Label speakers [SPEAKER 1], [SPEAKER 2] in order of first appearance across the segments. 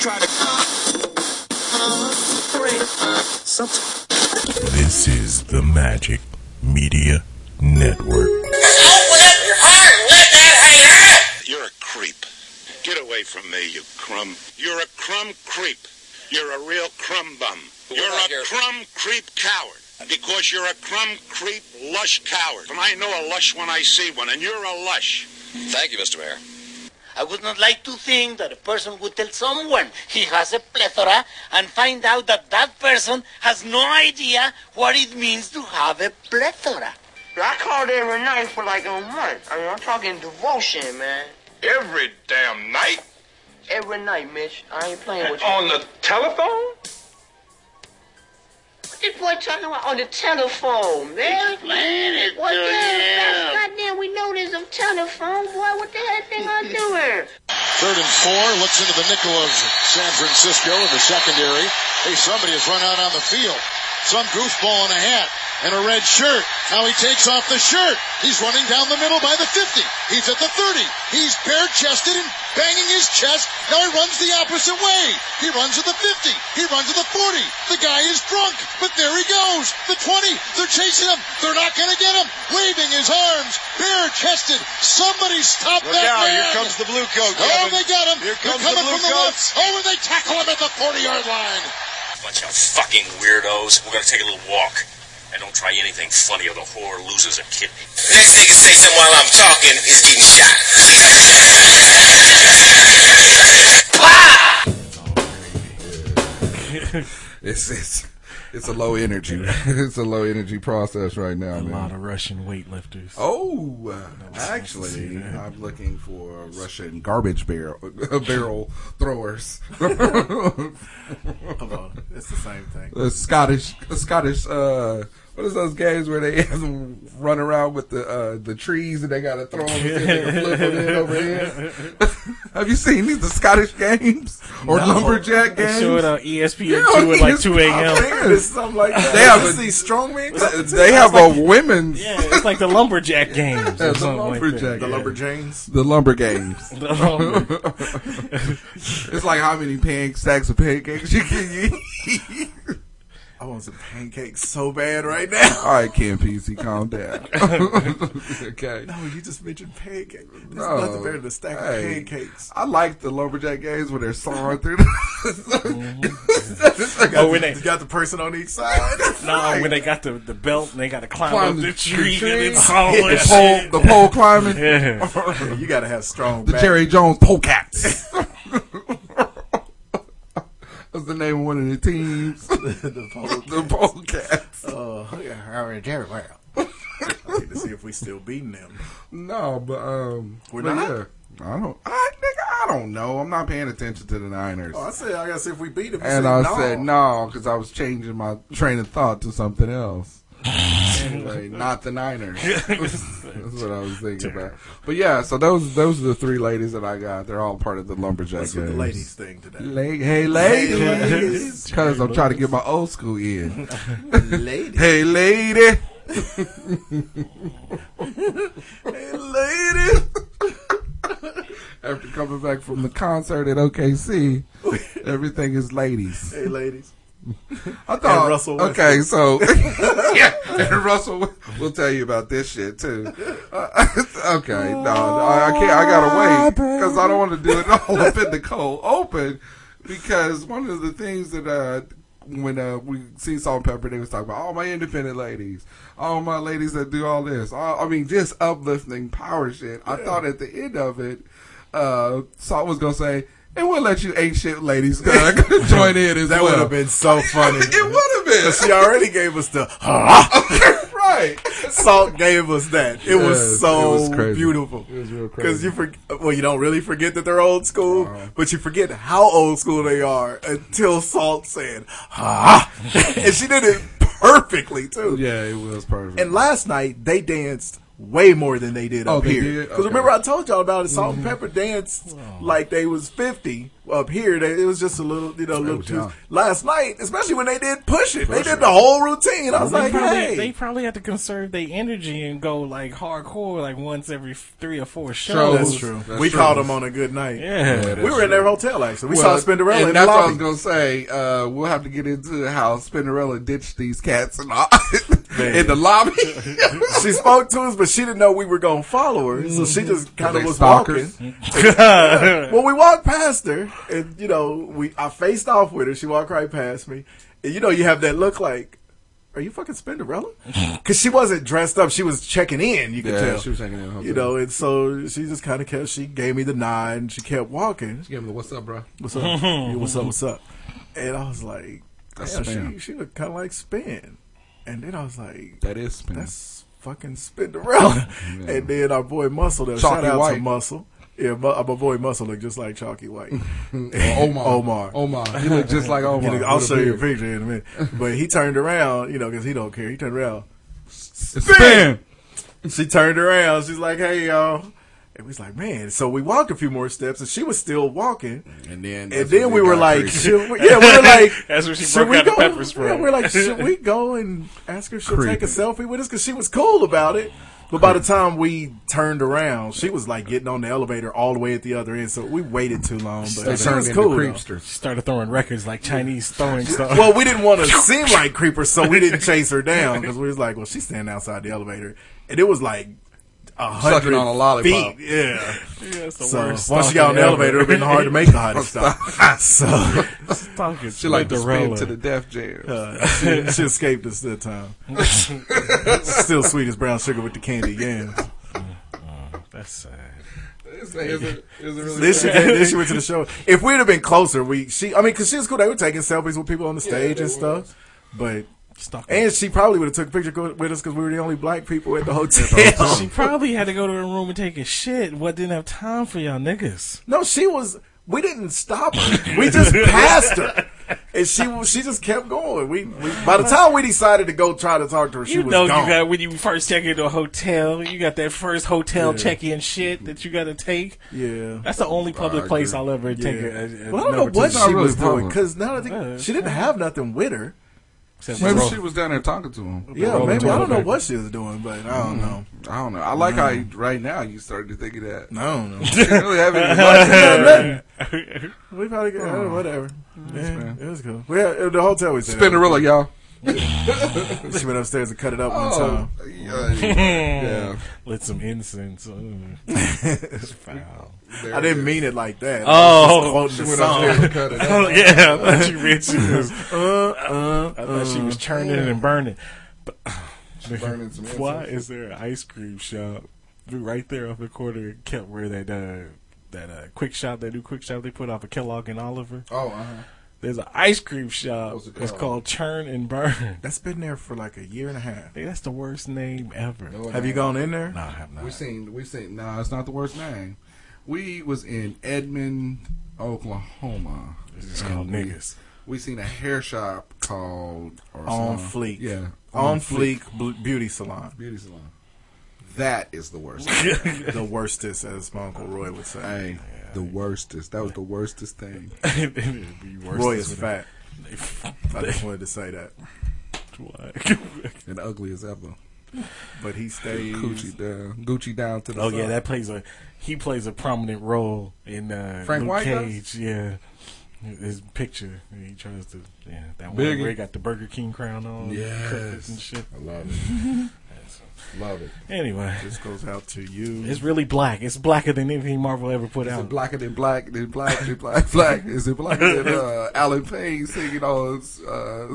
[SPEAKER 1] try to.
[SPEAKER 2] This is the Magic Media Network.
[SPEAKER 3] Open up your heart and let that hate out.
[SPEAKER 4] You're a creep. Get away from me, you crumb. You're a crumb creep. You're a real crumb bum. You're
[SPEAKER 3] not your-
[SPEAKER 4] a crumb creep coward. Because you're a crumb creep lush coward. And I know a lush when I see one, and you're a lush.
[SPEAKER 3] Thank you, Mr. Mayor.
[SPEAKER 1] I would not like to think that a person would tell someone he has a plethora and find out that that person has no idea what it means to have a plethora.
[SPEAKER 5] I called every night for like a month. I mean, I'm talking devotion, man.
[SPEAKER 6] Every damn night?
[SPEAKER 5] Every night, Mitch. I ain't playing with you.
[SPEAKER 6] On the telephone?
[SPEAKER 5] What this boy talking about on the telephone, man?
[SPEAKER 1] Explain it
[SPEAKER 5] What
[SPEAKER 1] to
[SPEAKER 5] the
[SPEAKER 1] him.
[SPEAKER 5] hell? Goddamn, we know there's a telephone, boy. What the hell thing I doing?
[SPEAKER 7] Third and four. Looks into the nickel of San Francisco in the secondary. Hey, somebody has run out on the field. Some goofball in a hat and a red shirt. Now he takes off the shirt. He's running down the middle by the 50. He's at the 30. He's bare chested and banging his chest. Now he runs the opposite way. He runs to the 50. He runs to the 40. The guy is drunk, but there he goes. The 20. They're chasing him. They're not going to get him. Waving his arms, bare chested. Somebody stop
[SPEAKER 8] Look
[SPEAKER 7] that
[SPEAKER 8] out,
[SPEAKER 7] man.
[SPEAKER 8] here comes the blue coat,
[SPEAKER 7] Oh,
[SPEAKER 8] Kevin.
[SPEAKER 7] they got him.
[SPEAKER 8] Here comes
[SPEAKER 7] They're coming
[SPEAKER 8] the blue
[SPEAKER 7] from the
[SPEAKER 8] coats.
[SPEAKER 7] left. Oh, and they tackle him at the 40-yard line.
[SPEAKER 3] Bunch of fucking weirdos. We're gonna take a little walk. And don't try anything funny or the whore loses a kidney. Next thing you say something while I'm talking is getting shot.
[SPEAKER 9] It's it's it's a low energy. it's a low energy process right now,
[SPEAKER 10] A lot
[SPEAKER 9] man.
[SPEAKER 10] of Russian weightlifters.
[SPEAKER 9] Oh, uh,
[SPEAKER 10] see
[SPEAKER 9] actually,
[SPEAKER 10] that.
[SPEAKER 9] I'm looking for Russian garbage barrel barrel throwers. the
[SPEAKER 10] Hello. It's the same thing.
[SPEAKER 9] Scottish Scottish. Uh, what is those games where they run around with the uh, the trees and they gotta throw them and see if they can flip them in over here? Have you seen these the Scottish games or lumberjack
[SPEAKER 10] They
[SPEAKER 9] games?
[SPEAKER 10] show it on E ESPN
[SPEAKER 9] Yeah,
[SPEAKER 10] two
[SPEAKER 8] E
[SPEAKER 10] at like
[SPEAKER 9] it's-
[SPEAKER 10] two a.m.
[SPEAKER 9] It's something like that. They have a,
[SPEAKER 8] strongman?
[SPEAKER 9] they have a women's
[SPEAKER 10] Yeah, it's like the lumberjack games
[SPEAKER 9] Yeah,
[SPEAKER 10] or
[SPEAKER 9] the
[SPEAKER 10] something like that.
[SPEAKER 9] lumberjack.
[SPEAKER 8] The Lumberjanes?
[SPEAKER 9] the lumber games.
[SPEAKER 10] The lumber-
[SPEAKER 9] It's like how many pancake stacks of pancakes you can eat.
[SPEAKER 8] I want some pancakes so bad right now.
[SPEAKER 9] All right, Ken PC, calm down. okay.
[SPEAKER 8] No, you just mentioned pancakes. There's
[SPEAKER 9] No.
[SPEAKER 8] nothing better than a stack of
[SPEAKER 9] Hey.
[SPEAKER 8] pancakes.
[SPEAKER 9] I like the lumberjack games where they're sawing through.
[SPEAKER 8] Mm-hmm.
[SPEAKER 9] The-
[SPEAKER 10] Oh, when they
[SPEAKER 8] You got the person on each side.
[SPEAKER 10] no, when they got the, the belt and they got to climb,
[SPEAKER 9] Climb
[SPEAKER 10] up
[SPEAKER 9] the
[SPEAKER 10] the tree,
[SPEAKER 9] tree.
[SPEAKER 10] and it's all
[SPEAKER 8] Hit
[SPEAKER 10] that
[SPEAKER 9] the pole,
[SPEAKER 10] shit.
[SPEAKER 9] the pole climbing,
[SPEAKER 10] Yeah.
[SPEAKER 8] you got to have strong
[SPEAKER 9] the
[SPEAKER 8] back.
[SPEAKER 9] Jerry Jones Polecats. That's the name of one of the teams.
[SPEAKER 8] the pole.
[SPEAKER 9] The Polecats.
[SPEAKER 8] Oh, yeah, all right, Jerry, wow. I need to see if we still beating them.
[SPEAKER 9] No, but um,
[SPEAKER 8] We're
[SPEAKER 9] but
[SPEAKER 8] not?
[SPEAKER 9] Yeah, I don't. I nigga, I don't know. I'm not paying attention to the Niners.
[SPEAKER 8] Oh, I said, I got to see if we beat them. You
[SPEAKER 9] and I
[SPEAKER 8] no.
[SPEAKER 9] said no because I was changing my train of thought to something else. Like, not the Niners. That's what I was thinking about. But yeah, so those those are the three ladies that I got. They're all part of the lumberjack
[SPEAKER 8] That's what
[SPEAKER 9] games.
[SPEAKER 8] the ladies thing today.
[SPEAKER 9] La- hey ladies, because I'm trying to get my old school in.
[SPEAKER 8] Lady.
[SPEAKER 9] Hey lady,
[SPEAKER 8] Hey, lady.
[SPEAKER 9] after coming back from the concert at OKC, everything is ladies.
[SPEAKER 8] Hey, ladies.
[SPEAKER 9] I thought
[SPEAKER 8] And Russell Westbrook.
[SPEAKER 9] Okay, so yeah, and Russell will tell you about this shit too. Uh, okay, no, no, I can't. I gotta wait because I don't want to do it all up in the cold open. Because one of the things that uh, when uh, we see Salt and Pepper, they was talking about all my independent ladies, all my ladies that do all this. All, I mean, just uplifting power shit. I thought at the end of it, uh, Salt was gonna say. And we'll let you ain't shit ladies uh, join in as
[SPEAKER 8] That
[SPEAKER 9] well.
[SPEAKER 8] would have been so funny.
[SPEAKER 9] It would have been.
[SPEAKER 8] 'Cause she already gave us the "Huh?"
[SPEAKER 9] right.
[SPEAKER 8] Salt gave us that. It was
[SPEAKER 9] Yes,
[SPEAKER 8] so
[SPEAKER 9] it was crazy.
[SPEAKER 8] beautiful.
[SPEAKER 9] It was real
[SPEAKER 8] Because
[SPEAKER 9] crazy.
[SPEAKER 8] you forget, well, you don't really forget that they're old school, but you forget how old school they are until Salt said, "Ah," and she did it perfectly too.
[SPEAKER 9] Yeah, it was perfect.
[SPEAKER 8] And last night they danced way more than they did
[SPEAKER 9] Oh,
[SPEAKER 8] up
[SPEAKER 9] they
[SPEAKER 8] here.
[SPEAKER 9] did?
[SPEAKER 8] Because
[SPEAKER 9] Okay.
[SPEAKER 8] remember I told y'all about it. Salt and Pepper danced like they was fifty up here. They, it was just a little, you know, a little
[SPEAKER 9] was
[SPEAKER 8] too.
[SPEAKER 9] young.
[SPEAKER 8] Last night, especially when they did push it, they
[SPEAKER 9] Push
[SPEAKER 8] did
[SPEAKER 9] It.
[SPEAKER 8] the whole routine. I was
[SPEAKER 10] They
[SPEAKER 8] like,
[SPEAKER 10] probably,
[SPEAKER 8] hey,
[SPEAKER 10] they probably had to conserve their energy and go like hardcore like once every f- three or four
[SPEAKER 9] Shows.
[SPEAKER 10] shows.
[SPEAKER 8] that's true.
[SPEAKER 9] That's
[SPEAKER 8] we
[SPEAKER 9] true.
[SPEAKER 8] caught them on a good night.
[SPEAKER 10] Yeah.
[SPEAKER 9] Yeah,
[SPEAKER 8] we
[SPEAKER 9] that's
[SPEAKER 8] were in
[SPEAKER 9] true.
[SPEAKER 8] their hotel actually. We
[SPEAKER 9] Well,
[SPEAKER 8] saw Spinderella in
[SPEAKER 9] and
[SPEAKER 8] the
[SPEAKER 9] that's what I
[SPEAKER 8] lobby.
[SPEAKER 9] was gonna say. Uh, we'll have to get into how Spinderella ditched these cats and all in the lobby.
[SPEAKER 8] she spoke to us, but she didn't know we were gonna follow her, so she just kind
[SPEAKER 9] Mm-hmm. They
[SPEAKER 8] of was
[SPEAKER 9] stalkers.
[SPEAKER 8] walking. well, we walked past her, and you know, we I faced off with her. She walked right past me, and you know, you have that look like, "Are you fucking Spinderella?" Because she wasn't dressed up; she was checking in. You could
[SPEAKER 9] Yeah,
[SPEAKER 8] tell
[SPEAKER 9] she was checking in, okay.
[SPEAKER 8] You know, and so she just kind of kept. She gave me the nod, and she kept walking.
[SPEAKER 9] Give him the what's up, bro.
[SPEAKER 8] What's up? Yeah, what's up? What's up? And I was like,
[SPEAKER 9] That's
[SPEAKER 8] "Damn, she
[SPEAKER 9] Spin.
[SPEAKER 8] she looked kind of like Spin." And then I was like,
[SPEAKER 9] That is Spin.
[SPEAKER 8] that's fucking Spinderella. And then our boy Muscle, there,
[SPEAKER 9] Chalky
[SPEAKER 8] shout out to
[SPEAKER 9] White.
[SPEAKER 8] Muscle. Yeah, my, my boy Muscle look just like Chalky White.
[SPEAKER 9] Omar.
[SPEAKER 8] Omar.
[SPEAKER 9] Omar. You look just like Omar.
[SPEAKER 8] You know, I'll
[SPEAKER 9] with a
[SPEAKER 8] show you a
[SPEAKER 9] beard.
[SPEAKER 8] picture in a minute. But he turned around, you know, because he don't care. He turned around.
[SPEAKER 9] Spin.
[SPEAKER 8] She turned around. She's like, hey, y'all. And we was like, man. So we walked a few more steps, and she was still walking.
[SPEAKER 9] And then,
[SPEAKER 8] And then we were like, should we, yeah, we were like,
[SPEAKER 10] That's when she
[SPEAKER 8] should
[SPEAKER 10] broke
[SPEAKER 8] we
[SPEAKER 10] out the
[SPEAKER 8] go-
[SPEAKER 10] pepper spray.
[SPEAKER 8] Yeah, we we're like, should we go and ask her if she'll take a
[SPEAKER 9] Creepy.
[SPEAKER 8] selfie with us? Because she was cool about it. But by the time we turned around, she was like getting on the elevator all the way at the other end. So we waited too long, but she was cool. though.
[SPEAKER 9] creepsters.
[SPEAKER 10] Started throwing records like Chinese throwing stuff.
[SPEAKER 8] Well, we didn't want to seem like creepers, so we didn't chase her down because we was like, well, she's standing outside the elevator, and it was like a hundred
[SPEAKER 9] Sucking on a lollipop.
[SPEAKER 8] feet. Yeah.
[SPEAKER 10] Yeah, it's the
[SPEAKER 8] So
[SPEAKER 10] worst
[SPEAKER 8] once she
[SPEAKER 10] stalking
[SPEAKER 8] got on the
[SPEAKER 10] ever.
[SPEAKER 8] elevator, it'd been hard to make the hottest stop. So.
[SPEAKER 10] Stalking
[SPEAKER 9] She like to
[SPEAKER 10] Cinderella.
[SPEAKER 9] spin to the death jam.
[SPEAKER 8] Uh, she, she escaped us that time. Still sweet as brown sugar with the candy yams.
[SPEAKER 10] That's sad.
[SPEAKER 9] Is it- is it- is it really
[SPEAKER 8] This she,
[SPEAKER 9] bad?
[SPEAKER 8] came- then she went to the show. If we'd have been closer, we she I mean, cause she was cool. They were taking selfies with people on the stage
[SPEAKER 9] they
[SPEAKER 8] and stuff. But
[SPEAKER 10] Stalking.
[SPEAKER 8] and she probably would have took a picture co- with us because we were the only black people at the hotel.
[SPEAKER 10] she probably had to go to her room and take a shit. What didn't have time for y'all niggas?
[SPEAKER 8] No, she was. We didn't stop her. We just passed her, and she wa- she just kept going. We, we by the time we decided to go try to talk to her, she
[SPEAKER 10] You
[SPEAKER 8] was
[SPEAKER 10] know,
[SPEAKER 8] gone.
[SPEAKER 10] you got when you first check into a hotel, you got that first hotel check-in shit that you got to take.
[SPEAKER 8] yeah,
[SPEAKER 10] That's the only public place I'll ever take
[SPEAKER 8] Yeah.
[SPEAKER 10] a, a, a
[SPEAKER 8] well, I don't know
[SPEAKER 10] number
[SPEAKER 8] what
[SPEAKER 10] to.
[SPEAKER 9] not
[SPEAKER 8] she
[SPEAKER 9] really
[SPEAKER 8] was doing
[SPEAKER 9] public.
[SPEAKER 8] because now that I think she didn't have nothing with her.
[SPEAKER 10] Except
[SPEAKER 9] Maybe
[SPEAKER 10] roll.
[SPEAKER 9] she was down there talking to him.
[SPEAKER 8] Yeah,
[SPEAKER 10] Rolling
[SPEAKER 8] maybe I don't know
[SPEAKER 10] Thunder.
[SPEAKER 8] what she was doing, but I don't know.
[SPEAKER 9] I don't know. I like how you, right now you started to think of that.
[SPEAKER 8] I don't know.
[SPEAKER 9] You really haven't even liked it.
[SPEAKER 8] we probably got, I don't know, whatever. Yeah, it was cool. We had, the hotel we stayed. at,
[SPEAKER 9] Spinderella, y'all.
[SPEAKER 8] She went upstairs and cut it up one
[SPEAKER 9] Oh,
[SPEAKER 8] time.
[SPEAKER 9] yeah, yeah.
[SPEAKER 10] lit some incense. Mm. It's foul.
[SPEAKER 9] There
[SPEAKER 8] I didn't
[SPEAKER 9] it
[SPEAKER 8] mean it like that.
[SPEAKER 10] Oh.
[SPEAKER 8] I was just
[SPEAKER 9] is. Went
[SPEAKER 8] quoting the
[SPEAKER 9] upstairs
[SPEAKER 8] song.
[SPEAKER 9] and cut it out.
[SPEAKER 10] Oh yeah, I thought you meant she was.
[SPEAKER 8] Uh,
[SPEAKER 10] I thought she was churning and burning.
[SPEAKER 9] Burning some
[SPEAKER 10] Why
[SPEAKER 9] incense.
[SPEAKER 10] is there an ice cream shop right there off the corner in Kent where that uh, that uh, quick shop, that new quick shop they put off of Kellogg and Oliver?
[SPEAKER 9] Oh, uh-huh.
[SPEAKER 10] There's an ice cream shop.
[SPEAKER 9] What's it
[SPEAKER 10] It's
[SPEAKER 9] called?
[SPEAKER 10] called Churn and Burn.
[SPEAKER 8] that's been there for like a year and a half.
[SPEAKER 10] Hey, That's the worst name ever. No,
[SPEAKER 8] Have you gone in there?
[SPEAKER 10] I have
[SPEAKER 9] We
[SPEAKER 10] not.
[SPEAKER 9] seen, we seen. Nah, it's not the worst name. We was in Edmond, Oklahoma.
[SPEAKER 10] It's just called
[SPEAKER 9] And we-
[SPEAKER 10] niggas.
[SPEAKER 9] We seen a hair shop called or
[SPEAKER 8] On
[SPEAKER 9] salon.
[SPEAKER 8] Fleek.
[SPEAKER 9] Yeah,
[SPEAKER 8] On Fleek Bl- Beauty Salon.
[SPEAKER 9] beauty salon. That is the worst.
[SPEAKER 8] the worstest, as my Uncle Roy would say.
[SPEAKER 9] hey, the worstest. That was the worstest thing.
[SPEAKER 10] It'd be worse
[SPEAKER 8] Roy
[SPEAKER 10] than
[SPEAKER 8] is
[SPEAKER 10] what
[SPEAKER 8] fat.
[SPEAKER 10] they-
[SPEAKER 8] I just wanted to say that.
[SPEAKER 10] Why?
[SPEAKER 9] And ugly as ever.
[SPEAKER 8] But he stays.
[SPEAKER 9] Gucci down. Gucci down to the.
[SPEAKER 10] Oh yeah,
[SPEAKER 9] sun.
[SPEAKER 10] that plays a he plays a prominent role in uh,
[SPEAKER 9] Frank
[SPEAKER 10] Luke
[SPEAKER 9] White
[SPEAKER 10] Cage. Yeah, his picture he tries to yeah that one
[SPEAKER 9] Biggie.
[SPEAKER 10] where he got the Burger King crown on,
[SPEAKER 9] Yes.
[SPEAKER 10] curtains and shit.
[SPEAKER 9] I love it. love it.
[SPEAKER 10] Anyway,
[SPEAKER 8] This goes out to you.
[SPEAKER 10] it's really black. It's blacker than anything Marvel ever put
[SPEAKER 9] Is it
[SPEAKER 10] out.
[SPEAKER 9] blacker than black than black than black black? Is it blacker than uh, Alan Payne singing on uh,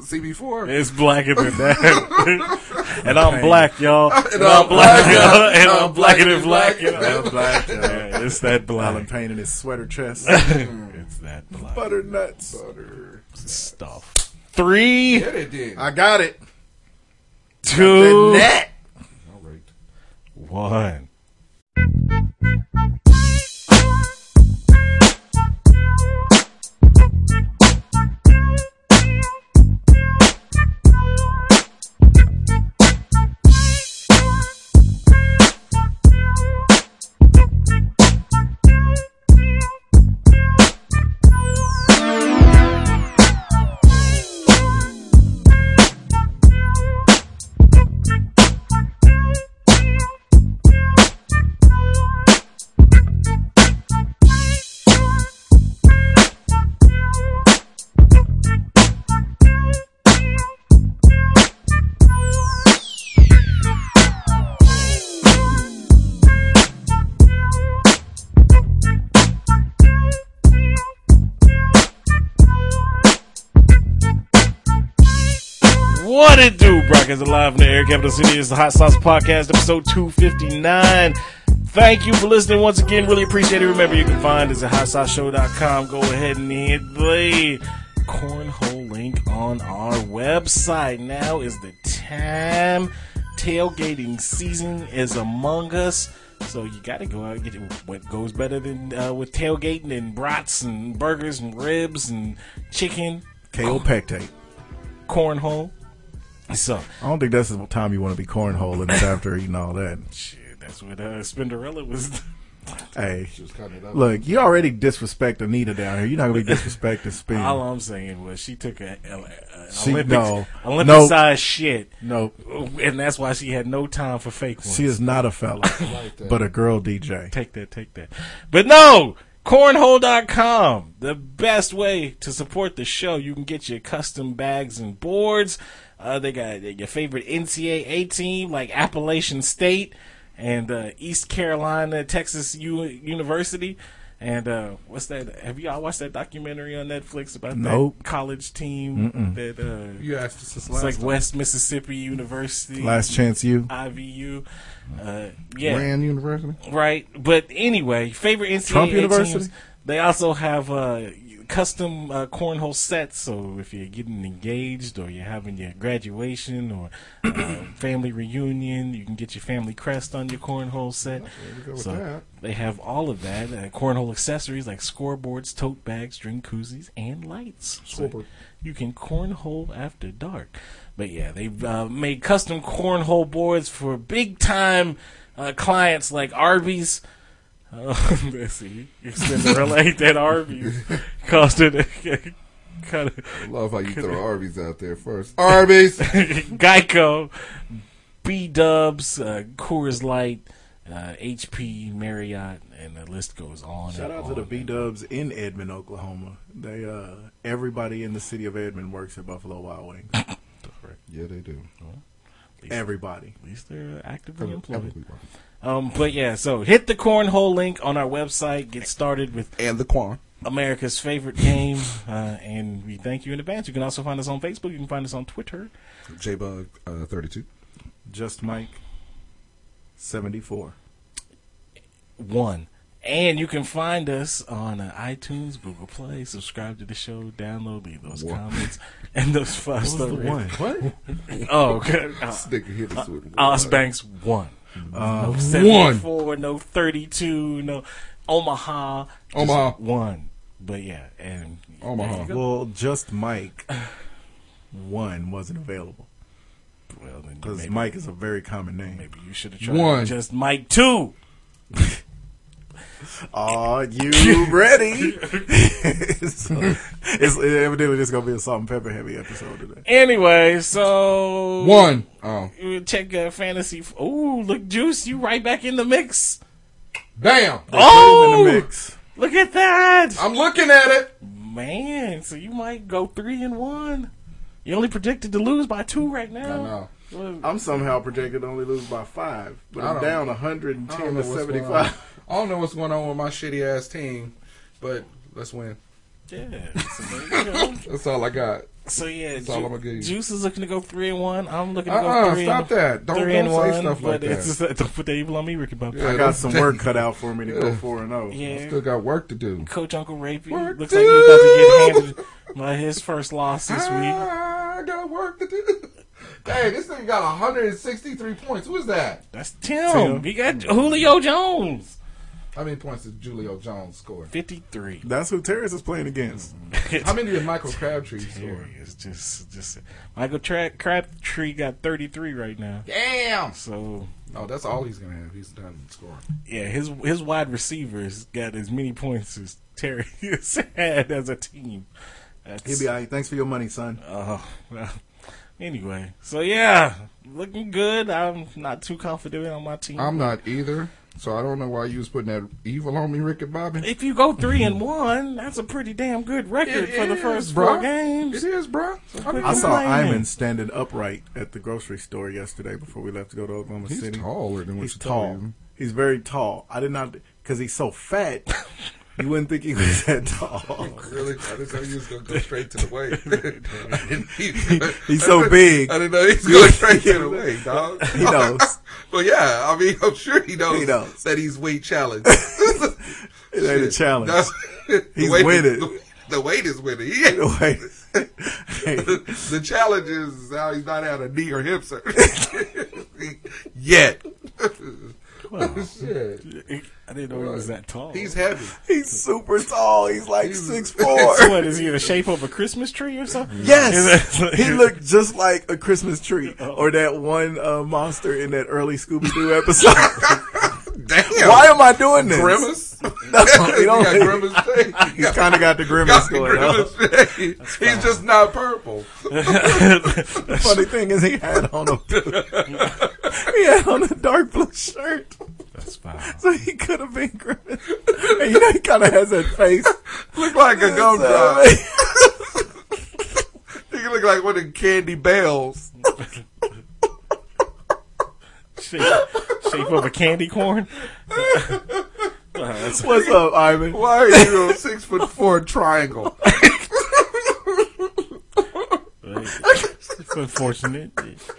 [SPEAKER 9] CB4?
[SPEAKER 10] It's blacker than that, and I'm black, y'all. And, I'm black, y'all. And I'm blacker than black, y'all.
[SPEAKER 8] I'm black. you know.
[SPEAKER 10] Yeah, it's that
[SPEAKER 8] Alan
[SPEAKER 10] black.
[SPEAKER 8] Payne in his sweater chest.
[SPEAKER 10] it's that black
[SPEAKER 8] Butternuts.
[SPEAKER 10] stuff. Three,
[SPEAKER 9] Get it then.
[SPEAKER 8] I got it.
[SPEAKER 10] two,
[SPEAKER 8] Net.
[SPEAKER 9] All right.
[SPEAKER 10] one. What it do? Brock is alive in the Air Capital City. It's the Hot Sauce Podcast, episode 259. Thank you for listening once again. Really appreciate it. Remember, you can find us at hotsauceshow.com. Go ahead and hit the cornhole link on our website. Now is the time. Tailgating season is among us. So you got to go out and get what goes better than uh, with tailgating and brats and burgers and ribs and chicken,
[SPEAKER 8] KO Pectate.
[SPEAKER 10] cornhole. So
[SPEAKER 8] I don't think that's the time you want to be cornholing is after eating all that.
[SPEAKER 10] Shit, that's what uh, Spinderella was.
[SPEAKER 8] Hey, look, you already disrespect Anita down here. You're not gonna be disrespecting Speed.
[SPEAKER 10] All I'm saying was she took a, a, a
[SPEAKER 8] She-
[SPEAKER 10] Olympic,
[SPEAKER 8] no.
[SPEAKER 10] Olympic
[SPEAKER 8] Nope.
[SPEAKER 10] size shit,
[SPEAKER 8] No,
[SPEAKER 10] and that's why she had no time for fake ones.
[SPEAKER 8] she is not a fella, but a girl DJ.
[SPEAKER 10] take that, take that. But no, cornhole.com, the best way to support the show. You can get your custom bags and boards. Uh, they got your favorite NCAA team like Appalachian State and uh, East Carolina, Texas U- University. And uh, what's that? Have y'all watched that documentary on Netflix about
[SPEAKER 8] Nope.
[SPEAKER 10] that college team that uh,
[SPEAKER 9] You asked us this
[SPEAKER 10] it's
[SPEAKER 9] last
[SPEAKER 10] like
[SPEAKER 9] time.
[SPEAKER 10] West Mississippi University,
[SPEAKER 8] Last chance, you
[SPEAKER 10] IVU? Uh, yeah,
[SPEAKER 9] Rand University.
[SPEAKER 10] right? But anyway, favorite NCAA
[SPEAKER 8] Trump University?
[SPEAKER 10] teams. They also have uh, custom uh, cornhole sets. So if you're getting engaged or you're having your graduation or uh, family reunion, you can get your family crest on your cornhole set. so
[SPEAKER 9] that.
[SPEAKER 10] they have all of that uh, cornhole accessories like scoreboards, tote bags, string koozies, and lights. So
[SPEAKER 9] Scoreboard.
[SPEAKER 10] you can cornhole after dark. But yeah, they've uh, made custom cornhole boards for big time uh, clients like Arby's. Uh, let's see, you to relate that Arby's cost it. Kind of
[SPEAKER 9] I love how you throw Arby's out there first. Arby's.
[SPEAKER 10] Geico, B Dubs, uh, Coors Light, uh, HP, Marriott, and the list goes on.
[SPEAKER 8] Shout
[SPEAKER 10] and
[SPEAKER 8] out to the
[SPEAKER 10] on.
[SPEAKER 8] B Dubs in Edmond, Oklahoma. They uh everybody in the city of Edmond works at Buffalo Wild Wings.
[SPEAKER 9] yeah, they do.
[SPEAKER 8] Everybody.
[SPEAKER 10] At least they're actively employed.
[SPEAKER 9] Everybody.
[SPEAKER 10] Um, but yeah, so hit the cornhole link on our website. Get started with
[SPEAKER 9] And the Quan.
[SPEAKER 10] America's favorite game, uh, and we thank you in advance. You can also find us on Facebook. You can find us on Twitter.
[SPEAKER 9] J Bug uh, 32.
[SPEAKER 8] Just Mike. Seventy four.
[SPEAKER 10] One. And you can find us on uh, iTunes, Google Play. Subscribe to the show, download, leave those
[SPEAKER 9] What?
[SPEAKER 10] comments, and those five star ratings.
[SPEAKER 8] What?
[SPEAKER 10] Oh, good. Uh,
[SPEAKER 9] Nigga hit us with
[SPEAKER 10] Oz
[SPEAKER 9] one.
[SPEAKER 10] Banks won. no
[SPEAKER 9] Uh, one.
[SPEAKER 10] 74, no 32, no Omaha. just
[SPEAKER 9] Omaha.
[SPEAKER 10] One. But yeah, and
[SPEAKER 9] Omaha.
[SPEAKER 10] there you go.
[SPEAKER 8] Well, just Mike one wasn't available.
[SPEAKER 10] Well, then you
[SPEAKER 8] Because
[SPEAKER 10] maybe,
[SPEAKER 8] Mike is a very common name.
[SPEAKER 10] maybe you should have tried
[SPEAKER 9] One.
[SPEAKER 10] just Mike 2.
[SPEAKER 8] Are you ready? so, it's evidently this gonna be a salt and pepper heavy episode today.
[SPEAKER 10] Anyway, so.
[SPEAKER 9] One. Oh.
[SPEAKER 10] You Check uh, fantasy. F- Ooh, look, Juice, you right back in the mix.
[SPEAKER 9] Bam.
[SPEAKER 8] Put 'em in the
[SPEAKER 10] Oh,
[SPEAKER 8] mix.
[SPEAKER 10] look at that,
[SPEAKER 9] I'm looking at it.
[SPEAKER 10] man! So you might go three and one. You only predicted to lose by two right
[SPEAKER 9] I
[SPEAKER 10] now.
[SPEAKER 9] know.
[SPEAKER 10] Well,
[SPEAKER 8] I'm somehow projected to only lose by five, but
[SPEAKER 9] I
[SPEAKER 8] I'm
[SPEAKER 9] don't-
[SPEAKER 8] down
[SPEAKER 9] I don't
[SPEAKER 8] 110
[SPEAKER 9] know
[SPEAKER 8] to
[SPEAKER 9] what's going on.
[SPEAKER 8] 75.
[SPEAKER 9] I don't know what's going on with my shitty ass team, but let's win.
[SPEAKER 10] yeah. So, there you go.
[SPEAKER 9] That's all I got.
[SPEAKER 10] So, yeah,
[SPEAKER 9] That's all
[SPEAKER 10] Ju-
[SPEAKER 9] I'ma give you.
[SPEAKER 10] Juice is looking to go three and one. I'm looking to go
[SPEAKER 9] Uh-uh,
[SPEAKER 10] three.
[SPEAKER 9] stop
[SPEAKER 10] and,
[SPEAKER 9] that. Don't,
[SPEAKER 10] three
[SPEAKER 9] don't
[SPEAKER 10] and
[SPEAKER 9] say
[SPEAKER 10] one.
[SPEAKER 9] stuff like
[SPEAKER 10] but it's
[SPEAKER 9] that.
[SPEAKER 10] just, don't put the evil on me, Ricky Bobby.
[SPEAKER 8] I
[SPEAKER 10] Yeah,
[SPEAKER 9] Yeah.
[SPEAKER 8] got some work cut out for me to go
[SPEAKER 9] Yeah.
[SPEAKER 8] four and oh. zero.
[SPEAKER 9] Still got work to do.
[SPEAKER 10] Coach Uncle Rapey
[SPEAKER 9] Work
[SPEAKER 10] looks like he's about to get
[SPEAKER 9] dude.
[SPEAKER 10] handed by his first loss this
[SPEAKER 9] Ah.
[SPEAKER 10] week.
[SPEAKER 9] I got work to do. Dang, this thing got 163 points. Who is that?
[SPEAKER 10] That's Tim.
[SPEAKER 8] Tim.
[SPEAKER 10] He got Julio Jones,
[SPEAKER 9] How many points did Julio Jones score?
[SPEAKER 10] fifty-three.
[SPEAKER 8] That's who Terrence is playing against.
[SPEAKER 9] How many did Michael Crabtree score?
[SPEAKER 10] Terry is just just Michael Tra- Crabtree got 33 right now.
[SPEAKER 9] Damn.
[SPEAKER 10] So
[SPEAKER 9] No, that's all he's gonna have. He's done scoring.
[SPEAKER 10] yeah, his his wide receivers got as many points as Terry has had as a team.
[SPEAKER 8] He'll
[SPEAKER 10] That's,
[SPEAKER 8] be all right. Thanks for your money, son.
[SPEAKER 10] uh, well, anyway, so yeah, looking good. I'm not too confident on my team.
[SPEAKER 9] I'm not either, so I don't know why you was putting that evil on me, Rick and Bobby.
[SPEAKER 10] if you go three and one, that's a pretty damn good record for the
[SPEAKER 9] is,
[SPEAKER 10] first
[SPEAKER 9] bruh.
[SPEAKER 10] four games.
[SPEAKER 9] It is, bro. I mean,
[SPEAKER 8] I saw
[SPEAKER 10] Complaining.
[SPEAKER 8] Iman standing upright at the grocery store yesterday before we left to go to Oklahoma
[SPEAKER 9] he's
[SPEAKER 8] City.
[SPEAKER 9] taller than what
[SPEAKER 8] He's
[SPEAKER 9] you tell
[SPEAKER 8] tall.
[SPEAKER 9] him.
[SPEAKER 8] He's very tall. I did not because he's so fat. You wouldn't think he was that tall.
[SPEAKER 9] Really? I didn't know you was gonna go straight to the weight. I didn't- I
[SPEAKER 8] He's so
[SPEAKER 9] didn't-
[SPEAKER 8] big.
[SPEAKER 9] I didn't know he's going straight to the weight, dog.
[SPEAKER 8] He knows.
[SPEAKER 9] well, yeah. I mean, I'm sure he knows,
[SPEAKER 8] He knows.
[SPEAKER 9] that he's weight challenged.
[SPEAKER 8] It ain't a challenge.
[SPEAKER 9] No. The
[SPEAKER 8] He's
[SPEAKER 9] weight
[SPEAKER 8] winning.
[SPEAKER 9] Is, the weight is winning. He ain't-
[SPEAKER 8] Wait.
[SPEAKER 9] the challenge is how he's not out of knee or hip surgery yet. Shit.
[SPEAKER 10] I didn't know he was that tall.
[SPEAKER 9] He's heavy.
[SPEAKER 8] He's super tall. He's like
[SPEAKER 9] He's-
[SPEAKER 8] six four.
[SPEAKER 10] what is he in the shape of a Christmas tree or something?
[SPEAKER 8] Yes,
[SPEAKER 10] Is that-
[SPEAKER 8] he looked just like a Christmas tree
[SPEAKER 9] Oh.
[SPEAKER 8] or that one uh, monster in that early Scooby Doo episode.
[SPEAKER 9] Damn.
[SPEAKER 8] Why am I doing this?
[SPEAKER 9] grimace?
[SPEAKER 8] you don't-
[SPEAKER 9] he got grimace face. He
[SPEAKER 8] He's
[SPEAKER 9] got-
[SPEAKER 8] kind of got the grimace
[SPEAKER 9] got the
[SPEAKER 8] going on.
[SPEAKER 9] grimace face. He's just not purple.
[SPEAKER 8] Funny thing is, he had on a he had on a dark blue shirt,
[SPEAKER 10] That's fine.
[SPEAKER 8] so he could have been grimace. And you know, he kind of has that face.
[SPEAKER 9] Look like a gumdrop.
[SPEAKER 8] So,
[SPEAKER 9] He look like one of the candy bells.
[SPEAKER 10] Shape, shape of a candy corn.
[SPEAKER 8] what's up, Ivan?
[SPEAKER 9] Why are you a six foot four triangle?
[SPEAKER 10] It's unfortunate.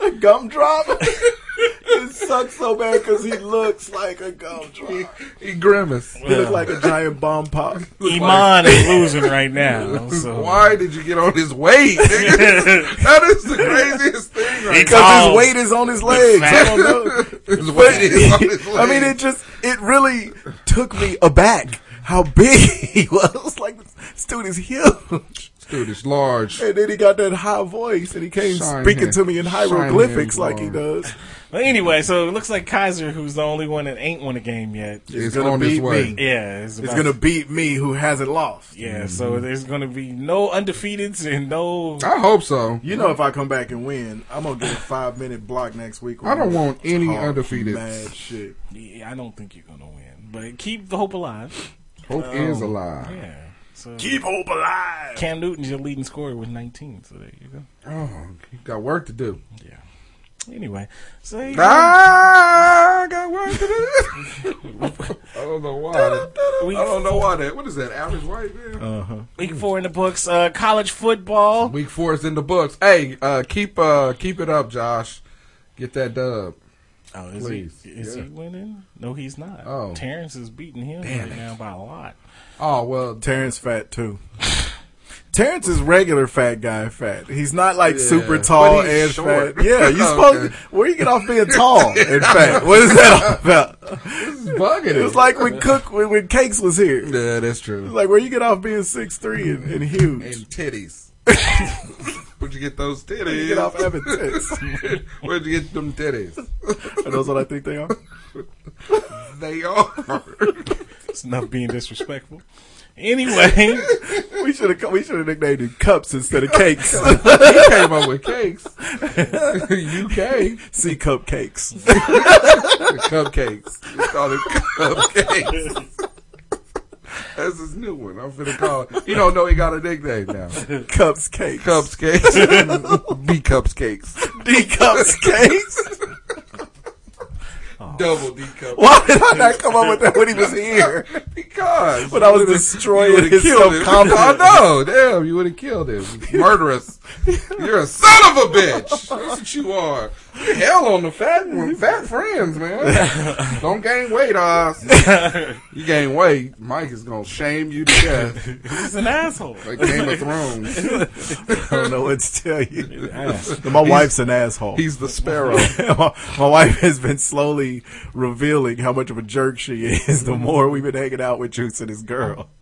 [SPEAKER 8] A gumdrop? it sucks so bad because he looks like a gumdrop. He
[SPEAKER 9] He grimace.
[SPEAKER 8] looks like a giant bomb pop.
[SPEAKER 10] Iman is losing right now. So.
[SPEAKER 9] Why did you get on his weight? nigga? that is the craziest thing. Right
[SPEAKER 10] got-
[SPEAKER 8] Because
[SPEAKER 10] Oh.
[SPEAKER 8] his weight is on his legs. I don't know.
[SPEAKER 9] now. His weight is on his
[SPEAKER 8] I mean, it
[SPEAKER 9] leg.
[SPEAKER 8] just, it really took me aback how big he was. Like, this dude is huge.
[SPEAKER 9] dude is large.
[SPEAKER 8] And then he got that high voice and he came
[SPEAKER 9] Shine
[SPEAKER 8] speaking
[SPEAKER 9] him.
[SPEAKER 8] to me in
[SPEAKER 9] Shine him,
[SPEAKER 8] hieroglyphics like he
[SPEAKER 9] Lord.
[SPEAKER 8] does.
[SPEAKER 10] But anyway, so it looks like Kaiser, who's the only one that ain't won a game yet.
[SPEAKER 9] It's
[SPEAKER 8] gonna
[SPEAKER 9] on his
[SPEAKER 8] beat
[SPEAKER 9] way.
[SPEAKER 8] me.
[SPEAKER 10] Yeah, it's,
[SPEAKER 8] It's
[SPEAKER 10] about-
[SPEAKER 8] going to beat me who hasn't lost.
[SPEAKER 10] Yeah, so there's gonna be no undefeateds and no.
[SPEAKER 9] I hope so.
[SPEAKER 8] You know, if I come back and win, I'm gonna get a five minute block next week.
[SPEAKER 9] I don't want any
[SPEAKER 8] Talk
[SPEAKER 9] undefeated.
[SPEAKER 8] Mad shit.
[SPEAKER 10] Yeah, I don't think you're gonna win, but keep the hope alive.
[SPEAKER 9] Hope is alive.
[SPEAKER 10] Yeah. So
[SPEAKER 8] Keep hope alive.
[SPEAKER 10] Cam Newton's your leading scorer with 19. So there you go.
[SPEAKER 9] Oh, he got work to do.
[SPEAKER 10] Anyway, so there you go.
[SPEAKER 8] Ah!
[SPEAKER 9] I got work to do. I don't know why. I
[SPEAKER 10] Week-
[SPEAKER 9] don't know why that. What is that? Average white man.
[SPEAKER 10] week four in the books. Uh, college football.
[SPEAKER 9] Week four is in the books. Hey, uh, keep uh, keep it up, Josh. Get that dub.
[SPEAKER 10] Oh, is
[SPEAKER 9] Please.
[SPEAKER 10] he is
[SPEAKER 9] Yeah.
[SPEAKER 10] he winning? No, he's not.
[SPEAKER 9] Oh.
[SPEAKER 10] Terrence is beating him right now by a lot.
[SPEAKER 9] Oh well,
[SPEAKER 8] Terrence fat too. Terrence is regular fat guy fat. He's not like
[SPEAKER 9] Yeah,
[SPEAKER 8] super
[SPEAKER 9] but
[SPEAKER 8] tall
[SPEAKER 9] he's
[SPEAKER 8] and
[SPEAKER 9] short.
[SPEAKER 8] fat. Yeah, you supposed
[SPEAKER 9] Okay.
[SPEAKER 8] where you get off being tall and fat. What is that all about?
[SPEAKER 9] this is bugging.
[SPEAKER 8] It was like when Cook when, when Cakes was here.
[SPEAKER 9] yeah, that's true.
[SPEAKER 8] Like where you get off being six three and, and huge.
[SPEAKER 9] And titties. Where'd you get those
[SPEAKER 8] Where you get off
[SPEAKER 9] titties?
[SPEAKER 8] having tits.
[SPEAKER 9] Where'd you get them titties?
[SPEAKER 8] Are those what I think they are?
[SPEAKER 9] They are.
[SPEAKER 10] It's enough being disrespectful. Anyway,
[SPEAKER 8] We should have we should have nicknamed it cups instead of cakes.
[SPEAKER 9] He came up with cakes. UK
[SPEAKER 8] See cupcakes.
[SPEAKER 9] cupcakes. He called it cupcakes. That's his new one. I'm finna call. It. He don't know he got a nickname now.
[SPEAKER 8] Cups cakes.
[SPEAKER 9] Cups cakes. B cups cakes.
[SPEAKER 8] D cups cakes.
[SPEAKER 9] Double D cups.
[SPEAKER 8] Why did I not come up with that when he was here?
[SPEAKER 9] Because
[SPEAKER 8] When I was
[SPEAKER 9] You
[SPEAKER 8] destroying
[SPEAKER 9] would've
[SPEAKER 8] his
[SPEAKER 9] killed him. I
[SPEAKER 8] self-confidence.
[SPEAKER 9] know. Damn, you would have killed him. Murderous. You're a son of a bitch. That's what you are. You Hell on the fat one. Fat friends, man. Don't gain weight, Oz. You gain weight, Mike is going to shame you to death.
[SPEAKER 10] he's an asshole.
[SPEAKER 9] Like Game of Thrones.
[SPEAKER 8] I don't know what to tell you.
[SPEAKER 10] Ass.
[SPEAKER 8] My wife's an asshole.
[SPEAKER 9] He's the sparrow.
[SPEAKER 8] my, my wife has been slowly revealing how much of a jerk she is the more we've been hanging out with Juice and this girl.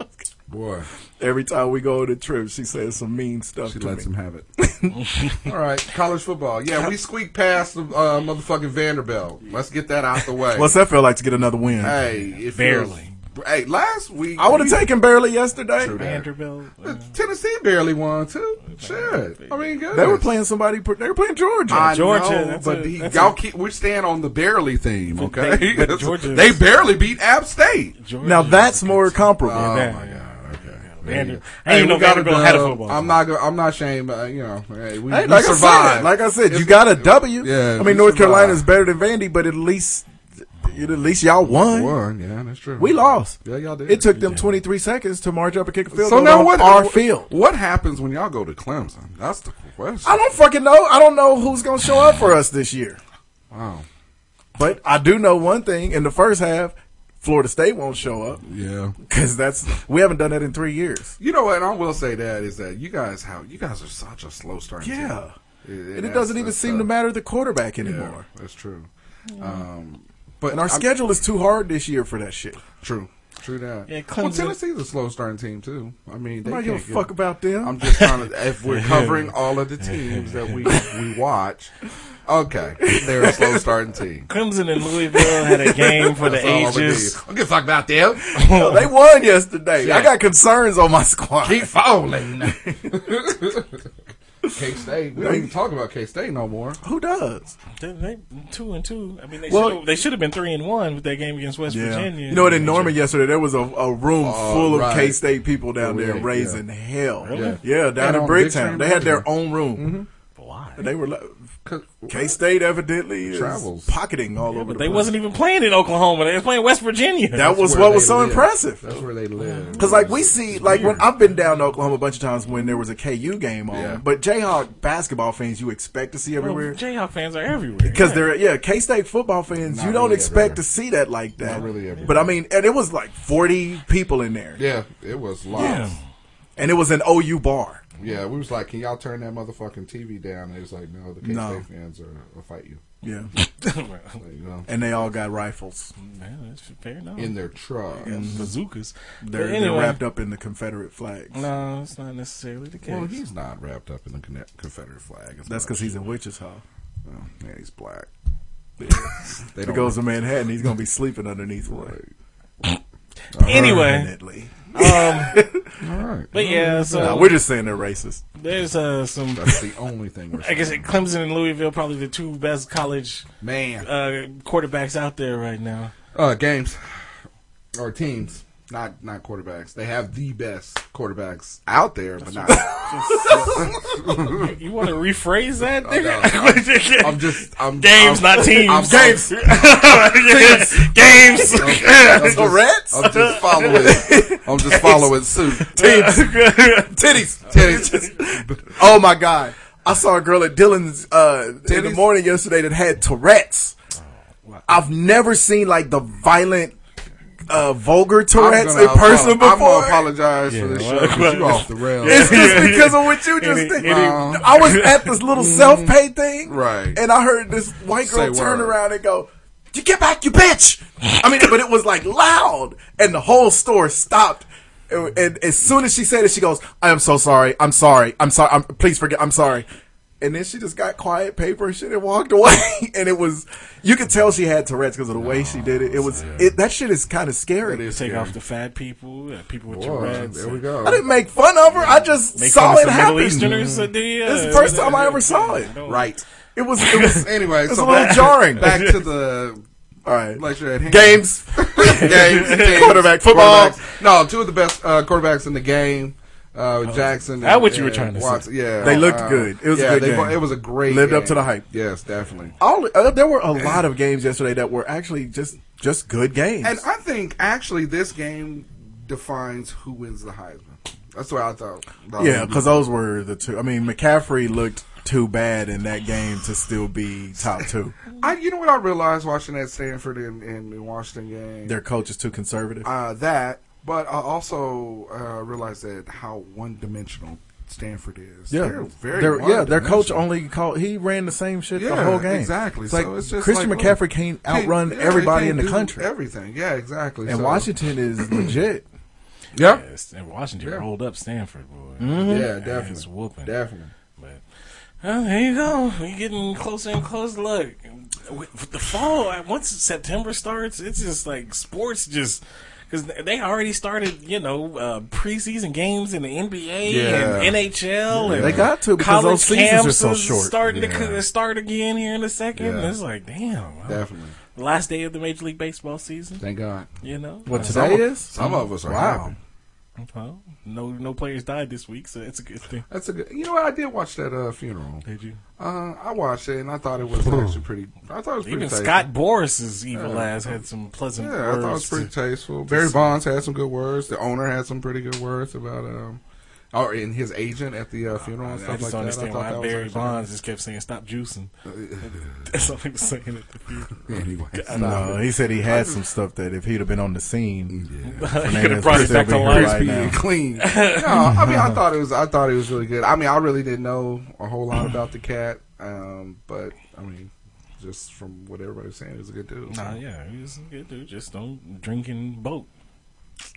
[SPEAKER 9] Boy,
[SPEAKER 8] Every time we go on a trip, she says some mean stuff
[SPEAKER 9] she
[SPEAKER 8] to
[SPEAKER 9] lets
[SPEAKER 8] me.
[SPEAKER 9] him have it. All right, college football. Yeah, we squeaked past the uh, motherfucking Vanderbilt. Let's get that out the way.
[SPEAKER 8] What's that feel like to get another win?
[SPEAKER 9] Hey, it feels-
[SPEAKER 10] Barely.
[SPEAKER 9] Hey, last week
[SPEAKER 8] I would have
[SPEAKER 9] you-
[SPEAKER 8] taken barely yesterday.
[SPEAKER 9] True that.
[SPEAKER 10] Vanderbilt. uh,
[SPEAKER 9] Tennessee barely won too. Shit, I mean, good.
[SPEAKER 8] They were playing somebody. They were playing Georgia.
[SPEAKER 9] I
[SPEAKER 10] Georgia,
[SPEAKER 9] know,
[SPEAKER 10] that's
[SPEAKER 9] but
[SPEAKER 10] a-
[SPEAKER 9] he-
[SPEAKER 10] that's
[SPEAKER 9] y'all
[SPEAKER 10] a-
[SPEAKER 9] keep, we're staying on the barely theme, okay?
[SPEAKER 10] they- but Georgia-
[SPEAKER 9] they barely beat App State.
[SPEAKER 10] Georgia.
[SPEAKER 8] now that's more comparable.
[SPEAKER 9] Oh
[SPEAKER 10] Yeah.
[SPEAKER 9] my god. Okay.
[SPEAKER 10] Vander- I didn't
[SPEAKER 9] Hey,
[SPEAKER 10] even
[SPEAKER 9] we
[SPEAKER 10] know
[SPEAKER 9] got a
[SPEAKER 10] Vanderbilt had a
[SPEAKER 9] dub.
[SPEAKER 10] football.
[SPEAKER 9] I'm not. Gonna, I'm not ashamed. Uh, you know, hey, we,
[SPEAKER 8] Hey,
[SPEAKER 9] we
[SPEAKER 8] like I
[SPEAKER 9] survived.
[SPEAKER 8] said, like I said, you got a W.
[SPEAKER 9] Yeah,
[SPEAKER 8] I
[SPEAKER 9] we
[SPEAKER 8] mean North
[SPEAKER 9] survived.
[SPEAKER 8] Carolina's better than Vandy, but at least You at least y'all won.
[SPEAKER 9] Won, yeah, that's true.
[SPEAKER 8] We lost.
[SPEAKER 9] Yeah, y'all did.
[SPEAKER 8] It took them 23 seconds to march up and kick a field
[SPEAKER 9] So
[SPEAKER 8] goal
[SPEAKER 9] now
[SPEAKER 8] on
[SPEAKER 9] what?
[SPEAKER 8] our field.
[SPEAKER 9] What happens when y'all go to Clemson? That's the question.
[SPEAKER 8] I don't fucking know. I don't know who's going to show up for us this year.
[SPEAKER 9] Wow.
[SPEAKER 8] But I do know one thing. In the first half, Florida State won't show up
[SPEAKER 9] Yeah.
[SPEAKER 8] because that's we haven't done that in three years.
[SPEAKER 9] You know what? And I will say that is that you guys have you guys are such a slow starting team.
[SPEAKER 8] Yeah. And it
[SPEAKER 9] that's-
[SPEAKER 8] doesn't even
[SPEAKER 9] that's
[SPEAKER 8] seem
[SPEAKER 9] tough.
[SPEAKER 8] to matter the quarterback
[SPEAKER 9] Yeah,
[SPEAKER 8] anymore.
[SPEAKER 9] that's true. Um, but
[SPEAKER 8] And our
[SPEAKER 9] I'm-
[SPEAKER 8] schedule is too hard this year for that shit.
[SPEAKER 9] True. True that.
[SPEAKER 10] Yeah,
[SPEAKER 9] well,
[SPEAKER 10] Clemson-
[SPEAKER 9] Tennessee's a slow starting team too. I mean, they
[SPEAKER 8] I'm not giving a
[SPEAKER 9] can't get-
[SPEAKER 8] fuck about them.
[SPEAKER 9] I'm just trying to. If we're covering all of the teams that we we watch, okay, they're a slow starting team.
[SPEAKER 10] Clemson and Louisville had a game for the
[SPEAKER 9] That's all I'm gonna
[SPEAKER 10] ages.
[SPEAKER 9] do. I'm gonna fuck about them.
[SPEAKER 8] No, they won yesterday. I got concerns on my squad.
[SPEAKER 9] Keep falling. K State. We don't even talk about K State no more.
[SPEAKER 8] Who does?
[SPEAKER 10] They, they two and two. I mean, they
[SPEAKER 8] Well-
[SPEAKER 10] should've- they should have been three and one with that game against West Virginia.
[SPEAKER 8] You know what? In Norman yesterday, there was a, a room full of
[SPEAKER 9] right.
[SPEAKER 8] K State people down there
[SPEAKER 9] yeah.
[SPEAKER 8] raising hell.
[SPEAKER 9] Really?
[SPEAKER 8] Yeah, down
[SPEAKER 9] And
[SPEAKER 8] in
[SPEAKER 9] on Mm-hmm.
[SPEAKER 8] Bricktown,
[SPEAKER 9] Big Train
[SPEAKER 8] they had their
[SPEAKER 9] Road.
[SPEAKER 8] own room.
[SPEAKER 10] Why?
[SPEAKER 8] And they were like,
[SPEAKER 9] 'Cause-
[SPEAKER 8] K State evidently is
[SPEAKER 9] Travels.
[SPEAKER 8] pocketing all over.
[SPEAKER 10] But
[SPEAKER 8] the
[SPEAKER 10] they
[SPEAKER 8] place.
[SPEAKER 10] wasn't even playing in Oklahoma. They was playing West Virginia.
[SPEAKER 8] That was
[SPEAKER 9] where
[SPEAKER 8] what
[SPEAKER 9] they
[SPEAKER 8] was so
[SPEAKER 9] live.
[SPEAKER 8] impressive.
[SPEAKER 9] That's where they live.
[SPEAKER 8] Because like we see, like when I've been down to Oklahoma a bunch of times when there was a KU game on,
[SPEAKER 9] Yeah.
[SPEAKER 8] but Jayhawk basketball fans you expect to see
[SPEAKER 10] Bro,
[SPEAKER 8] everywhere.
[SPEAKER 10] Jayhawk fans are everywhere.
[SPEAKER 8] because
[SPEAKER 10] Yeah.
[SPEAKER 8] they're yeah K State football fans.
[SPEAKER 9] Not
[SPEAKER 8] you don't
[SPEAKER 9] really
[SPEAKER 8] expect
[SPEAKER 9] everywhere.
[SPEAKER 8] to see that like that.
[SPEAKER 9] Not really everywhere.
[SPEAKER 8] But I mean, and it was like forty people in there,
[SPEAKER 9] Yeah, it was lost.
[SPEAKER 10] Yeah.
[SPEAKER 8] and it was an OU bar.
[SPEAKER 9] Yeah, we was like, "Can y'all turn that motherfucking TV down?" And it was like, "No, the K State
[SPEAKER 8] No.
[SPEAKER 9] fans are will fight you."
[SPEAKER 8] Yeah,
[SPEAKER 9] Like, you know,
[SPEAKER 8] and they all got rifles.
[SPEAKER 10] Yeah, that's fair enough.
[SPEAKER 9] in their trucks.
[SPEAKER 10] bazookas.
[SPEAKER 8] They're,
[SPEAKER 10] but
[SPEAKER 8] they're
[SPEAKER 10] anyway,
[SPEAKER 8] wrapped up in the Confederate flags.
[SPEAKER 10] no, it's not necessarily the case.
[SPEAKER 9] Well, he's not wrapped up in the Conne- Confederate flag. It's
[SPEAKER 8] That's
[SPEAKER 9] not
[SPEAKER 8] because
[SPEAKER 9] true.
[SPEAKER 8] he's in Witch's Hall.
[SPEAKER 9] Oh, yeah, he's black.
[SPEAKER 8] If he goes to Manhattan, he's gonna be sleeping underneath one.
[SPEAKER 10] anyway, um,
[SPEAKER 8] Permanently.
[SPEAKER 9] All right.
[SPEAKER 10] but yeah, so
[SPEAKER 8] Nah, we're just saying they're racist.
[SPEAKER 10] there's uh, some.
[SPEAKER 9] That's the only thing we're
[SPEAKER 10] I guess Clemson and Louisville probably the two best college
[SPEAKER 9] Man. Uh,
[SPEAKER 10] uh, quarterbacks out there right now.
[SPEAKER 9] games. Or teams. Not not quarterbacks. They have the best quarterbacks out there, but not.
[SPEAKER 10] You want to rephrase that? nigga?
[SPEAKER 9] I'm just. I'm,
[SPEAKER 10] games,
[SPEAKER 9] I'm,
[SPEAKER 10] not teams.
[SPEAKER 9] I'm- Games.
[SPEAKER 10] games.
[SPEAKER 9] I'm just- I'm just-
[SPEAKER 8] The Reds?
[SPEAKER 9] I'm just following. I'm just following suit.
[SPEAKER 8] Titties.
[SPEAKER 9] Titties.
[SPEAKER 8] Oh my god! I saw a girl at Dylan's uh, in the
[SPEAKER 9] Titties?
[SPEAKER 8] morning yesterday that had Tourette's. I've never seen like the violent, uh, vulgar
[SPEAKER 9] I'm
[SPEAKER 8] Tourette's
[SPEAKER 9] gonna
[SPEAKER 8] in
[SPEAKER 9] apo-
[SPEAKER 8] person
[SPEAKER 9] I'm
[SPEAKER 8] before.
[SPEAKER 9] gonna apologize for this
[SPEAKER 10] Yeah,
[SPEAKER 9] show.
[SPEAKER 10] well,
[SPEAKER 9] 'cause you off the rails.
[SPEAKER 8] It's just because of what you just
[SPEAKER 10] Any-
[SPEAKER 8] did.
[SPEAKER 10] any-
[SPEAKER 8] I was at this little self pay thing,
[SPEAKER 9] Mm-hmm. Right.
[SPEAKER 8] And I heard this white
[SPEAKER 9] Say
[SPEAKER 8] girl
[SPEAKER 9] word.
[SPEAKER 8] turn around and go, "You get back, you bitch!" I mean, but it was like loud, and the whole store stopped. And, and as soon as she said it, she goes, "I am so sorry. I'm sorry. I'm sorry. I'm, please forget. I'm sorry." And then she just got quiet, paper and shit, and walked away. and it was, you could tell she had Tourette's because of the way she did it. It was, it, that shit is kind of scary.
[SPEAKER 9] It Oh, is
[SPEAKER 10] Take
[SPEAKER 9] scary.
[SPEAKER 10] off the fat people, uh, people with
[SPEAKER 9] Boy,
[SPEAKER 10] Tourette's.
[SPEAKER 9] there we go.
[SPEAKER 8] I didn't make fun of her. I just
[SPEAKER 10] Make
[SPEAKER 8] saw
[SPEAKER 10] fun of
[SPEAKER 8] it
[SPEAKER 10] some
[SPEAKER 8] happen.
[SPEAKER 10] Middle Easterners. uh, the, uh,
[SPEAKER 8] This is the first time I ever saw it.
[SPEAKER 10] don't-
[SPEAKER 9] Right.
[SPEAKER 8] It was. It was.
[SPEAKER 9] Anyway,
[SPEAKER 8] it was
[SPEAKER 9] so
[SPEAKER 8] a little
[SPEAKER 9] back-
[SPEAKER 8] jarring.
[SPEAKER 9] Back to the
[SPEAKER 8] All right.
[SPEAKER 9] lecture at hand.
[SPEAKER 8] Games.
[SPEAKER 9] games, games,
[SPEAKER 8] Quarterback, football.
[SPEAKER 9] quarterbacks. No, two of the best uh, quarterbacks in the game. Uh, Jackson.
[SPEAKER 10] That
[SPEAKER 9] and-
[SPEAKER 10] Oh, what you were
[SPEAKER 9] and
[SPEAKER 10] trying to say.
[SPEAKER 9] Watson. Yeah,
[SPEAKER 8] They looked
[SPEAKER 9] uh,
[SPEAKER 8] good. It was a
[SPEAKER 9] yeah,
[SPEAKER 8] good
[SPEAKER 9] they
[SPEAKER 8] game.
[SPEAKER 9] bo- It was a great.
[SPEAKER 8] Lived up
[SPEAKER 9] game.
[SPEAKER 8] to the hype.
[SPEAKER 9] Yes, definitely.
[SPEAKER 8] All uh, there were a lot of games yesterday that were actually just just good games.
[SPEAKER 9] And I think actually this game defines who wins the Heisman. That's what I thought.
[SPEAKER 8] yeah, because those were the two. I mean, McCaffrey looked too bad in that game to still be top two.
[SPEAKER 9] I, you know what I realized watching that Stanford and, and, and Washington game.
[SPEAKER 8] Their coach is too conservative.
[SPEAKER 9] uh, that, but I also uh, realized that how one dimensional Stanford is.
[SPEAKER 8] Yeah,
[SPEAKER 9] They're very
[SPEAKER 8] Their- yeah. Their coach
[SPEAKER 9] one-dimensional.
[SPEAKER 8] only called. He ran the same shit the
[SPEAKER 9] Yeah,
[SPEAKER 8] whole game.
[SPEAKER 9] exactly.
[SPEAKER 8] It's like
[SPEAKER 9] So it's just
[SPEAKER 8] Christian
[SPEAKER 9] like,
[SPEAKER 8] McCaffrey
[SPEAKER 9] look,
[SPEAKER 8] can't
[SPEAKER 9] Hey,
[SPEAKER 8] outrun
[SPEAKER 9] yeah, they
[SPEAKER 8] everybody in
[SPEAKER 9] can't
[SPEAKER 8] the
[SPEAKER 9] do
[SPEAKER 8] country,
[SPEAKER 9] Everything. Yeah, exactly.
[SPEAKER 8] and
[SPEAKER 9] So-
[SPEAKER 8] Washington is legit.
[SPEAKER 9] Yeah.
[SPEAKER 10] Yes, and Washington
[SPEAKER 9] Yeah.
[SPEAKER 10] rolled up Stanford, boy.
[SPEAKER 9] Yeah,
[SPEAKER 10] Mm-hmm. Yeah, it's
[SPEAKER 9] definitely.
[SPEAKER 10] whooping.
[SPEAKER 9] Definitely.
[SPEAKER 10] But well, there you go. We're getting closer and closer. Look, with the fall, uh, once September starts, it's just like sports just. Because they already started, you know, uh, preseason games in the NBA
[SPEAKER 9] Yeah.
[SPEAKER 10] and NHL. And
[SPEAKER 8] They got to because
[SPEAKER 10] college
[SPEAKER 8] those seasons are
[SPEAKER 10] camps
[SPEAKER 8] so
[SPEAKER 10] is
[SPEAKER 8] short.
[SPEAKER 10] starting
[SPEAKER 9] Yeah.
[SPEAKER 10] to co- start again here in a second.
[SPEAKER 9] Yeah.
[SPEAKER 10] And it's like, damn, well,
[SPEAKER 9] Definitely.
[SPEAKER 10] last day of the Major League Baseball season.
[SPEAKER 9] Thank God.
[SPEAKER 10] You know, Uh,
[SPEAKER 8] What today is?
[SPEAKER 9] Some of us are
[SPEAKER 8] Uh, Wow.
[SPEAKER 9] happy.
[SPEAKER 10] Well, no, no players died this week, so that's a good thing.
[SPEAKER 9] That's a good. You know what? I did watch that uh, funeral.
[SPEAKER 10] Did you?
[SPEAKER 9] Uh, I watched it and I thought it was actually pretty. I thought it was pretty.
[SPEAKER 10] Even
[SPEAKER 9] tasteful.
[SPEAKER 10] Scott Boris's evil
[SPEAKER 9] Yeah.
[SPEAKER 10] ass had some pleasant
[SPEAKER 9] Yeah, I
[SPEAKER 10] words.
[SPEAKER 9] thought it was pretty
[SPEAKER 10] to-
[SPEAKER 9] tasteful. Barry Bonds had some good words. The owner had some pretty good words about um, or in his agent at the uh, funeral and
[SPEAKER 10] I
[SPEAKER 9] stuff
[SPEAKER 10] just don't
[SPEAKER 9] like that.
[SPEAKER 10] understand
[SPEAKER 9] I thought
[SPEAKER 10] why
[SPEAKER 9] that was
[SPEAKER 10] Barry
[SPEAKER 9] actually-
[SPEAKER 10] Bonds just kept saying "Stop juicing." That's all he was saying at the funeral.
[SPEAKER 9] Anyway,
[SPEAKER 10] I
[SPEAKER 8] No, he said he had some stuff that if he'd have been on the scene,
[SPEAKER 10] he
[SPEAKER 8] Fernandez
[SPEAKER 10] could have brought it
[SPEAKER 8] still
[SPEAKER 10] back
[SPEAKER 8] be
[SPEAKER 10] to
[SPEAKER 8] here
[SPEAKER 10] life.
[SPEAKER 8] right
[SPEAKER 9] crispy
[SPEAKER 8] now.
[SPEAKER 9] and clean. no, I mean, I thought it was. I thought it was really good. I mean, I really didn't know a whole lot about the cat, um, but I mean, just from what everybody was saying, it was a good dude.
[SPEAKER 10] Nah, yeah, he was a good dude. Just don't drink and boat.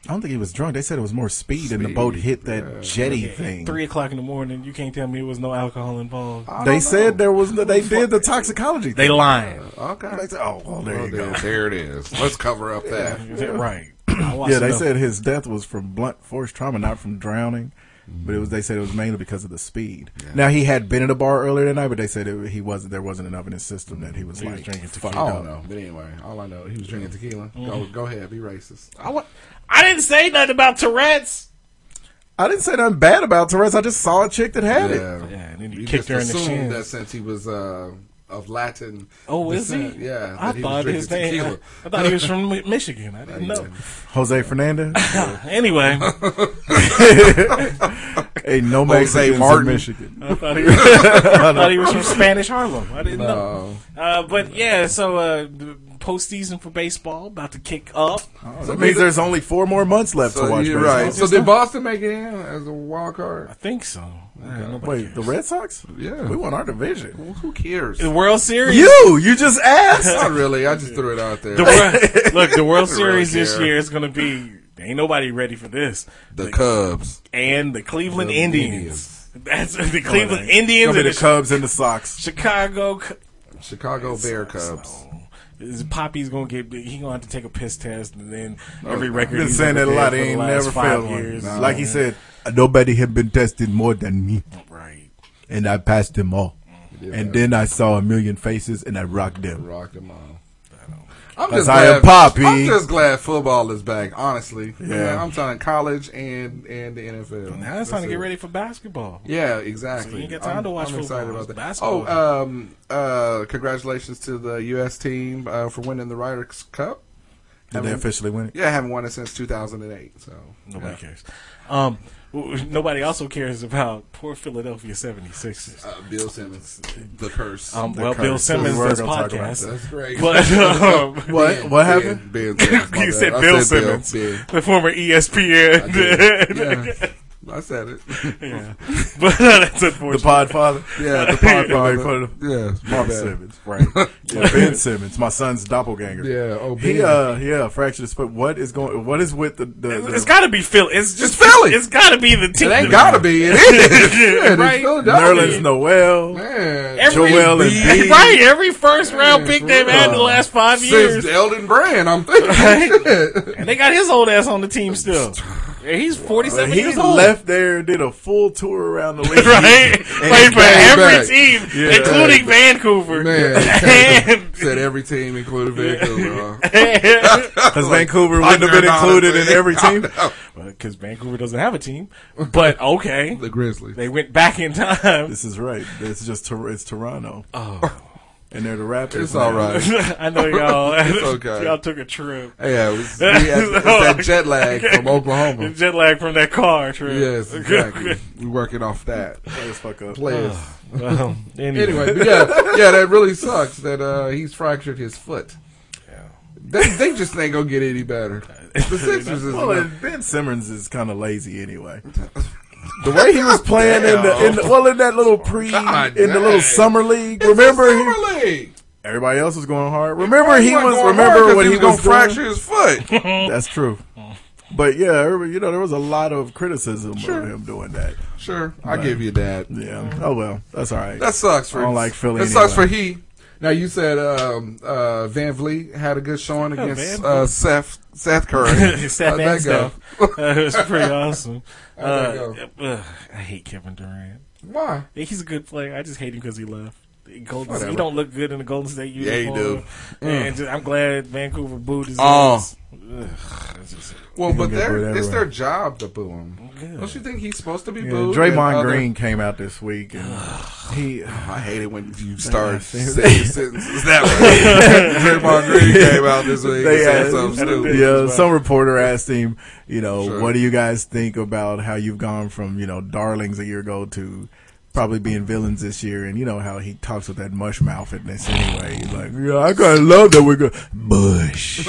[SPEAKER 8] I don't think he was drunk. They said it was more speed, and the
[SPEAKER 9] Speed,
[SPEAKER 8] boat hit that
[SPEAKER 9] yeah.
[SPEAKER 8] jetty
[SPEAKER 10] At
[SPEAKER 8] thing.
[SPEAKER 10] Three o'clock in the morning, you can't tell me there was no alcohol involved.
[SPEAKER 9] I don't
[SPEAKER 8] They
[SPEAKER 9] know.
[SPEAKER 8] said there was. They did the toxicology.
[SPEAKER 10] They lying.
[SPEAKER 9] okay.
[SPEAKER 8] They said, oh, well, there
[SPEAKER 9] Well,
[SPEAKER 8] you go.
[SPEAKER 9] there, there it is. Let's cover up that.
[SPEAKER 10] right. I watched
[SPEAKER 8] Yeah, they
[SPEAKER 10] enough.
[SPEAKER 8] said his death was from blunt force trauma, not from drowning. But it was. They said it was mainly because of the speed. Now he had been in a bar earlier that night, but they said it, he wasn't. There wasn't enough in his system that he was
[SPEAKER 10] He was
[SPEAKER 8] like
[SPEAKER 10] drinking
[SPEAKER 8] fucked
[SPEAKER 9] I
[SPEAKER 8] up.
[SPEAKER 9] don't know, but anyway, all I know he was drinking tequila.
[SPEAKER 10] Mm-hmm.
[SPEAKER 9] Go, go ahead, be racist. I want
[SPEAKER 10] I didn't say nothing about Tourette's.
[SPEAKER 8] I didn't say nothing bad about Tourette's. I just saw a chick that had it.
[SPEAKER 9] yeah.
[SPEAKER 10] Yeah, and then you,
[SPEAKER 9] You
[SPEAKER 10] kicked
[SPEAKER 9] just
[SPEAKER 10] her in the
[SPEAKER 9] assumed
[SPEAKER 10] shin.
[SPEAKER 9] that since he was uh, of Latin.
[SPEAKER 10] Oh, is he?
[SPEAKER 9] descent, Yeah, that
[SPEAKER 10] I
[SPEAKER 9] he was
[SPEAKER 10] thought
[SPEAKER 9] drinking
[SPEAKER 10] his name. I,
[SPEAKER 9] tequila.
[SPEAKER 10] I thought he was from Mi- Michigan. I didn't know.
[SPEAKER 8] Jose Fernandez.
[SPEAKER 10] Anyway,
[SPEAKER 8] Hey, no Mexicans in
[SPEAKER 9] Martin.
[SPEAKER 8] Michigan.
[SPEAKER 10] I thought he was, I thought he was from Spanish Harlem. I didn't know.
[SPEAKER 9] No.
[SPEAKER 10] Uh, but yeah, so uh, the postseason for baseball about to kick up.
[SPEAKER 8] That means there's only four more months left
[SPEAKER 9] So
[SPEAKER 8] to watch.
[SPEAKER 9] you're
[SPEAKER 8] baseball.
[SPEAKER 9] right. So did Boston make it in as a wild
[SPEAKER 10] I
[SPEAKER 9] card?
[SPEAKER 10] think so. Yeah, nobody
[SPEAKER 8] Wait,
[SPEAKER 10] cares.
[SPEAKER 8] the Red Sox?
[SPEAKER 9] Yeah.
[SPEAKER 8] we won our division.
[SPEAKER 9] Well, who cares?
[SPEAKER 10] The World Series.
[SPEAKER 8] You, you just asked.
[SPEAKER 9] Not really. I just threw it out there.
[SPEAKER 10] The
[SPEAKER 9] The,
[SPEAKER 10] Wor- look, the World Series this
[SPEAKER 9] care.
[SPEAKER 10] year is going to be. Ain't nobody ready for this.
[SPEAKER 9] Cubs.
[SPEAKER 10] And the Cleveland
[SPEAKER 9] The
[SPEAKER 10] Indians. That's the Cleveland Indians
[SPEAKER 8] Gonna
[SPEAKER 10] and
[SPEAKER 8] be
[SPEAKER 10] the
[SPEAKER 8] the Cubs and the Sox.
[SPEAKER 10] Chicago. C-
[SPEAKER 9] Chicago Bear Cubs.
[SPEAKER 10] Oh. Is Poppy's gonna get he gonna have to take a piss test and then every record
[SPEAKER 8] Been
[SPEAKER 10] he's
[SPEAKER 8] saying that
[SPEAKER 10] ever
[SPEAKER 8] a lot.
[SPEAKER 10] did
[SPEAKER 8] He
[SPEAKER 10] for the
[SPEAKER 8] ain't
[SPEAKER 10] last
[SPEAKER 8] never
[SPEAKER 10] five
[SPEAKER 8] failed one.
[SPEAKER 10] years.
[SPEAKER 8] Like he said, nobody had been tested more than me,
[SPEAKER 10] right?
[SPEAKER 8] and I passed them all.
[SPEAKER 9] Yeah.
[SPEAKER 8] And then I saw a million faces, and I rocked them.
[SPEAKER 9] Rock them all. I'm
[SPEAKER 8] 'Cause
[SPEAKER 9] just
[SPEAKER 8] I
[SPEAKER 9] glad,
[SPEAKER 8] am Poppy.
[SPEAKER 9] I'm just glad football is back. Honestly,
[SPEAKER 8] Yeah.
[SPEAKER 9] yeah. I'm talking college and and the NFL.
[SPEAKER 10] Now it's
[SPEAKER 9] That's
[SPEAKER 10] time to
[SPEAKER 9] it.
[SPEAKER 10] get ready for basketball.
[SPEAKER 9] Yeah, exactly.
[SPEAKER 10] So you ain't got time to watch football.
[SPEAKER 9] excited
[SPEAKER 10] It's
[SPEAKER 9] about that.
[SPEAKER 10] basketball.
[SPEAKER 9] Oh, um, uh, congratulations to the U.S. team uh, for winning the Ryder's Cup.
[SPEAKER 8] Did they officially win it?
[SPEAKER 9] Yeah, I haven't won it since 2008. So
[SPEAKER 10] Nobody cares. Um, w- nobody also cares about poor Philadelphia 76ers.
[SPEAKER 9] uh, Bill Simmons, the curse.
[SPEAKER 10] Um,
[SPEAKER 8] the
[SPEAKER 10] well, Bill
[SPEAKER 8] curse.
[SPEAKER 10] Simmons
[SPEAKER 8] We were
[SPEAKER 10] does
[SPEAKER 8] gonna talk about
[SPEAKER 10] podcasts.
[SPEAKER 9] That's great.
[SPEAKER 10] But um,
[SPEAKER 8] What? What happened?
[SPEAKER 9] Ben, Ben Simmons, my
[SPEAKER 10] you
[SPEAKER 9] bad.
[SPEAKER 10] said
[SPEAKER 9] I
[SPEAKER 10] Bill Simmons,
[SPEAKER 9] Bill.
[SPEAKER 10] the former E ESPN.
[SPEAKER 9] Yeah. I said it.
[SPEAKER 10] Yeah. but uh, that's
[SPEAKER 8] The
[SPEAKER 10] unfortunate.
[SPEAKER 8] Podfather.
[SPEAKER 9] Yeah, the
[SPEAKER 8] Podfather.
[SPEAKER 9] Podfather. Yeah, my
[SPEAKER 8] Ben
[SPEAKER 9] bad.
[SPEAKER 8] Simmons, right? Yeah, ben Simmons, my son's doppelganger.
[SPEAKER 9] Yeah, oh,
[SPEAKER 8] he
[SPEAKER 9] Ben.
[SPEAKER 8] uh, yeah, fractured his foot. What is going? What is with the? the, the
[SPEAKER 10] it's got to be Philly. It's just
[SPEAKER 9] It's Philly.
[SPEAKER 10] It's got to be the team.
[SPEAKER 9] It ain't gotta be. It is. yeah, it's
[SPEAKER 10] Right.
[SPEAKER 9] Philadelphia.
[SPEAKER 8] Nerlens Noel.
[SPEAKER 9] Man.
[SPEAKER 10] Every,
[SPEAKER 8] Joel Embiid.
[SPEAKER 10] right, every first round
[SPEAKER 9] Yeah,
[SPEAKER 10] pick
[SPEAKER 9] for
[SPEAKER 10] they've had in the
[SPEAKER 9] real.
[SPEAKER 10] last five years.
[SPEAKER 9] Since Elden Brand, I'm thinking. Shit.
[SPEAKER 10] And they got his old ass on the team still. Yeah, he's 47
[SPEAKER 8] he
[SPEAKER 10] years old.
[SPEAKER 8] left there, did a full tour around the league.
[SPEAKER 10] Right? Played for
[SPEAKER 9] came
[SPEAKER 10] every
[SPEAKER 9] back.
[SPEAKER 10] team, including Vancouver.
[SPEAKER 9] Man, said every team included Vancouver. huh?
[SPEAKER 8] Because Vancouver wouldn't have been included in every team.
[SPEAKER 10] Because Vancouver doesn't have a team. But okay.
[SPEAKER 9] The Grizzlies.
[SPEAKER 10] They went back in time.
[SPEAKER 8] This is right. It's just Tor- it's Toronto.
[SPEAKER 10] Oh.
[SPEAKER 8] And they're the Raptors.
[SPEAKER 9] It's all
[SPEAKER 8] now.
[SPEAKER 9] right.
[SPEAKER 10] I know y'all.
[SPEAKER 9] okay.
[SPEAKER 10] Y'all took a trip.
[SPEAKER 9] Yeah, it was, we had, it's that jet lag from
[SPEAKER 10] The
[SPEAKER 9] Oklahoma.
[SPEAKER 10] jet lag from that car trip.
[SPEAKER 9] Yes, exactly. We're working off that.
[SPEAKER 8] Players fuck up.
[SPEAKER 9] Players.
[SPEAKER 10] Um, anyway.
[SPEAKER 9] Anyway, but yeah, yeah, that really sucks that uh, he's fractured his foot. They, they just ain't gonna get any better. The Sixers is
[SPEAKER 8] Well, and Ben Simmons is kind of lazy anyway. The way he was playing in the, in the well in that little pre
[SPEAKER 9] God
[SPEAKER 8] in the little
[SPEAKER 9] dang.
[SPEAKER 8] summer league. remember, he-
[SPEAKER 9] Summer League.
[SPEAKER 8] everybody else was going hard. Remember, he
[SPEAKER 9] wasn't
[SPEAKER 8] was.
[SPEAKER 9] going hard
[SPEAKER 8] Remember
[SPEAKER 9] 'cause
[SPEAKER 8] when he was Mm.
[SPEAKER 9] gonna
[SPEAKER 8] doing?
[SPEAKER 9] fracture his foot.
[SPEAKER 8] That's true. But yeah, everybody- you know, there was a lot of criticism
[SPEAKER 9] Sure.
[SPEAKER 8] of him doing that.
[SPEAKER 9] Sure, I give you that.
[SPEAKER 8] Yeah. Oh well, that's all right.
[SPEAKER 9] That sucks for.
[SPEAKER 8] I don't like Philly
[SPEAKER 9] That sucks for
[SPEAKER 8] anyway.
[SPEAKER 9] he. Now you said um, uh, Van Vliet had a good showing against
[SPEAKER 10] Van
[SPEAKER 9] uh, Seth Seth Curry.
[SPEAKER 10] Seth
[SPEAKER 9] How'd
[SPEAKER 10] and
[SPEAKER 9] that go?
[SPEAKER 10] Steph. Uh, it was pretty awesome.
[SPEAKER 9] How'd that
[SPEAKER 10] Uh, uh, I hate Kevin Durant.
[SPEAKER 9] Why?
[SPEAKER 10] He's a good player. I just hate him because he left. Golden
[SPEAKER 9] Whatever.
[SPEAKER 10] you don't look good in the Golden State
[SPEAKER 9] Yeah, you
[SPEAKER 10] uniform.
[SPEAKER 9] do. Mm.
[SPEAKER 10] And just- I'm glad Vancouver booed his
[SPEAKER 9] Oh.
[SPEAKER 10] ass. Ugh, it's just-
[SPEAKER 9] Well,
[SPEAKER 8] He
[SPEAKER 9] but
[SPEAKER 8] gonna get booed
[SPEAKER 9] they're, it's
[SPEAKER 8] everywhere.
[SPEAKER 9] their job to boo him. Don't you think he's supposed to be
[SPEAKER 8] Yeah,
[SPEAKER 9] booed?
[SPEAKER 8] Draymond
[SPEAKER 9] and other-
[SPEAKER 8] Green came out this week, and he
[SPEAKER 9] I hate it when you start
[SPEAKER 8] saying-
[SPEAKER 9] saying sentences that way. Draymond Green came out this week and
[SPEAKER 8] They
[SPEAKER 9] said
[SPEAKER 8] asked-
[SPEAKER 9] something stupid.
[SPEAKER 8] yeah, some reporter asked him, you know,
[SPEAKER 9] Sure.
[SPEAKER 8] what do you guys think about how you've gone from you know darlings a year ago to probably being villains this year, and you know how he talks with that mush mouthedness anyway. He's like, yeah, I gotta love that we're gonna mush.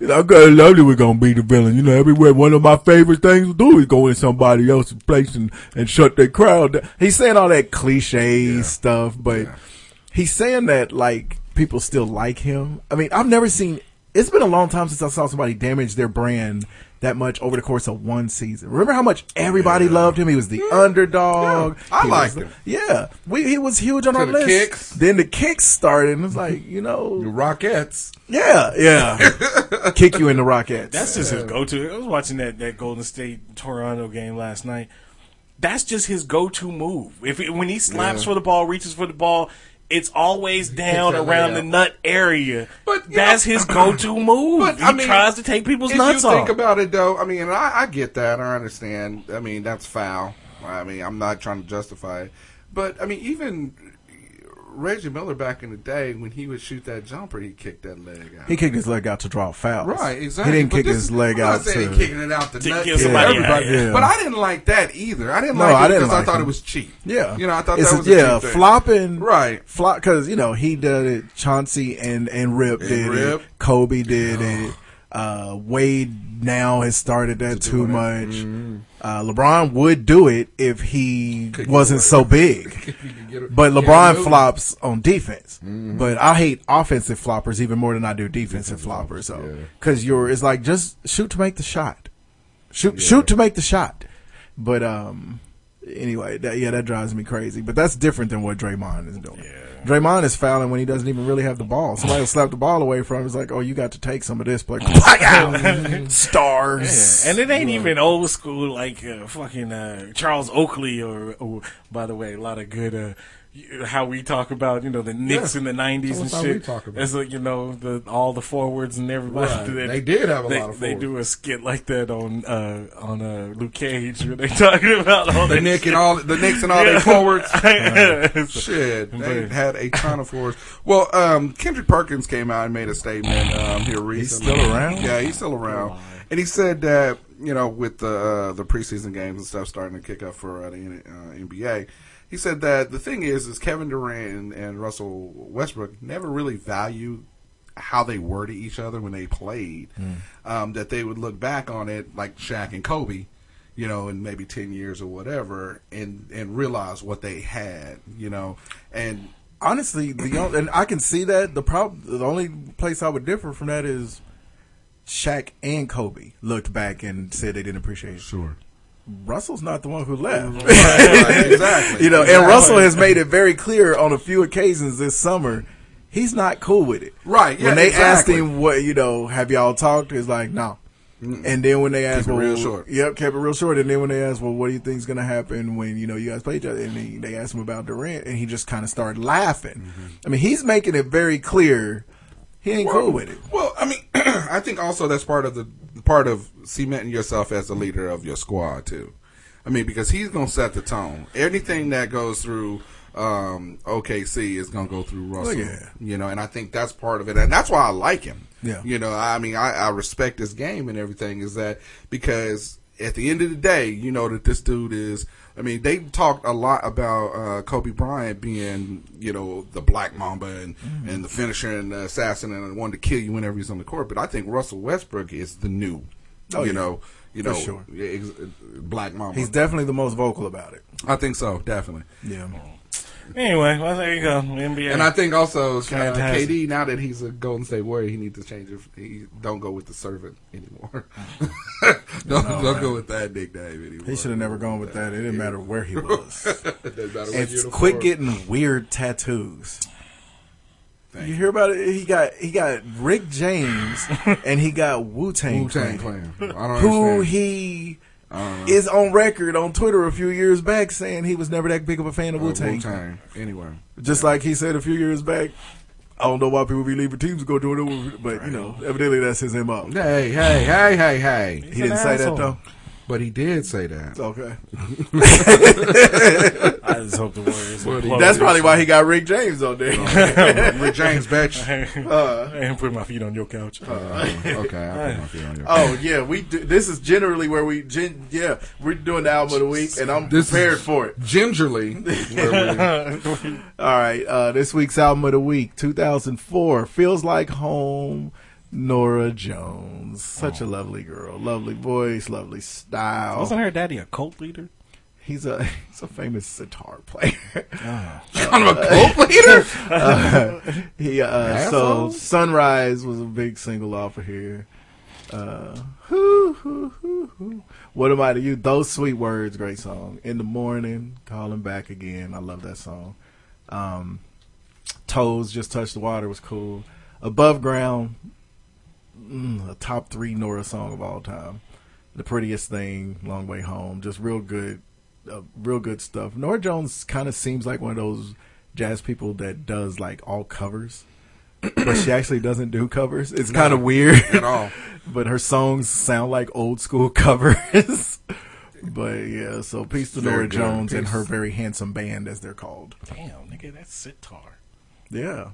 [SPEAKER 8] You know, I gotta love that we're gonna be the villain. You know, everywhere one of my favorite things to do is go in somebody else's place and and shut their crowd. down. He's saying all that cliche stuff, but he's saying that like people still like him. I mean, I've never seen. It's been a long time since I saw somebody damage their brand that much over the course of one season. Remember how much everybody loved him? He was the underdog.
[SPEAKER 9] Mm. Yeah, I
[SPEAKER 8] He was
[SPEAKER 9] liked
[SPEAKER 8] the-
[SPEAKER 9] him.
[SPEAKER 8] Yeah, we, he was huge on
[SPEAKER 9] To
[SPEAKER 8] our
[SPEAKER 9] the
[SPEAKER 8] list.
[SPEAKER 9] kicks.
[SPEAKER 8] Then the kicks started, and it's like you
[SPEAKER 9] The
[SPEAKER 8] know,
[SPEAKER 9] Rockettes.
[SPEAKER 8] yeah, yeah, kick you in the Rockets.
[SPEAKER 10] That's just his go to. I was watching that, that Golden State Toronto game last night. That's just his go to move. If he, when he slaps for the ball, reaches for the ball, it's always down
[SPEAKER 9] that
[SPEAKER 10] around
[SPEAKER 9] layup.
[SPEAKER 10] the nut area.
[SPEAKER 9] But, you
[SPEAKER 10] that's
[SPEAKER 9] know-
[SPEAKER 10] his go to move.
[SPEAKER 9] But,
[SPEAKER 10] he
[SPEAKER 9] I mean,
[SPEAKER 10] tries to take people's
[SPEAKER 9] If
[SPEAKER 10] nuts
[SPEAKER 9] you
[SPEAKER 10] off.
[SPEAKER 9] think about it, though, I mean, and I, I get that. I understand. I mean, that's foul. I mean, I'm not trying to justify it. But, I mean, even Reggie Miller back in the day, when he would shoot that jumper, he kicked that leg out.
[SPEAKER 8] He kicked his leg out to draw fouls.
[SPEAKER 9] Right, exactly.
[SPEAKER 8] He didn't
[SPEAKER 9] But
[SPEAKER 8] kick
[SPEAKER 9] this
[SPEAKER 8] his
[SPEAKER 9] is-
[SPEAKER 8] leg
[SPEAKER 9] I'm
[SPEAKER 8] out
[SPEAKER 9] Not saying
[SPEAKER 8] to-
[SPEAKER 9] he kicking it out the
[SPEAKER 10] To
[SPEAKER 9] nut
[SPEAKER 10] give
[SPEAKER 9] to
[SPEAKER 10] somebody a-
[SPEAKER 9] everybody.
[SPEAKER 8] yeah.
[SPEAKER 9] But I didn't like that either. I didn't
[SPEAKER 8] No,
[SPEAKER 9] like it
[SPEAKER 8] I didn't
[SPEAKER 9] because
[SPEAKER 8] like
[SPEAKER 9] I thought
[SPEAKER 8] him.
[SPEAKER 9] it was cheap.
[SPEAKER 8] Yeah,
[SPEAKER 9] you know, I thought
[SPEAKER 8] It's-
[SPEAKER 9] that was a
[SPEAKER 8] yeah
[SPEAKER 9] cheap thing.
[SPEAKER 8] flopping
[SPEAKER 9] Right.
[SPEAKER 8] flop because you know he did it. Chauncey and and Rip
[SPEAKER 9] And
[SPEAKER 8] did
[SPEAKER 9] Rip.
[SPEAKER 8] it. Kobe did it. Uh, Wade now has started that too much. Uh, LeBron would do it if he
[SPEAKER 9] Mm-hmm. Could
[SPEAKER 8] wasn't
[SPEAKER 9] get
[SPEAKER 8] so big.
[SPEAKER 9] You could get a-
[SPEAKER 8] But
[SPEAKER 9] get a
[SPEAKER 8] LeBron
[SPEAKER 9] move.
[SPEAKER 8] flops on defense. But I hate offensive floppers even more than I do Mm-hmm. defensive floppers. So because you're it's like just shoot to make the shot, shoot shoot to make the shot. But um, anyway, that, yeah, that drives me crazy. But that's different than what Draymond is doing. Draymond is fouling when he doesn't even really have the ball. Somebody will slap the ball away from him. It's like, oh, you got to take some of this play. Stars.
[SPEAKER 10] And it ain't even old school like uh, fucking uh, Charles Oakley or, or, by the way, a lot of good uh, y- how we talk about you know the Knicks in the nineties and
[SPEAKER 9] That's how
[SPEAKER 10] shit.
[SPEAKER 9] we talk about
[SPEAKER 10] That's like you know the all the forwards and everybody.
[SPEAKER 9] Right.
[SPEAKER 10] that-
[SPEAKER 9] They did have a
[SPEAKER 10] they,
[SPEAKER 9] lot of
[SPEAKER 10] They
[SPEAKER 9] forwards.
[SPEAKER 10] do a skit like that on uh, on uh, Luke Cage where they talking about all
[SPEAKER 9] the
[SPEAKER 10] that
[SPEAKER 9] Nick
[SPEAKER 10] shit.
[SPEAKER 9] and all the Knicks and all their forwards.
[SPEAKER 10] It's-
[SPEAKER 9] Shit, they
[SPEAKER 10] But-
[SPEAKER 9] had a ton of forwards. Well, um, Kendrick Perkins came out and made a statement um, here recently.
[SPEAKER 8] still around?
[SPEAKER 9] Yeah, he's still around, and he said that you know with the uh, the preseason games and stuff starting to kick up for uh, the N- uh, NBA. He said that the thing is, is Kevin Durant and, and Russell Westbrook never really valued how they were to each other when they played. Um, that they would look back on it like Shaq and Kobe, you know, in maybe ten years or whatever, and and realize what they had, you know, and
[SPEAKER 8] honestly, the only, and I can see that the problem. The only place I would differ from that is Shaq and Kobe looked back and said they didn't appreciate it.
[SPEAKER 9] sure.
[SPEAKER 8] Russell's not the one who left.
[SPEAKER 9] Right, exactly.
[SPEAKER 8] You know, and
[SPEAKER 9] Mm-hmm. Exactly.
[SPEAKER 8] Russell has made it very clear on a few occasions this summer. He's not cool with it.
[SPEAKER 9] Right, yeah,
[SPEAKER 8] when they asked
[SPEAKER 9] exactly.
[SPEAKER 8] him what, you know, have y'all talked? He's like, no. And then when they asked,
[SPEAKER 9] it
[SPEAKER 8] well,
[SPEAKER 9] real short.
[SPEAKER 8] Yep, kept it real short. And then when they asked, well, what do you think's going to happen when, you know, you guys play each other? And then they asked him about Durant and he just kind of started laughing.
[SPEAKER 9] Mm-hmm.
[SPEAKER 8] I mean, he's making it very clear he ain't cool with it.
[SPEAKER 9] Well, I mean, I think also that's part of the part of cementing yourself as the leader of your squad too. I mean, because he's going to set the tone. Anything that goes through um, OKC is going to go through Russell.
[SPEAKER 8] yeah.
[SPEAKER 9] You know, and I think that's part of it, and that's why I like him.
[SPEAKER 8] Yeah.
[SPEAKER 9] You know, I mean, I, I respect his game and everything. Is that because at the end of the day, you know that this dude is. I mean, they talked a lot about uh, Kobe Bryant being, you know, the black mamba and,
[SPEAKER 8] Mm-hmm.
[SPEAKER 9] and the finisher and the assassin and the one to kill you whenever he's on the court. But I think Russell Westbrook is the new,
[SPEAKER 8] Oh,
[SPEAKER 9] you
[SPEAKER 8] yeah.
[SPEAKER 9] know, you
[SPEAKER 8] For
[SPEAKER 9] know,
[SPEAKER 8] sure.
[SPEAKER 9] ex- black mamba.
[SPEAKER 8] He's definitely the most vocal about it.
[SPEAKER 9] I think so, definitely.
[SPEAKER 8] Yeah.
[SPEAKER 10] Anyway, well there you go. NBA.
[SPEAKER 9] And I think also uh,
[SPEAKER 10] Fantastic.
[SPEAKER 9] KD now that he's a Golden State Warrior, he needs to change. It. He don't go with the servant anymore. don't don't go with that nickname anymore.
[SPEAKER 8] He should have never gone with that. It didn't matter where he was.
[SPEAKER 9] Doesn't matter what
[SPEAKER 8] It's
[SPEAKER 9] uniform.
[SPEAKER 8] quit getting weird tattoos.
[SPEAKER 9] Thank
[SPEAKER 8] you hear about it? He got he got Rick James and he got Wu Tang
[SPEAKER 9] Wu Tang Clan. I don't
[SPEAKER 8] who
[SPEAKER 9] understand.
[SPEAKER 8] he is on record on Twitter a few years back saying he was never that big of a fan of Wu Tang.
[SPEAKER 9] Wu-Tang. Anyway.
[SPEAKER 8] Just like he said a few years back. I don't know why people be leaving teams to go do it, but you know, evidently that's his MO.
[SPEAKER 9] Hey, hey, hey, hey, hey.
[SPEAKER 8] He didn't say that though.
[SPEAKER 9] But he did say that.
[SPEAKER 8] Okay.
[SPEAKER 10] I just hope the Warriors.
[SPEAKER 9] Well,
[SPEAKER 10] implode.
[SPEAKER 8] That's probably why he got Rick James on there.
[SPEAKER 9] Rick James Batch. Uh.
[SPEAKER 10] and put my feet on your couch.
[SPEAKER 9] Oh, Okay, I put my feet on your
[SPEAKER 8] oh yeah, we do, this is generally where we gen, yeah, we're doing the album of the week and I'm
[SPEAKER 9] This is-
[SPEAKER 8] prepared for it.
[SPEAKER 9] Gingerly. where
[SPEAKER 8] All right, uh, this week's album of the week, 2004, feels like home. Nora Jones,
[SPEAKER 9] Oh.
[SPEAKER 8] such a lovely girl, lovely voice, lovely style.
[SPEAKER 10] Wasn't her daddy a cult leader?
[SPEAKER 8] He's a he's a famous sitar player.
[SPEAKER 9] we- Kind of a cult leader?
[SPEAKER 8] he uh, so
[SPEAKER 9] Asshole?
[SPEAKER 8] Sunrise was a big single off of here. Uh, hoo, hoo, hoo, hoo. What am I to you? Those sweet words, great song. In the morning, calling back again. I love that song. Um, Toes just touched the water was cool. Above ground, mm, a top three Nora song of all time. The prettiest thing, long way home. Just real good, uh, real good stuff. Nora Jones kind of seems like one of those jazz people that does like all covers, but she actually doesn't do covers. It's kind of weird
[SPEAKER 9] At all.
[SPEAKER 8] but her songs sound like old school covers. but yeah, so peace to
[SPEAKER 9] Very
[SPEAKER 8] Nora
[SPEAKER 9] good.
[SPEAKER 8] Jones and her
[SPEAKER 9] Peace.
[SPEAKER 8] very handsome band, as they're called.
[SPEAKER 10] Damn, nigga, that's sitar.
[SPEAKER 8] Yeah,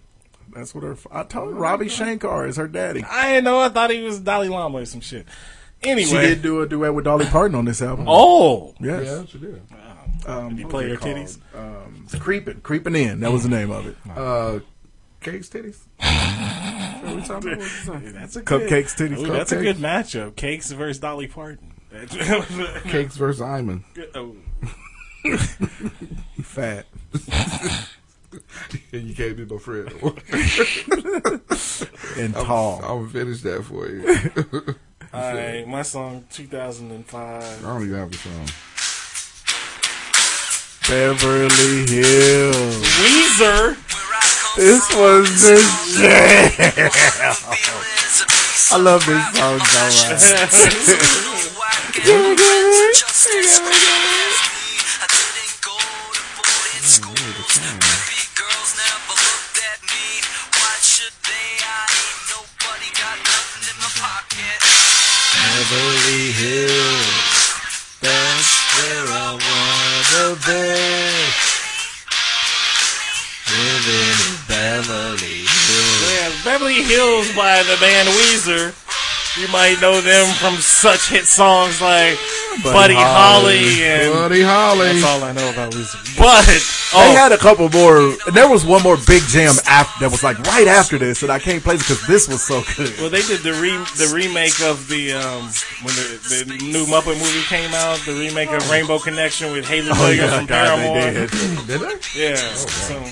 [SPEAKER 8] that's what her. I told her Robbie Shankar is her daddy.
[SPEAKER 10] I didn't know. I thought he was Dalai Lama or some shit. Anyway.
[SPEAKER 8] She did do a duet with Dolly Parton on this album.
[SPEAKER 10] Oh.
[SPEAKER 8] yes,
[SPEAKER 9] Yeah, she did.
[SPEAKER 8] um,
[SPEAKER 10] Did he
[SPEAKER 8] what
[SPEAKER 10] play her
[SPEAKER 8] was it
[SPEAKER 10] titties?
[SPEAKER 8] called? Um, it's creeping, creeping in. That was the name of it.
[SPEAKER 9] Uh, Cakes titties? What we talking about? What's that?
[SPEAKER 10] That's a
[SPEAKER 8] Cupcakes,
[SPEAKER 10] good,
[SPEAKER 8] titties,
[SPEAKER 10] Ooh, That's a
[SPEAKER 9] cupcakes.
[SPEAKER 10] good matchup. Cakes versus Dolly Parton. That's-
[SPEAKER 9] Cakes versus Iman.
[SPEAKER 10] oh.
[SPEAKER 8] Fat.
[SPEAKER 9] And you can't be my friend.
[SPEAKER 8] And
[SPEAKER 9] I'm
[SPEAKER 8] tall.
[SPEAKER 9] gonna finish that for you.
[SPEAKER 10] All right, my song 2005.
[SPEAKER 9] I don't even have the song.
[SPEAKER 8] Beverly Hills.
[SPEAKER 10] Weezer.
[SPEAKER 8] This was this jam. I love this song so much. Beverly Hills. That's where I wanna be. Living in Beverly Hills.
[SPEAKER 10] Yeah, Beverly Hills by the band Weezer. You might know them from such hit songs like Buddy, Holly, and
[SPEAKER 9] Buddy Holly.
[SPEAKER 10] that's all I know about Weezer. But
[SPEAKER 8] They
[SPEAKER 10] oh,
[SPEAKER 8] had a couple more. There was one more big jam after that was like right after this, and I can't play it because this was so good.
[SPEAKER 10] well, they did the re- the remake of the um when the, the new Muppet movie came out, the remake of Rainbow Connection with Haley
[SPEAKER 9] Oh,
[SPEAKER 10] Williams from Paramore.
[SPEAKER 8] did.
[SPEAKER 9] Did Oh, they?
[SPEAKER 10] Yeah, so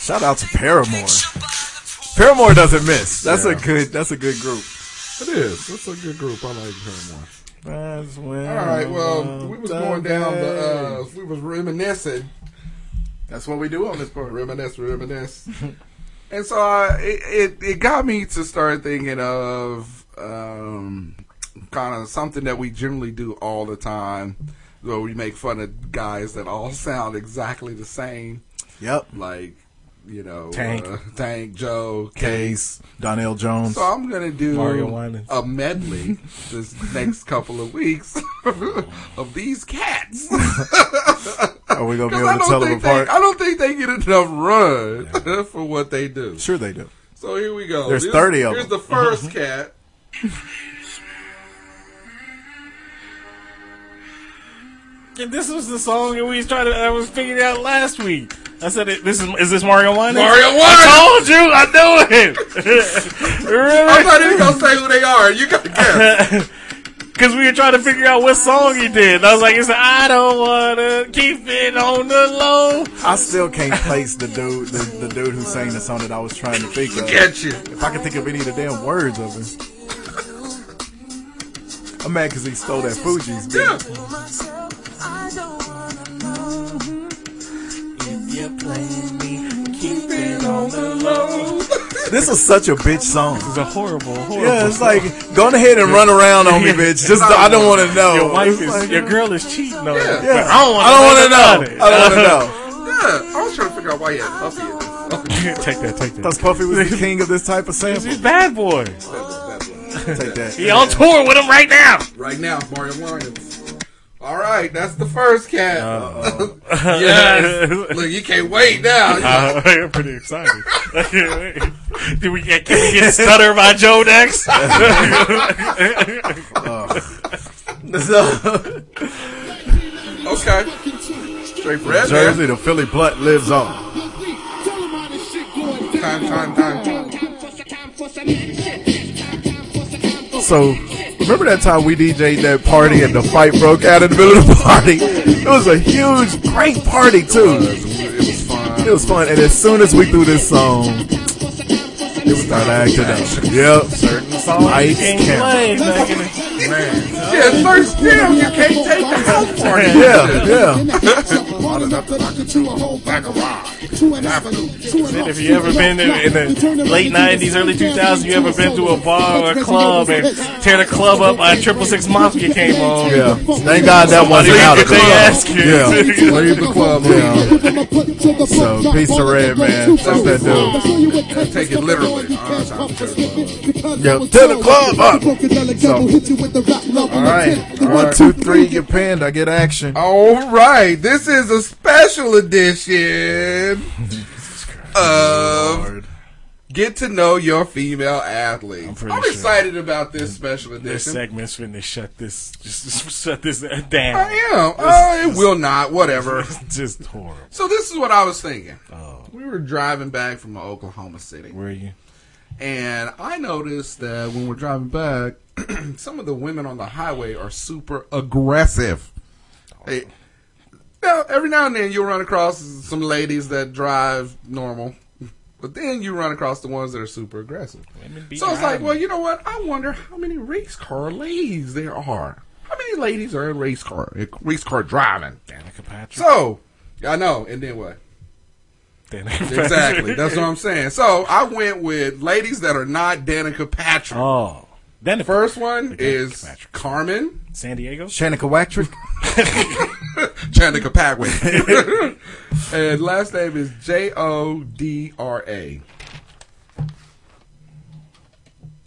[SPEAKER 8] Shout out to Paramore. Paramore doesn't miss. That's a good. That's a good group.
[SPEAKER 9] It is. That's a good group. I like Paramore.
[SPEAKER 8] That's when.
[SPEAKER 9] All right. Well, we was going down the. Uh, we was reminiscing,
[SPEAKER 8] That's what we do on this program.
[SPEAKER 9] reminisce, reminisce, and so I, it, it it got me to start thinking of um, kind of something that we generally do all the time, where we make fun of guys that all sound exactly the same,
[SPEAKER 8] Yep.
[SPEAKER 9] like you know
[SPEAKER 10] Tank.
[SPEAKER 9] uh, Tank Joe,
[SPEAKER 8] Case Donnell Jones.
[SPEAKER 9] So I'm gonna do
[SPEAKER 10] Mario Winans.
[SPEAKER 9] a medley this next couple of weeks of these cats.
[SPEAKER 8] Are we gonna be
[SPEAKER 9] 'Cause
[SPEAKER 8] able
[SPEAKER 9] I
[SPEAKER 8] to
[SPEAKER 9] don't
[SPEAKER 8] tell them
[SPEAKER 9] think they,
[SPEAKER 8] apart?
[SPEAKER 9] I don't think they get enough run for what they do.
[SPEAKER 8] Sure, they do.
[SPEAKER 9] So here we go.
[SPEAKER 8] There's
[SPEAKER 9] Here's-
[SPEAKER 8] 30 of
[SPEAKER 9] Here's
[SPEAKER 8] them. Mm-hmm.
[SPEAKER 9] the first cat.
[SPEAKER 10] and this was the song that we was trying to I was figuring out last week. I said, it- "This is is this Mario One?"
[SPEAKER 9] Mario Winans.
[SPEAKER 10] I told you, I knew it.
[SPEAKER 9] I'm
[SPEAKER 10] Remember?
[SPEAKER 9] not even gonna say who they are. You gotta guess.
[SPEAKER 10] Because we were trying to figure out what song he did. And I was like, it's I don't want to keep it on the low.
[SPEAKER 8] I still can't place the dude, the, the dude who sang the song that I was trying to think of.
[SPEAKER 9] Get you.
[SPEAKER 8] If I can think of any of the damn words of it. I'm mad because he stole that Fuji's. dude.
[SPEAKER 9] Yeah.
[SPEAKER 8] This is such a bitch song.
[SPEAKER 10] It's a horrible, horrible.
[SPEAKER 8] Yeah, it's like go ahead and run around on me, bitch. Just I don't want to know.
[SPEAKER 10] Your wife
[SPEAKER 8] It's
[SPEAKER 10] is,
[SPEAKER 8] like-
[SPEAKER 10] your girl is cheating on you.
[SPEAKER 9] Yeah.
[SPEAKER 8] Yeah.
[SPEAKER 10] I don't wanna
[SPEAKER 8] I
[SPEAKER 10] know
[SPEAKER 8] don't want to know. I don't want to know.
[SPEAKER 9] I was trying to figure out why he had puppy in this.
[SPEAKER 10] take that, take that.
[SPEAKER 8] Because Puffy was the king of this type of sample.
[SPEAKER 10] He's bad boy.
[SPEAKER 8] Take that.
[SPEAKER 10] He on tour with him right now.
[SPEAKER 9] Right now, Mario Winans. All right, that's the first cat. yes.
[SPEAKER 10] Uh,
[SPEAKER 9] Look, you can't wait now.
[SPEAKER 10] I'm pretty excited. Do we get, can we get stutter by Joe next?
[SPEAKER 8] So,
[SPEAKER 9] okay. Straight for that. man.
[SPEAKER 8] Jersey, the Philly blunt lives on.
[SPEAKER 9] Time, time, time.
[SPEAKER 8] So, remember that time we DJ'd that party and the fight broke out in the middle of the party? It was a huge, great party, too.
[SPEAKER 9] It was fun.
[SPEAKER 8] It was fun. And as soon as we threw this song,
[SPEAKER 9] It was
[SPEAKER 8] started acting up. Yep. Certain songs. Lights, camera.
[SPEAKER 9] Yeah, first down. You can't take the house party.
[SPEAKER 8] Yeah, yeah.
[SPEAKER 10] If you ever been in, in the late '90s, early 2000s, you ever been to a bar or a club and tear the club up? by triple six mafia came on.
[SPEAKER 8] Yeah. Thank God that wasn't
[SPEAKER 10] They-
[SPEAKER 8] out of
[SPEAKER 10] they ask you.
[SPEAKER 8] Yeah.
[SPEAKER 9] Leave the club now.
[SPEAKER 8] So, peace to Red, man. That's that dude.
[SPEAKER 9] I take it literally. Honest, I'm
[SPEAKER 8] Yo, to the club up. So, all right, one, two, three, get pinned. I get action.
[SPEAKER 9] All right, this is a special edition of Get to Know Your Female Athlete. I'm,
[SPEAKER 10] pretty sure.
[SPEAKER 9] excited about this special
[SPEAKER 10] This
[SPEAKER 9] edition.
[SPEAKER 10] segment's finna shut this, just, just shut this
[SPEAKER 9] I
[SPEAKER 10] down.
[SPEAKER 9] am. Uh, it will not. Whatever.
[SPEAKER 10] It's just horrible.
[SPEAKER 9] So this is what I was thinking. We were driving back from Oklahoma City,
[SPEAKER 10] Where you?
[SPEAKER 9] and I noticed that when we're driving back, some of the women on the highway are super aggressive. They- now, every now and then you'll run across some ladies that drive normal, but then you run across the ones that are super aggressive. So it's like, well, you know what? I wonder how many race car ladies there are. How many ladies are in race car race car driving?
[SPEAKER 10] Danica Patrick.
[SPEAKER 9] So I know, and then what?
[SPEAKER 10] Danica Patrick.
[SPEAKER 9] Exactly. That's what I'm saying. So I went with ladies that are not Danica Patrick.
[SPEAKER 10] Oh, then the first
[SPEAKER 9] First one
[SPEAKER 10] Danica
[SPEAKER 9] is
[SPEAKER 10] Patrick.
[SPEAKER 9] Carmen
[SPEAKER 10] San Diego.
[SPEAKER 8] Shanika Watrick.
[SPEAKER 9] Danica Patrick, and last name is J O D R A.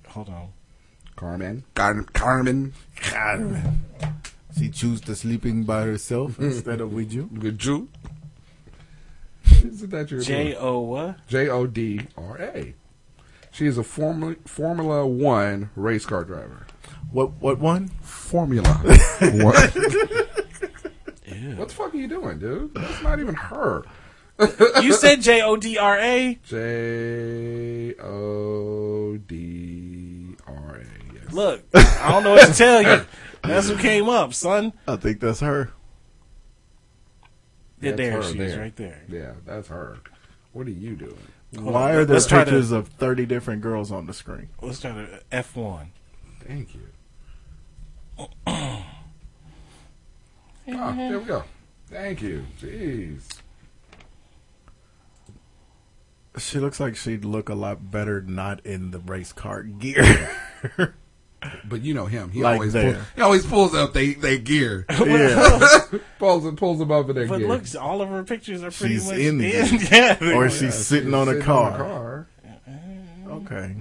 [SPEAKER 10] Hold on.
[SPEAKER 9] Carmen. Car- Carmen.
[SPEAKER 8] She choose to sleeping by herself instead of with you.
[SPEAKER 9] Good Jew. Isn't that your
[SPEAKER 10] J O what?
[SPEAKER 9] J O D R A? She is a Formula Formula One race car driver.
[SPEAKER 8] What? What one?
[SPEAKER 9] Formula One. what the fuck are you doing, dude? That's not even her.
[SPEAKER 10] You said J O D R A.
[SPEAKER 9] J O D R A. Yes.
[SPEAKER 10] Look, I don't know what to tell you. That's who came up, son.
[SPEAKER 8] I think that's her.
[SPEAKER 10] Yeah,
[SPEAKER 9] That's
[SPEAKER 10] there
[SPEAKER 9] her
[SPEAKER 10] she is,
[SPEAKER 9] there.
[SPEAKER 10] right there.
[SPEAKER 9] Yeah, that's her. What are you doing?
[SPEAKER 8] Why are there
[SPEAKER 10] Let's try to-
[SPEAKER 8] pictures of thirty different girls on the screen?
[SPEAKER 10] Let's try to F one.
[SPEAKER 9] Thank you. Ah, there we go. Thank you. Jeez.
[SPEAKER 8] She looks like she'd look a lot better not in the race car gear.
[SPEAKER 9] Mm-hmm. But you know him. He
[SPEAKER 8] Like
[SPEAKER 9] always
[SPEAKER 8] there.
[SPEAKER 9] pulls, he always pulls up they they gear.
[SPEAKER 8] yeah,
[SPEAKER 9] pulls and pulls them up in their
[SPEAKER 10] But
[SPEAKER 9] gear.
[SPEAKER 10] look, all of her pictures are pretty
[SPEAKER 8] She's
[SPEAKER 10] much
[SPEAKER 8] in the
[SPEAKER 10] in. yeah,
[SPEAKER 8] or she's sitting on a
[SPEAKER 9] Sitting
[SPEAKER 8] car.
[SPEAKER 9] car.
[SPEAKER 8] Okay,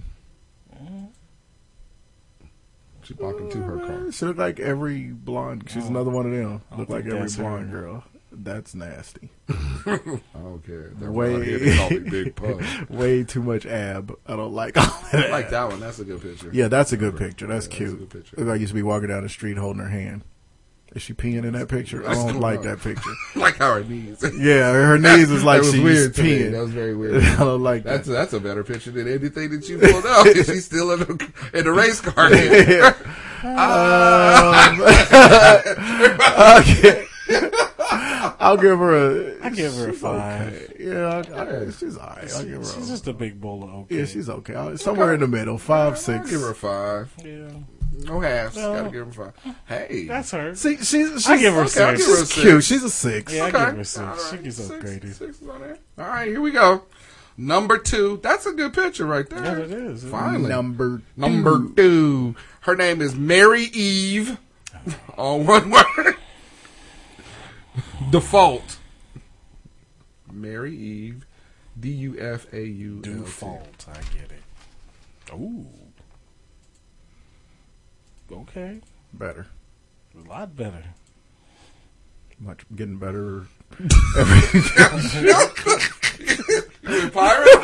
[SPEAKER 9] She's walking to her car.
[SPEAKER 8] she looked like every blonde. She's
[SPEAKER 9] Oh.
[SPEAKER 8] another one of them. Look like
[SPEAKER 10] think
[SPEAKER 8] every
[SPEAKER 10] that's her.
[SPEAKER 8] blonde girl. That's nasty.
[SPEAKER 9] I don't care. They're
[SPEAKER 8] Way-
[SPEAKER 9] Way. big pug.
[SPEAKER 8] Way too much ab. I don't like all
[SPEAKER 9] I
[SPEAKER 8] that.
[SPEAKER 9] like that one. That's a good picture.
[SPEAKER 8] Yeah, that's a good picture. That's
[SPEAKER 9] Yeah, that's a
[SPEAKER 8] cute.
[SPEAKER 9] good picture.
[SPEAKER 8] Look like you should be walking down the street holding her hand. Is she peeing in that picture? I
[SPEAKER 9] That's
[SPEAKER 8] don't
[SPEAKER 9] cool.
[SPEAKER 8] like that picture.
[SPEAKER 9] like how her knees.
[SPEAKER 8] Yeah, her knees is like
[SPEAKER 9] That was
[SPEAKER 8] she's
[SPEAKER 9] weird to me.
[SPEAKER 8] peeing.
[SPEAKER 9] That was very weird.
[SPEAKER 8] I don't like
[SPEAKER 9] That's
[SPEAKER 8] that.
[SPEAKER 9] that's a better picture than anything that you pulled out. She's still in the, in the race car.
[SPEAKER 8] okay. I'll give her a.
[SPEAKER 10] I give her a five.
[SPEAKER 8] Yeah, I, I, she's all right. I'll give her.
[SPEAKER 10] She's
[SPEAKER 8] A,
[SPEAKER 10] just a big bowl of okay.
[SPEAKER 8] yeah, she's okay. I- Somewhere in the middle, five, six.
[SPEAKER 9] give her a five.
[SPEAKER 10] Yeah.
[SPEAKER 9] No halves.
[SPEAKER 10] No.
[SPEAKER 9] Gotta give her a five. Hey,
[SPEAKER 10] That's her.
[SPEAKER 8] See, she's, she's
[SPEAKER 10] I give her a
[SPEAKER 8] okay,
[SPEAKER 10] six.
[SPEAKER 9] I'll give her a
[SPEAKER 8] She's
[SPEAKER 9] six.
[SPEAKER 8] cute. She's a six.
[SPEAKER 10] Yeah, I
[SPEAKER 9] Okay.
[SPEAKER 10] give her a six.
[SPEAKER 9] All
[SPEAKER 10] She
[SPEAKER 9] right.
[SPEAKER 10] gets
[SPEAKER 9] Six-
[SPEAKER 10] upgraded.
[SPEAKER 9] six is on there. All right, here we go. Number two. That's a good picture right there.
[SPEAKER 10] Yeah, it is.
[SPEAKER 9] Finally.
[SPEAKER 8] Number
[SPEAKER 9] Number two. Her name is Mary Eve. All one word. Default. Mary Eve. D U F A U L T.
[SPEAKER 10] Do fault. I get it. Ooh. Okay.
[SPEAKER 8] better.
[SPEAKER 10] A lot better.
[SPEAKER 8] Much getting better.
[SPEAKER 9] With pirate?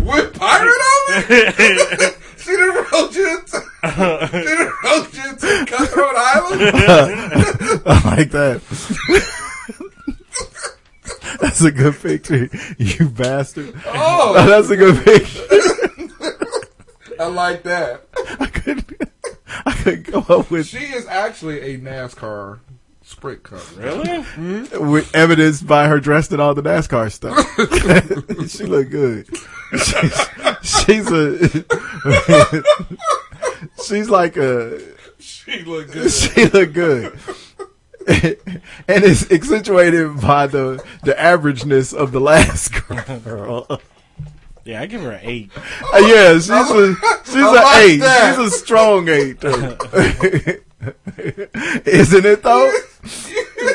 [SPEAKER 9] With pirate on me? she done rode you into, she done rode you into Cutthroat Island?
[SPEAKER 8] I like that. That's a good picture, you bastard.
[SPEAKER 9] Oh,
[SPEAKER 8] That's a good picture.
[SPEAKER 9] I like that.
[SPEAKER 8] I couldn't, I couldn't come up with,
[SPEAKER 9] She is actually a NASCAR sprint car.
[SPEAKER 10] Really?
[SPEAKER 8] with evidence by her dressed in all the NASCAR stuff. she looked good. She's, she's a, she's like a,
[SPEAKER 9] She looked good.
[SPEAKER 8] she looked good. and it's accentuated by the the averageness of the last girl. Uh,
[SPEAKER 10] Yeah, I give her an eight.
[SPEAKER 8] yeah, she's a she's an
[SPEAKER 9] like
[SPEAKER 8] eight.
[SPEAKER 9] that.
[SPEAKER 8] She's a strong eight, though. isn't it though?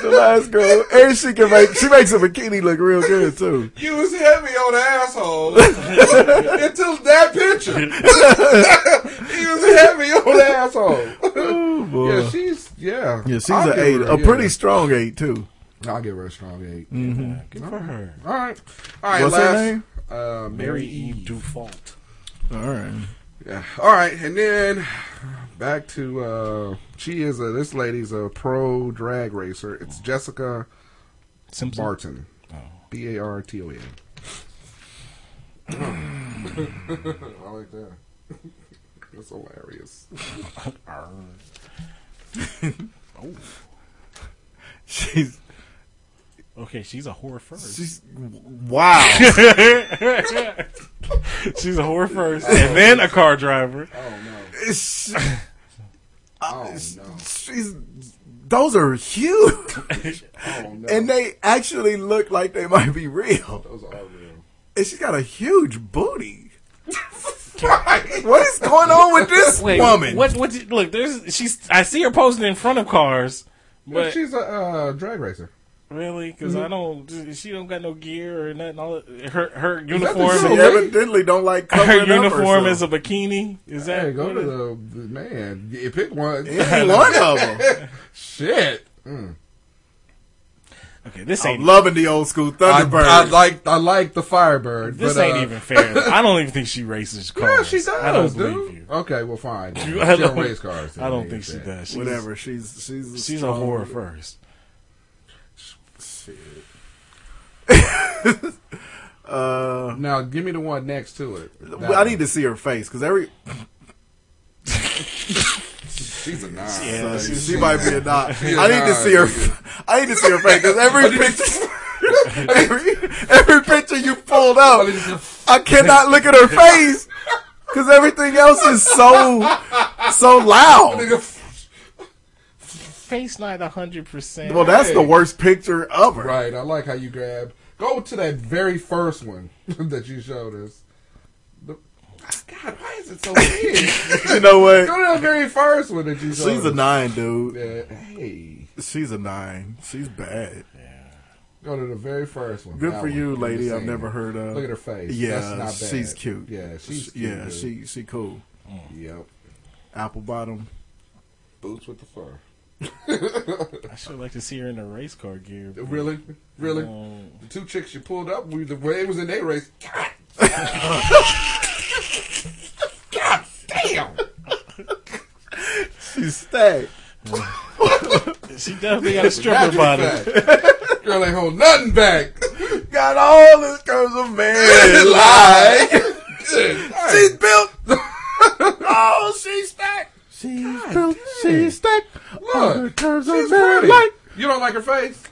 [SPEAKER 8] the last girl, and she can make she makes a bikini look real good too.
[SPEAKER 9] You was heavy on asshole until that picture. he was heavy on asshole.
[SPEAKER 8] Oh boy,
[SPEAKER 9] Yeah, she's yeah.
[SPEAKER 8] yeah, she's
[SPEAKER 9] I'll
[SPEAKER 8] an
[SPEAKER 9] give
[SPEAKER 8] eight,
[SPEAKER 9] her
[SPEAKER 8] a pretty
[SPEAKER 9] yeah.
[SPEAKER 8] strong eight too.
[SPEAKER 9] I'll give her a strong eight.
[SPEAKER 10] Good for her.
[SPEAKER 9] All right, all right.
[SPEAKER 8] What's her
[SPEAKER 9] last,
[SPEAKER 8] name?
[SPEAKER 9] Uh, Mary
[SPEAKER 10] Mary
[SPEAKER 9] Eve.
[SPEAKER 10] Eve do fault.
[SPEAKER 8] All right,
[SPEAKER 9] Yeah. All right, and then back to uh, she is a this lady's a pro drag racer. It's Jessica
[SPEAKER 10] Simpson. Oh.
[SPEAKER 9] Barton, B A R T O N. I like that. That's hilarious.
[SPEAKER 8] she's
[SPEAKER 10] Okay, she's a whore first.
[SPEAKER 8] she's wow.
[SPEAKER 10] She's a whore first, and then a car driver.
[SPEAKER 8] It's-
[SPEAKER 9] Oh no!
[SPEAKER 8] she's those are huge.
[SPEAKER 9] Oh no!
[SPEAKER 8] and they actually look like they might be real.
[SPEAKER 9] Those are real.
[SPEAKER 8] And she got a huge booty. what is going on with this
[SPEAKER 10] Wait,
[SPEAKER 8] woman?
[SPEAKER 10] What? What? did- Look, there's she's. I see her posting in front of cars, but
[SPEAKER 9] She's a uh, drag racer.
[SPEAKER 10] really, because I don't. She don't got no gear or nothing. All that- her her
[SPEAKER 8] She
[SPEAKER 10] uniform.
[SPEAKER 9] show?
[SPEAKER 8] evidently don't like
[SPEAKER 10] Her
[SPEAKER 8] covering
[SPEAKER 10] uniform is
[SPEAKER 8] up
[SPEAKER 10] a bikini. Is that
[SPEAKER 9] Hey, go
[SPEAKER 10] what
[SPEAKER 9] to
[SPEAKER 10] it-
[SPEAKER 9] the, the man. You pick one.
[SPEAKER 8] any one of them.
[SPEAKER 9] Shit. Mm.
[SPEAKER 10] okay? This
[SPEAKER 8] I'm
[SPEAKER 10] ain't
[SPEAKER 8] loving the old school
[SPEAKER 9] I,
[SPEAKER 8] Thunderbird.
[SPEAKER 9] I like I like the Firebird.
[SPEAKER 10] this
[SPEAKER 9] but,
[SPEAKER 10] ain't
[SPEAKER 9] uh,
[SPEAKER 10] even fair. I don't even think she races cars.
[SPEAKER 9] Yeah, she does,
[SPEAKER 10] I don't
[SPEAKER 9] dude.
[SPEAKER 10] believe you.
[SPEAKER 9] Okay, well, fine. She
[SPEAKER 10] I
[SPEAKER 9] don't
[SPEAKER 10] don't-
[SPEAKER 9] race cars.
[SPEAKER 10] I don't
[SPEAKER 9] Ain't
[SPEAKER 10] think she
[SPEAKER 9] that.
[SPEAKER 10] does. She's,
[SPEAKER 8] Whatever. She's she's a
[SPEAKER 10] She's a
[SPEAKER 8] strong-
[SPEAKER 10] whore first.
[SPEAKER 8] Uh,
[SPEAKER 9] Now, give me the one next to it.
[SPEAKER 8] well, I need to see her face because every
[SPEAKER 9] She's a nine.
[SPEAKER 10] Yeah,
[SPEAKER 8] she,
[SPEAKER 10] she's-
[SPEAKER 8] she might be a dot.
[SPEAKER 9] a
[SPEAKER 8] I need to
[SPEAKER 9] nine,
[SPEAKER 8] see her. I need to see her face because every picture, every, every picture you pulled up, I cannot look at her face because everything else is so so loud.
[SPEAKER 10] face not hundred percent.
[SPEAKER 8] Well, that's the worst picture of her.
[SPEAKER 9] Right. I like how you grab. Go to that very first one that you showed us. The, God, why is it so big?
[SPEAKER 8] You know
[SPEAKER 9] Go
[SPEAKER 8] what?
[SPEAKER 9] to that very first one that you showed
[SPEAKER 8] She's a
[SPEAKER 9] us.
[SPEAKER 8] nine, dude.
[SPEAKER 9] Yeah, hey,
[SPEAKER 8] She's a nine. She's bad.
[SPEAKER 9] go to the very first one.
[SPEAKER 8] Good
[SPEAKER 9] That
[SPEAKER 8] for
[SPEAKER 9] one.
[SPEAKER 8] you,
[SPEAKER 9] Let me
[SPEAKER 8] lady. I've
[SPEAKER 9] see.
[SPEAKER 8] never heard of.
[SPEAKER 9] Look at her face.
[SPEAKER 8] Yeah,
[SPEAKER 9] That's not bad.
[SPEAKER 8] she's cute.
[SPEAKER 9] Yeah, she's
[SPEAKER 8] She-
[SPEAKER 9] cute,
[SPEAKER 8] yeah,
[SPEAKER 9] dude.
[SPEAKER 8] she she cool.
[SPEAKER 9] Yep.
[SPEAKER 8] Apple bottom.
[SPEAKER 9] Boots with the fur.
[SPEAKER 10] I should like to see her in a race car gear. but-
[SPEAKER 9] Really, really.
[SPEAKER 10] Um,
[SPEAKER 9] The two chicks you pulled up, we, the way it was in their race. God, God damn!
[SPEAKER 8] She's stacked.
[SPEAKER 10] she definitely got a stripper
[SPEAKER 9] Not
[SPEAKER 10] body.
[SPEAKER 9] back. Girl ain't hold nothing back.
[SPEAKER 8] Got all the curves of man.
[SPEAKER 9] Lie. Good.
[SPEAKER 8] She's built. oh, she's stacked. She's built. She's stacked. All the
[SPEAKER 9] Look,
[SPEAKER 8] Oh, curves
[SPEAKER 9] she's
[SPEAKER 8] of man.
[SPEAKER 9] pretty.
[SPEAKER 8] Like
[SPEAKER 9] You don't like her face?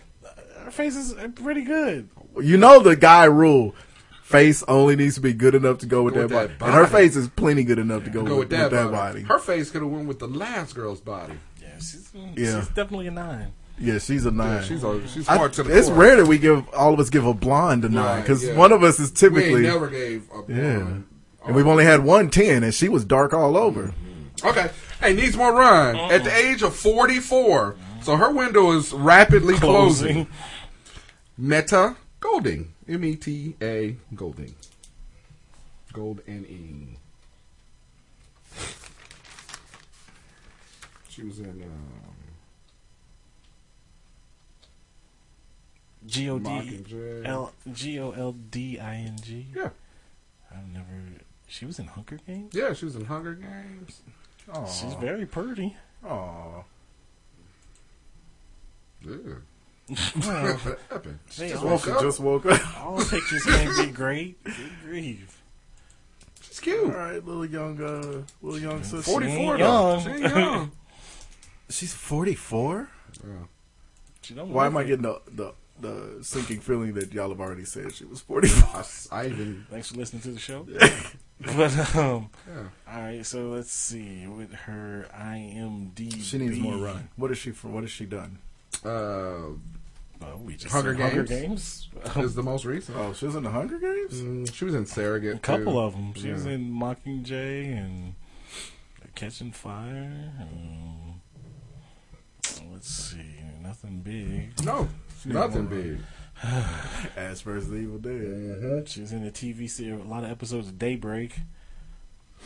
[SPEAKER 10] Her face is pretty good.
[SPEAKER 8] you know the guy rule. Face only needs to be good enough to go with,
[SPEAKER 9] With
[SPEAKER 8] that, body.
[SPEAKER 9] that
[SPEAKER 8] and her
[SPEAKER 9] body.
[SPEAKER 8] face is plenty good enough to go,
[SPEAKER 9] Go with that, body.
[SPEAKER 8] body.
[SPEAKER 9] Her face could have went with the last girl's body.
[SPEAKER 10] Yeah, she's,
[SPEAKER 8] Yeah.
[SPEAKER 10] she's definitely a nine.
[SPEAKER 8] Yeah, she's a nine.
[SPEAKER 9] she's a- she's
[SPEAKER 8] I-
[SPEAKER 9] hard to the
[SPEAKER 8] It's
[SPEAKER 9] core.
[SPEAKER 8] rare that we give all of us give a blonde a nine
[SPEAKER 9] Right,
[SPEAKER 8] because
[SPEAKER 9] yeah.
[SPEAKER 8] one of us is
[SPEAKER 9] We ain't
[SPEAKER 8] typically
[SPEAKER 9] never gave a blonde.
[SPEAKER 8] Yeah, and we've only had one ten, and she was dark all over.
[SPEAKER 9] Mm-hmm. Okay. Hey, needs more run. At the age of 44, so her window is rapidly closing.
[SPEAKER 10] Closing.
[SPEAKER 9] Meta Golding. M E T A Golding. Gold and Ing. She was in um,
[SPEAKER 10] G O D
[SPEAKER 9] Mockingjay.
[SPEAKER 10] L G O L D I N G.
[SPEAKER 9] Yeah.
[SPEAKER 10] I've never. She was in Hunger Games.
[SPEAKER 9] Yeah, she was in Hunger Games.
[SPEAKER 10] She's
[SPEAKER 9] Oh.
[SPEAKER 10] very pretty.
[SPEAKER 9] Oh. Ew.
[SPEAKER 10] Well,
[SPEAKER 9] What happened? She
[SPEAKER 10] They
[SPEAKER 9] just
[SPEAKER 10] all
[SPEAKER 9] woke
[SPEAKER 8] She
[SPEAKER 9] up.
[SPEAKER 8] just woke up.
[SPEAKER 10] all pictures can't be great. Good grief.
[SPEAKER 9] She's cute.
[SPEAKER 8] all right, little young, uh, little young sister.
[SPEAKER 9] 44
[SPEAKER 10] ain't
[SPEAKER 9] though.
[SPEAKER 10] young.
[SPEAKER 9] She ain't young.
[SPEAKER 8] She's forty four.
[SPEAKER 10] She don't
[SPEAKER 8] Why
[SPEAKER 10] look
[SPEAKER 8] am I
[SPEAKER 10] it.
[SPEAKER 8] getting the, the the sinking feeling that y'all have already said she was forty four?
[SPEAKER 9] I, I even
[SPEAKER 10] Thanks for listening to the show. but um, all right. So let's see with her IMDb.
[SPEAKER 8] She needs more run. What is she from? What has she done?
[SPEAKER 9] uh,
[SPEAKER 10] Oh, we just
[SPEAKER 9] Hunger
[SPEAKER 10] Hunger Games. Hunger
[SPEAKER 9] Games?
[SPEAKER 10] Games.
[SPEAKER 9] is the most recent.
[SPEAKER 8] Oh, she was in the Hunger Games.
[SPEAKER 9] Mm, She was in Surrogate.
[SPEAKER 10] A couple
[SPEAKER 9] too.
[SPEAKER 10] of them. She was
[SPEAKER 9] Yeah.
[SPEAKER 10] in Mockingjay and Catching Fire. Um, let's see, nothing big.
[SPEAKER 9] No, nothing big.
[SPEAKER 10] Mm.
[SPEAKER 8] Ash versus the Evil Dead.
[SPEAKER 10] She was in the TV series, a lot of episodes of Daybreak.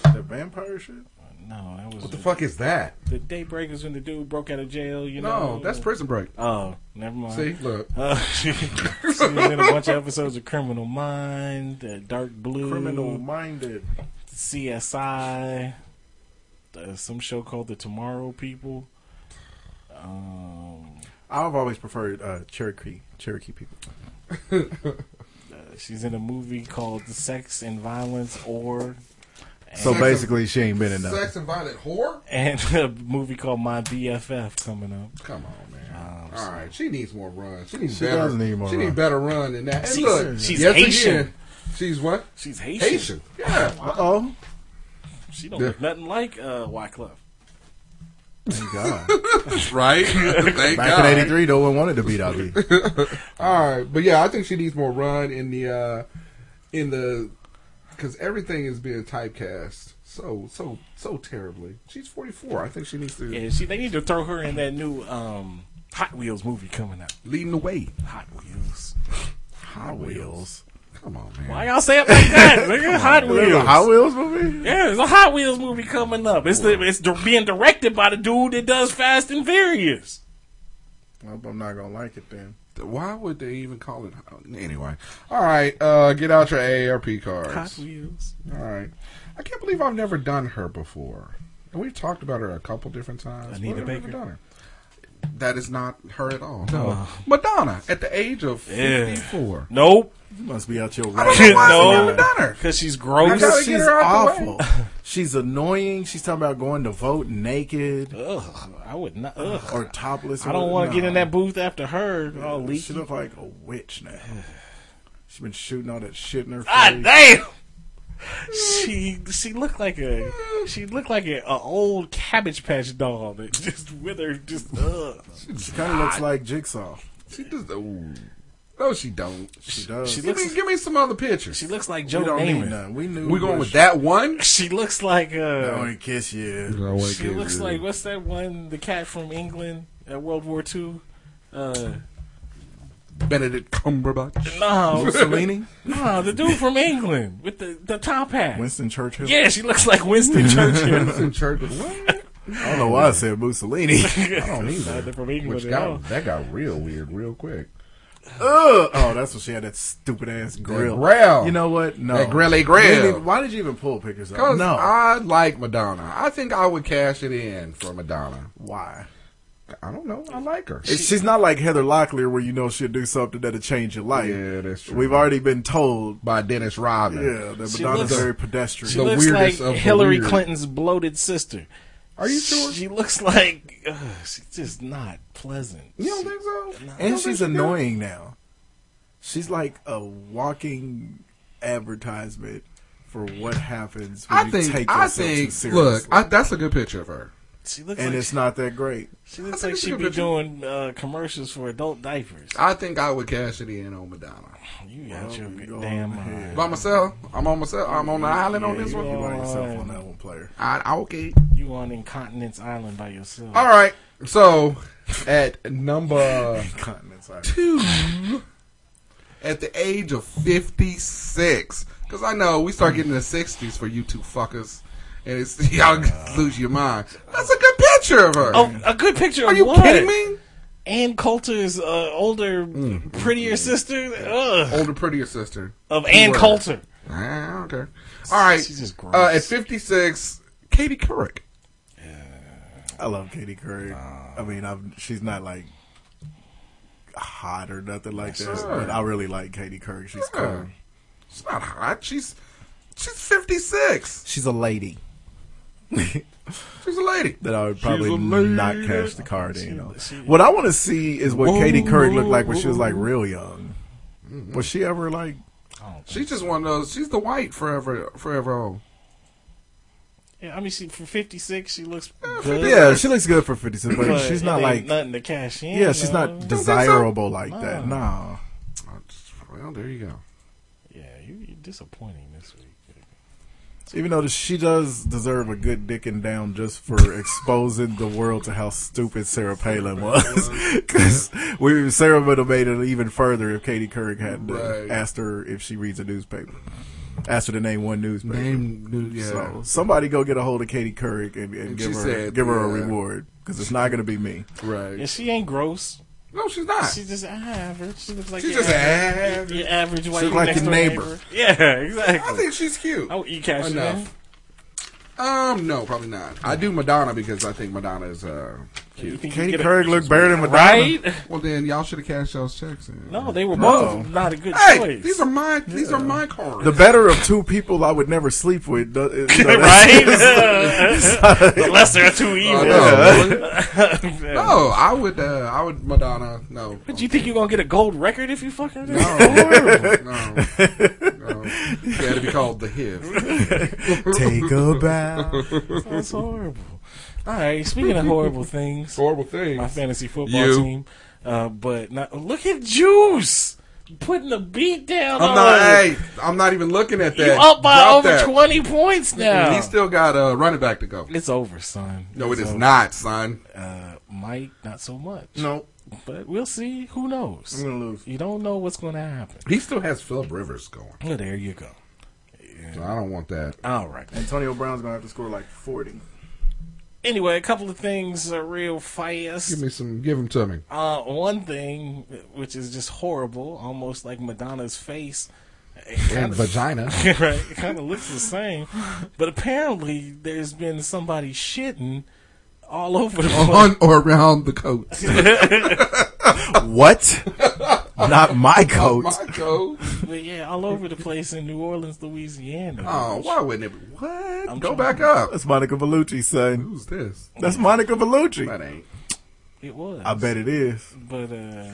[SPEAKER 10] Mm.
[SPEAKER 8] That vampire shit.
[SPEAKER 10] No, that was
[SPEAKER 9] What the fuck is that?
[SPEAKER 10] The Daybreak is when the dude broke out of jail. You know,
[SPEAKER 9] No, that's Prison Break.
[SPEAKER 10] Oh, never mind.
[SPEAKER 9] See, look,
[SPEAKER 10] Uh, she, she was in a bunch of episodes of Criminal Mind, uh, Dark Blue,
[SPEAKER 8] Criminal
[SPEAKER 10] Mm.
[SPEAKER 8] minded.
[SPEAKER 10] CSI, uh, some show called The Tomorrow People. Um,
[SPEAKER 8] I've always preferred uh, Cherokee Cherokee people.
[SPEAKER 10] uh, she's in a movie called Sex and Violence, or
[SPEAKER 8] So
[SPEAKER 9] Sex
[SPEAKER 8] basically, she ain't been in nothing.
[SPEAKER 9] sex and violent whore.
[SPEAKER 10] and a movie called My BFF coming up.
[SPEAKER 9] Come on, man. All right, she needs more run. She needs
[SPEAKER 8] She
[SPEAKER 9] better.
[SPEAKER 8] does need more
[SPEAKER 9] she
[SPEAKER 8] run.
[SPEAKER 9] needs better run than that. And
[SPEAKER 10] She's-
[SPEAKER 9] look,
[SPEAKER 10] she's
[SPEAKER 9] yet
[SPEAKER 10] Haitian.
[SPEAKER 9] again, she's what?
[SPEAKER 10] She's Haitian.
[SPEAKER 9] Haitian. Yeah.
[SPEAKER 8] Uh oh.
[SPEAKER 10] She don't look nothing like uh, Wyclef.
[SPEAKER 8] Thank God.
[SPEAKER 9] Right. Thank
[SPEAKER 8] Back in '83, no one wanted to beat Ali.
[SPEAKER 9] All right, but yeah, I think she needs more run in the uh in the because everything is being typecast so so so terribly. She's forty four. I think she needs to
[SPEAKER 10] Yeah, she. They need to throw her in that new um, Hot Wheels movie coming out.
[SPEAKER 9] leading the way.
[SPEAKER 10] Hot Wheels.
[SPEAKER 9] Hot Wheels. Come on, man.
[SPEAKER 10] Why y'all say it like that? Nigga, Hot
[SPEAKER 8] The
[SPEAKER 10] Wheels.
[SPEAKER 8] Hot Wheels movie.
[SPEAKER 10] Yeah, there's a Hot Wheels movie coming up. It's the, it's di- being directed by the dude that does Fast and Furious.
[SPEAKER 8] Nope, I'm not gonna like it then.
[SPEAKER 9] Why would they even call it? Anyway, all right. Uh, get out your AARP
[SPEAKER 10] Hot
[SPEAKER 9] cards.
[SPEAKER 10] Wheels.
[SPEAKER 9] All right. I can't believe I've never done her before. And we've talked about her a couple different times.
[SPEAKER 10] Anita
[SPEAKER 9] but I've never
[SPEAKER 10] Baker.
[SPEAKER 9] done her. That is not her at all. No. Madonna at the age of 54.
[SPEAKER 10] Nope,
[SPEAKER 8] You must be out your.
[SPEAKER 9] I don't know why
[SPEAKER 10] No.
[SPEAKER 9] I've never done her.
[SPEAKER 10] because she's
[SPEAKER 9] I
[SPEAKER 10] gross.
[SPEAKER 9] gotta get
[SPEAKER 8] She's
[SPEAKER 9] her out the
[SPEAKER 8] awful. She's annoying. She's talking about going to vote naked
[SPEAKER 10] Ugh, I would not. Ugh.
[SPEAKER 8] or topless.
[SPEAKER 10] I don't want to get in that booth after her. all
[SPEAKER 8] Oh, she
[SPEAKER 10] leaky.
[SPEAKER 8] look like a witch now. She's been shooting all that shit in her
[SPEAKER 10] God
[SPEAKER 8] face.
[SPEAKER 10] damn. She she looked like a she looked like a, a old cabbage patch doll that just withered just ugh.
[SPEAKER 8] She kind of looks like Jigsaw.
[SPEAKER 9] She just, ooh. No, she don't.
[SPEAKER 8] She does.
[SPEAKER 10] She
[SPEAKER 8] She
[SPEAKER 9] Give
[SPEAKER 10] looks
[SPEAKER 9] me, give me some other pictures.
[SPEAKER 10] she looks like
[SPEAKER 8] we
[SPEAKER 10] Joe
[SPEAKER 8] don't need
[SPEAKER 10] Namath.
[SPEAKER 8] none. We knew.
[SPEAKER 9] we going
[SPEAKER 8] what
[SPEAKER 9] with
[SPEAKER 8] she-
[SPEAKER 9] that one?
[SPEAKER 10] She looks like
[SPEAKER 8] I
[SPEAKER 10] uh
[SPEAKER 8] only kiss you.
[SPEAKER 10] She looks like what's that one? The cat from England at World War II. Uh,
[SPEAKER 9] Benedict Cumberbatch.
[SPEAKER 10] no,
[SPEAKER 8] Mussolini?
[SPEAKER 10] no, the dude from England with the, the top hat.
[SPEAKER 8] Winston Churchill?
[SPEAKER 10] Yeah, she looks like Winston Churchill.
[SPEAKER 9] in church. What?
[SPEAKER 8] I don't know why Oh, I said Mussolini.
[SPEAKER 9] I don't
[SPEAKER 10] Neither
[SPEAKER 9] either.
[SPEAKER 10] from England
[SPEAKER 9] Which
[SPEAKER 10] at all.
[SPEAKER 9] got, that got real weird real quick.
[SPEAKER 8] Ugh. Oh, that's when she had that stupid ass grill.
[SPEAKER 9] grill.
[SPEAKER 8] You know what? No.
[SPEAKER 9] That grilly
[SPEAKER 8] You didn't
[SPEAKER 9] grill.
[SPEAKER 8] even- Why did you even pull pictures up?
[SPEAKER 9] Because
[SPEAKER 8] No.
[SPEAKER 9] I like Madonna. I think I would cash it in for Madonna.
[SPEAKER 8] why?
[SPEAKER 9] I don't know. I like her.
[SPEAKER 8] If she's not like Heather Locklear where you know she'll do something that'll change your life.
[SPEAKER 9] Yeah, that's true.
[SPEAKER 8] We've already been told,
[SPEAKER 9] By Dennis Rodman.
[SPEAKER 8] yeah, that
[SPEAKER 10] She
[SPEAKER 8] Madonna's
[SPEAKER 10] looks-
[SPEAKER 8] very pedestrian.
[SPEAKER 10] She
[SPEAKER 9] the
[SPEAKER 10] looks like
[SPEAKER 9] weirdest of the
[SPEAKER 10] Hillary
[SPEAKER 9] weird.
[SPEAKER 10] Clinton's bloated sister.
[SPEAKER 9] Are you sure?
[SPEAKER 10] She looks like ugh, she's just not pleasant.
[SPEAKER 9] you don't think so? You
[SPEAKER 8] and
[SPEAKER 9] don't
[SPEAKER 8] she's
[SPEAKER 9] think she
[SPEAKER 8] annoying now. She's like a walking advertisement for what happens
[SPEAKER 9] good?
[SPEAKER 8] when
[SPEAKER 9] I
[SPEAKER 8] you
[SPEAKER 9] think.
[SPEAKER 8] take
[SPEAKER 9] I
[SPEAKER 8] yourself too
[SPEAKER 9] think.
[SPEAKER 8] seriously.
[SPEAKER 9] Look, I, that's a good picture of her.
[SPEAKER 10] She looks
[SPEAKER 8] and
[SPEAKER 10] like
[SPEAKER 8] it's not that great.
[SPEAKER 10] She looks
[SPEAKER 9] I think
[SPEAKER 10] like
[SPEAKER 9] it's a
[SPEAKER 10] she'd
[SPEAKER 9] good
[SPEAKER 10] be
[SPEAKER 9] picture.
[SPEAKER 10] doing uh, commercials for adult diapers.
[SPEAKER 9] I think I would cash it in on Madonna
[SPEAKER 10] You got your
[SPEAKER 8] go
[SPEAKER 10] damn
[SPEAKER 8] on
[SPEAKER 10] mind.
[SPEAKER 8] ahead.
[SPEAKER 9] by myself. I'm on myself. I'm on the island on
[SPEAKER 8] Yeah,
[SPEAKER 9] this
[SPEAKER 8] you
[SPEAKER 9] one.
[SPEAKER 8] all by yourself
[SPEAKER 10] Alright.
[SPEAKER 8] on that one, player.
[SPEAKER 9] I, I- okay.
[SPEAKER 10] You on Incontinence Island by yourself.
[SPEAKER 9] All right. So at number
[SPEAKER 8] Continents, sorry.
[SPEAKER 9] two, at the age of fifty six, because I know we start getting the sixties for you two fuckers, and it's y'all lose your mind. That's a good picture of her.
[SPEAKER 10] Oh, a good picture.
[SPEAKER 9] Are
[SPEAKER 10] of
[SPEAKER 9] you
[SPEAKER 10] what?
[SPEAKER 9] kidding me?
[SPEAKER 10] Ann Coulter's uh, older, prettier sister Ugh.
[SPEAKER 9] Older, prettier sister.
[SPEAKER 10] of Ann
[SPEAKER 9] word.
[SPEAKER 10] Coulter.
[SPEAKER 9] Ah, okay. All right.
[SPEAKER 10] She's just gross.
[SPEAKER 9] Uh, at 56, Katie Couric.
[SPEAKER 8] I love Katie Couric. I mean, I'm, she's not like hot or nothing like that,
[SPEAKER 9] Sure.
[SPEAKER 8] but I really like Katie Couric. She's
[SPEAKER 9] Yeah.
[SPEAKER 8] cool.
[SPEAKER 9] She's not hot. She's she's 56.
[SPEAKER 8] She's a lady
[SPEAKER 9] She's a lady.
[SPEAKER 8] that I would probably
[SPEAKER 9] a lady. Oh,
[SPEAKER 8] not cash the card in. on. What I want to see is what Katie Couric looked like when she was
[SPEAKER 9] Mm-hmm.
[SPEAKER 8] like real young. Was she ever like?
[SPEAKER 9] She's just one of those. She's the white forever forever old.
[SPEAKER 10] Yeah, I mean, she for fifty six, she looks good.
[SPEAKER 8] Yeah, Uh, she looks good for fifty six, but
[SPEAKER 10] but
[SPEAKER 8] she's
[SPEAKER 10] it
[SPEAKER 8] not
[SPEAKER 10] ain't
[SPEAKER 8] like.
[SPEAKER 10] nothing to cash in.
[SPEAKER 8] Yeah, she's
[SPEAKER 10] though.
[SPEAKER 8] not desirable like that. No.
[SPEAKER 9] I just- Well, there you go.
[SPEAKER 10] Yeah, you, you're disappointing this week.
[SPEAKER 8] Even though she does deserve a good dicking down just for exposing the world to how stupid Sarah Palin was, because we Sarah would have made it even further if Katie Couric had uh,
[SPEAKER 9] Right.
[SPEAKER 8] asked her if she reads a newspaper, asked her to name one newspaper.
[SPEAKER 9] Name new yeah.
[SPEAKER 8] So somebody go get a hold of Katie Couric and, and, give
[SPEAKER 9] she
[SPEAKER 8] her
[SPEAKER 9] said,
[SPEAKER 8] give her a
[SPEAKER 9] yeah.
[SPEAKER 8] reward because it's not going to be me.
[SPEAKER 10] And
[SPEAKER 9] Right.
[SPEAKER 10] she ain't gross.
[SPEAKER 9] No, she's not.
[SPEAKER 10] She's just average. She looks like
[SPEAKER 9] Ah. She's
[SPEAKER 10] your
[SPEAKER 9] just
[SPEAKER 10] average,
[SPEAKER 9] average.
[SPEAKER 10] Your average white
[SPEAKER 8] She look like
[SPEAKER 10] next
[SPEAKER 8] your
[SPEAKER 10] door
[SPEAKER 8] neighbor.
[SPEAKER 10] Yeah,
[SPEAKER 9] I
[SPEAKER 10] exactly.
[SPEAKER 9] think she's cute.
[SPEAKER 8] Oh.
[SPEAKER 10] I would eat cash in.
[SPEAKER 9] Enough. Um, no, probably not. I do Madonna because I think Madonna is uh
[SPEAKER 10] You
[SPEAKER 9] cute.
[SPEAKER 10] think you
[SPEAKER 8] Katie
[SPEAKER 10] get a-
[SPEAKER 8] Couric looked better than Madonna.
[SPEAKER 10] right?
[SPEAKER 9] Well, then y'all should have cashed y'all's checks in.
[SPEAKER 10] No, they were
[SPEAKER 8] No.
[SPEAKER 10] both not a good
[SPEAKER 9] Hey,
[SPEAKER 10] choice.
[SPEAKER 9] these are my these are my cards.
[SPEAKER 8] The better of two people I would never sleep with, does- you know, that's-
[SPEAKER 10] right? the lesser of two
[SPEAKER 9] I
[SPEAKER 10] evils.
[SPEAKER 9] know. No, I would. Uh, I would Madonna. No.
[SPEAKER 10] But you think you're gonna get a gold record if you fuck her?
[SPEAKER 9] No. no. no. Yeah, it'd be called the HIV.
[SPEAKER 8] Take a bow.
[SPEAKER 10] That's horrible. All right, speaking of horrible things,
[SPEAKER 9] Horrible
[SPEAKER 10] my
[SPEAKER 9] thing.
[SPEAKER 10] fantasy football
[SPEAKER 9] You.
[SPEAKER 10] team. Uh, but not, look at Juice putting the beat down.
[SPEAKER 9] I'm
[SPEAKER 10] on
[SPEAKER 9] not.
[SPEAKER 10] us.
[SPEAKER 9] Hey, I'm not even looking at that.
[SPEAKER 10] Oh, You up by
[SPEAKER 9] Drop
[SPEAKER 10] over
[SPEAKER 9] that.
[SPEAKER 10] 20 points now.
[SPEAKER 9] He still got a uh, running back to go.
[SPEAKER 10] it's over, son.
[SPEAKER 9] No, it
[SPEAKER 10] it's
[SPEAKER 9] is
[SPEAKER 10] over.
[SPEAKER 9] not, son.
[SPEAKER 10] Uh, Mike, not so much.
[SPEAKER 8] No,
[SPEAKER 10] But we'll see. Who knows?
[SPEAKER 8] I'm gonna lose.
[SPEAKER 10] You don't know what's going to happen.
[SPEAKER 9] He still has Philip Rivers going.
[SPEAKER 10] Well, there you go.
[SPEAKER 9] So I don't want that.
[SPEAKER 10] All right.
[SPEAKER 8] Antonio Brown's gonna have to score like forty.
[SPEAKER 10] Anyway, a couple of things are real fast.
[SPEAKER 9] Give me some. Give him to me.
[SPEAKER 10] Uh, one thing, which is just horrible, almost like Madonna's face. It
[SPEAKER 9] And
[SPEAKER 10] kinda-
[SPEAKER 9] vagina.
[SPEAKER 10] right? It kind of looks the same. But apparently, there's been somebody shitting all over the place.
[SPEAKER 9] On or around the coat.
[SPEAKER 8] What? Not my coat.
[SPEAKER 9] My coat.
[SPEAKER 10] But yeah, all over the place in New Orleans, Louisiana.
[SPEAKER 9] Oh, why wouldn't it? Be? What?
[SPEAKER 10] I'm
[SPEAKER 9] Go
[SPEAKER 10] trying-
[SPEAKER 9] back up.
[SPEAKER 8] That's Monica Bellucci, son.
[SPEAKER 9] Who's this?
[SPEAKER 8] That's Monica
[SPEAKER 9] That
[SPEAKER 8] Bellucci.
[SPEAKER 9] ain't.
[SPEAKER 10] It was.
[SPEAKER 8] I bet it is.
[SPEAKER 10] But uh,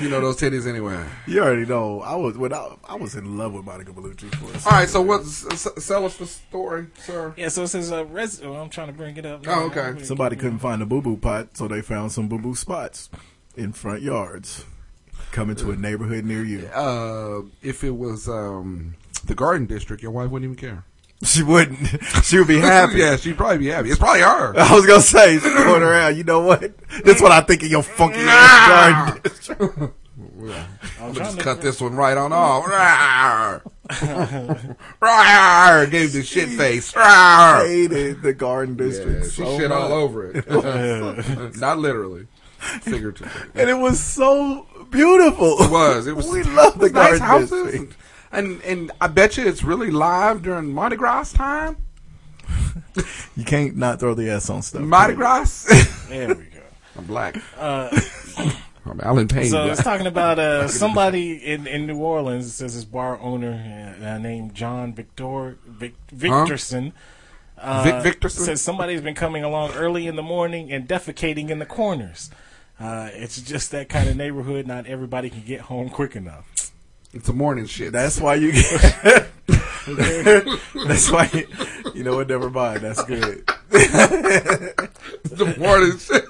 [SPEAKER 9] You know those titties anyway.
[SPEAKER 8] You already know. I was when I, I was in love with Monica Bellucci for a
[SPEAKER 9] All
[SPEAKER 8] second.
[SPEAKER 9] right, so what's s- s- sell us the story, sir?
[SPEAKER 10] yeah, so it says uh, res- oh, I'm trying to bring it up.
[SPEAKER 9] Oh, okay.
[SPEAKER 8] Somebody couldn't find a boo boo pot, so they found some boo boo spots in front yards. Coming to a neighborhood near you.
[SPEAKER 9] Uh, if it was um, the Garden District, your wife wouldn't even care.
[SPEAKER 8] She wouldn't. She would be happy.
[SPEAKER 9] yeah, she'd probably be happy. It's probably her.
[SPEAKER 8] I was gonna say, she's going around. You know what? This what I think of your funky ass garden.
[SPEAKER 10] I'm
[SPEAKER 9] Let's
[SPEAKER 10] trying
[SPEAKER 9] just
[SPEAKER 10] to-
[SPEAKER 9] cut this one right on off. Rawr. Rawr. Gave the shit face.
[SPEAKER 8] I
[SPEAKER 9] Rawr.
[SPEAKER 8] hated the garden
[SPEAKER 9] Yeah,
[SPEAKER 8] district.
[SPEAKER 9] she
[SPEAKER 8] so
[SPEAKER 9] shit all
[SPEAKER 8] much.
[SPEAKER 9] over it. Not literally, figuratively.
[SPEAKER 8] and it was so beautiful.
[SPEAKER 9] It was. It was.
[SPEAKER 8] We love
[SPEAKER 9] it
[SPEAKER 8] the
[SPEAKER 9] was
[SPEAKER 8] garden district.
[SPEAKER 9] houses. And and I bet you it's really live during Mardi Gras time.
[SPEAKER 8] You can't not throw the S on stuff.
[SPEAKER 9] Mardi Gras.
[SPEAKER 10] There we go.
[SPEAKER 9] I'm black.
[SPEAKER 8] Uh,
[SPEAKER 9] I'm Alan Payne.
[SPEAKER 10] So
[SPEAKER 9] black.
[SPEAKER 10] it's talking about uh, somebody in, in New Orleans. It says this bar owner uh, uh, named John Victor Vic, Victorson.
[SPEAKER 9] Vic
[SPEAKER 10] uh,
[SPEAKER 9] Victorson?
[SPEAKER 10] says somebody's been coming along early in the morning and defecating in the corners. Uh, it's just that kind of neighborhood. Not everybody can get home quick enough.
[SPEAKER 9] It's a morning shit.
[SPEAKER 8] That's why you get. that's why you, you know what? Never mind. That's good.
[SPEAKER 9] the morning shits.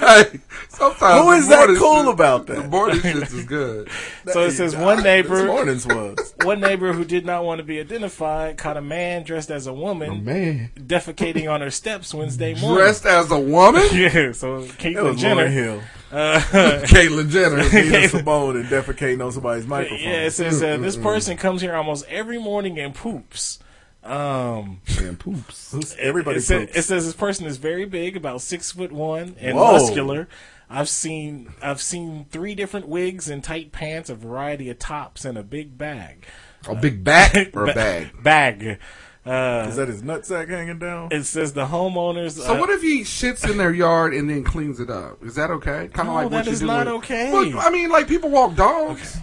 [SPEAKER 9] Hey, sometimes
[SPEAKER 8] Who is
[SPEAKER 9] the
[SPEAKER 8] that
[SPEAKER 9] morning
[SPEAKER 8] cool
[SPEAKER 9] shit-
[SPEAKER 8] about
[SPEAKER 9] The
[SPEAKER 8] that?
[SPEAKER 9] morning shits is good.
[SPEAKER 10] So it says one neighbor,
[SPEAKER 8] This morning's was.
[SPEAKER 10] one neighbor who did not want to be identified, caught a man dressed as a woman
[SPEAKER 8] Man.
[SPEAKER 10] defecating on her steps Wednesday morning.
[SPEAKER 9] Dressed as a woman,
[SPEAKER 10] yeah, so
[SPEAKER 8] It was
[SPEAKER 10] Caitlyn Jenner.
[SPEAKER 8] Jenner. Hill.
[SPEAKER 10] Uh,
[SPEAKER 9] Caitlyn Jenner.
[SPEAKER 8] Nina Simone and defecating on somebody's microphone.
[SPEAKER 10] yeah, it says uh, this person comes here almost every morning and poops. Um,
[SPEAKER 9] and poops.
[SPEAKER 8] Everybody
[SPEAKER 10] it, sa-
[SPEAKER 8] poops.
[SPEAKER 10] it says this person is very big, about six foot one, and
[SPEAKER 8] Whoa.
[SPEAKER 10] muscular. I've seen I've seen three different wigs and tight pants, a variety of tops, and a big bag.
[SPEAKER 9] A big back or a bag.
[SPEAKER 10] Bag. Uh,
[SPEAKER 8] Is that his nutsack hanging down?
[SPEAKER 10] it says the homeowners.
[SPEAKER 9] So
[SPEAKER 10] uh,
[SPEAKER 9] what if he shits in their yard and then cleans it up? Is that okay? Kind of
[SPEAKER 10] No,
[SPEAKER 9] like what
[SPEAKER 10] that
[SPEAKER 9] you
[SPEAKER 10] is
[SPEAKER 9] do
[SPEAKER 10] not
[SPEAKER 9] with-
[SPEAKER 10] okay.
[SPEAKER 9] Well, I mean, like people walk dogs.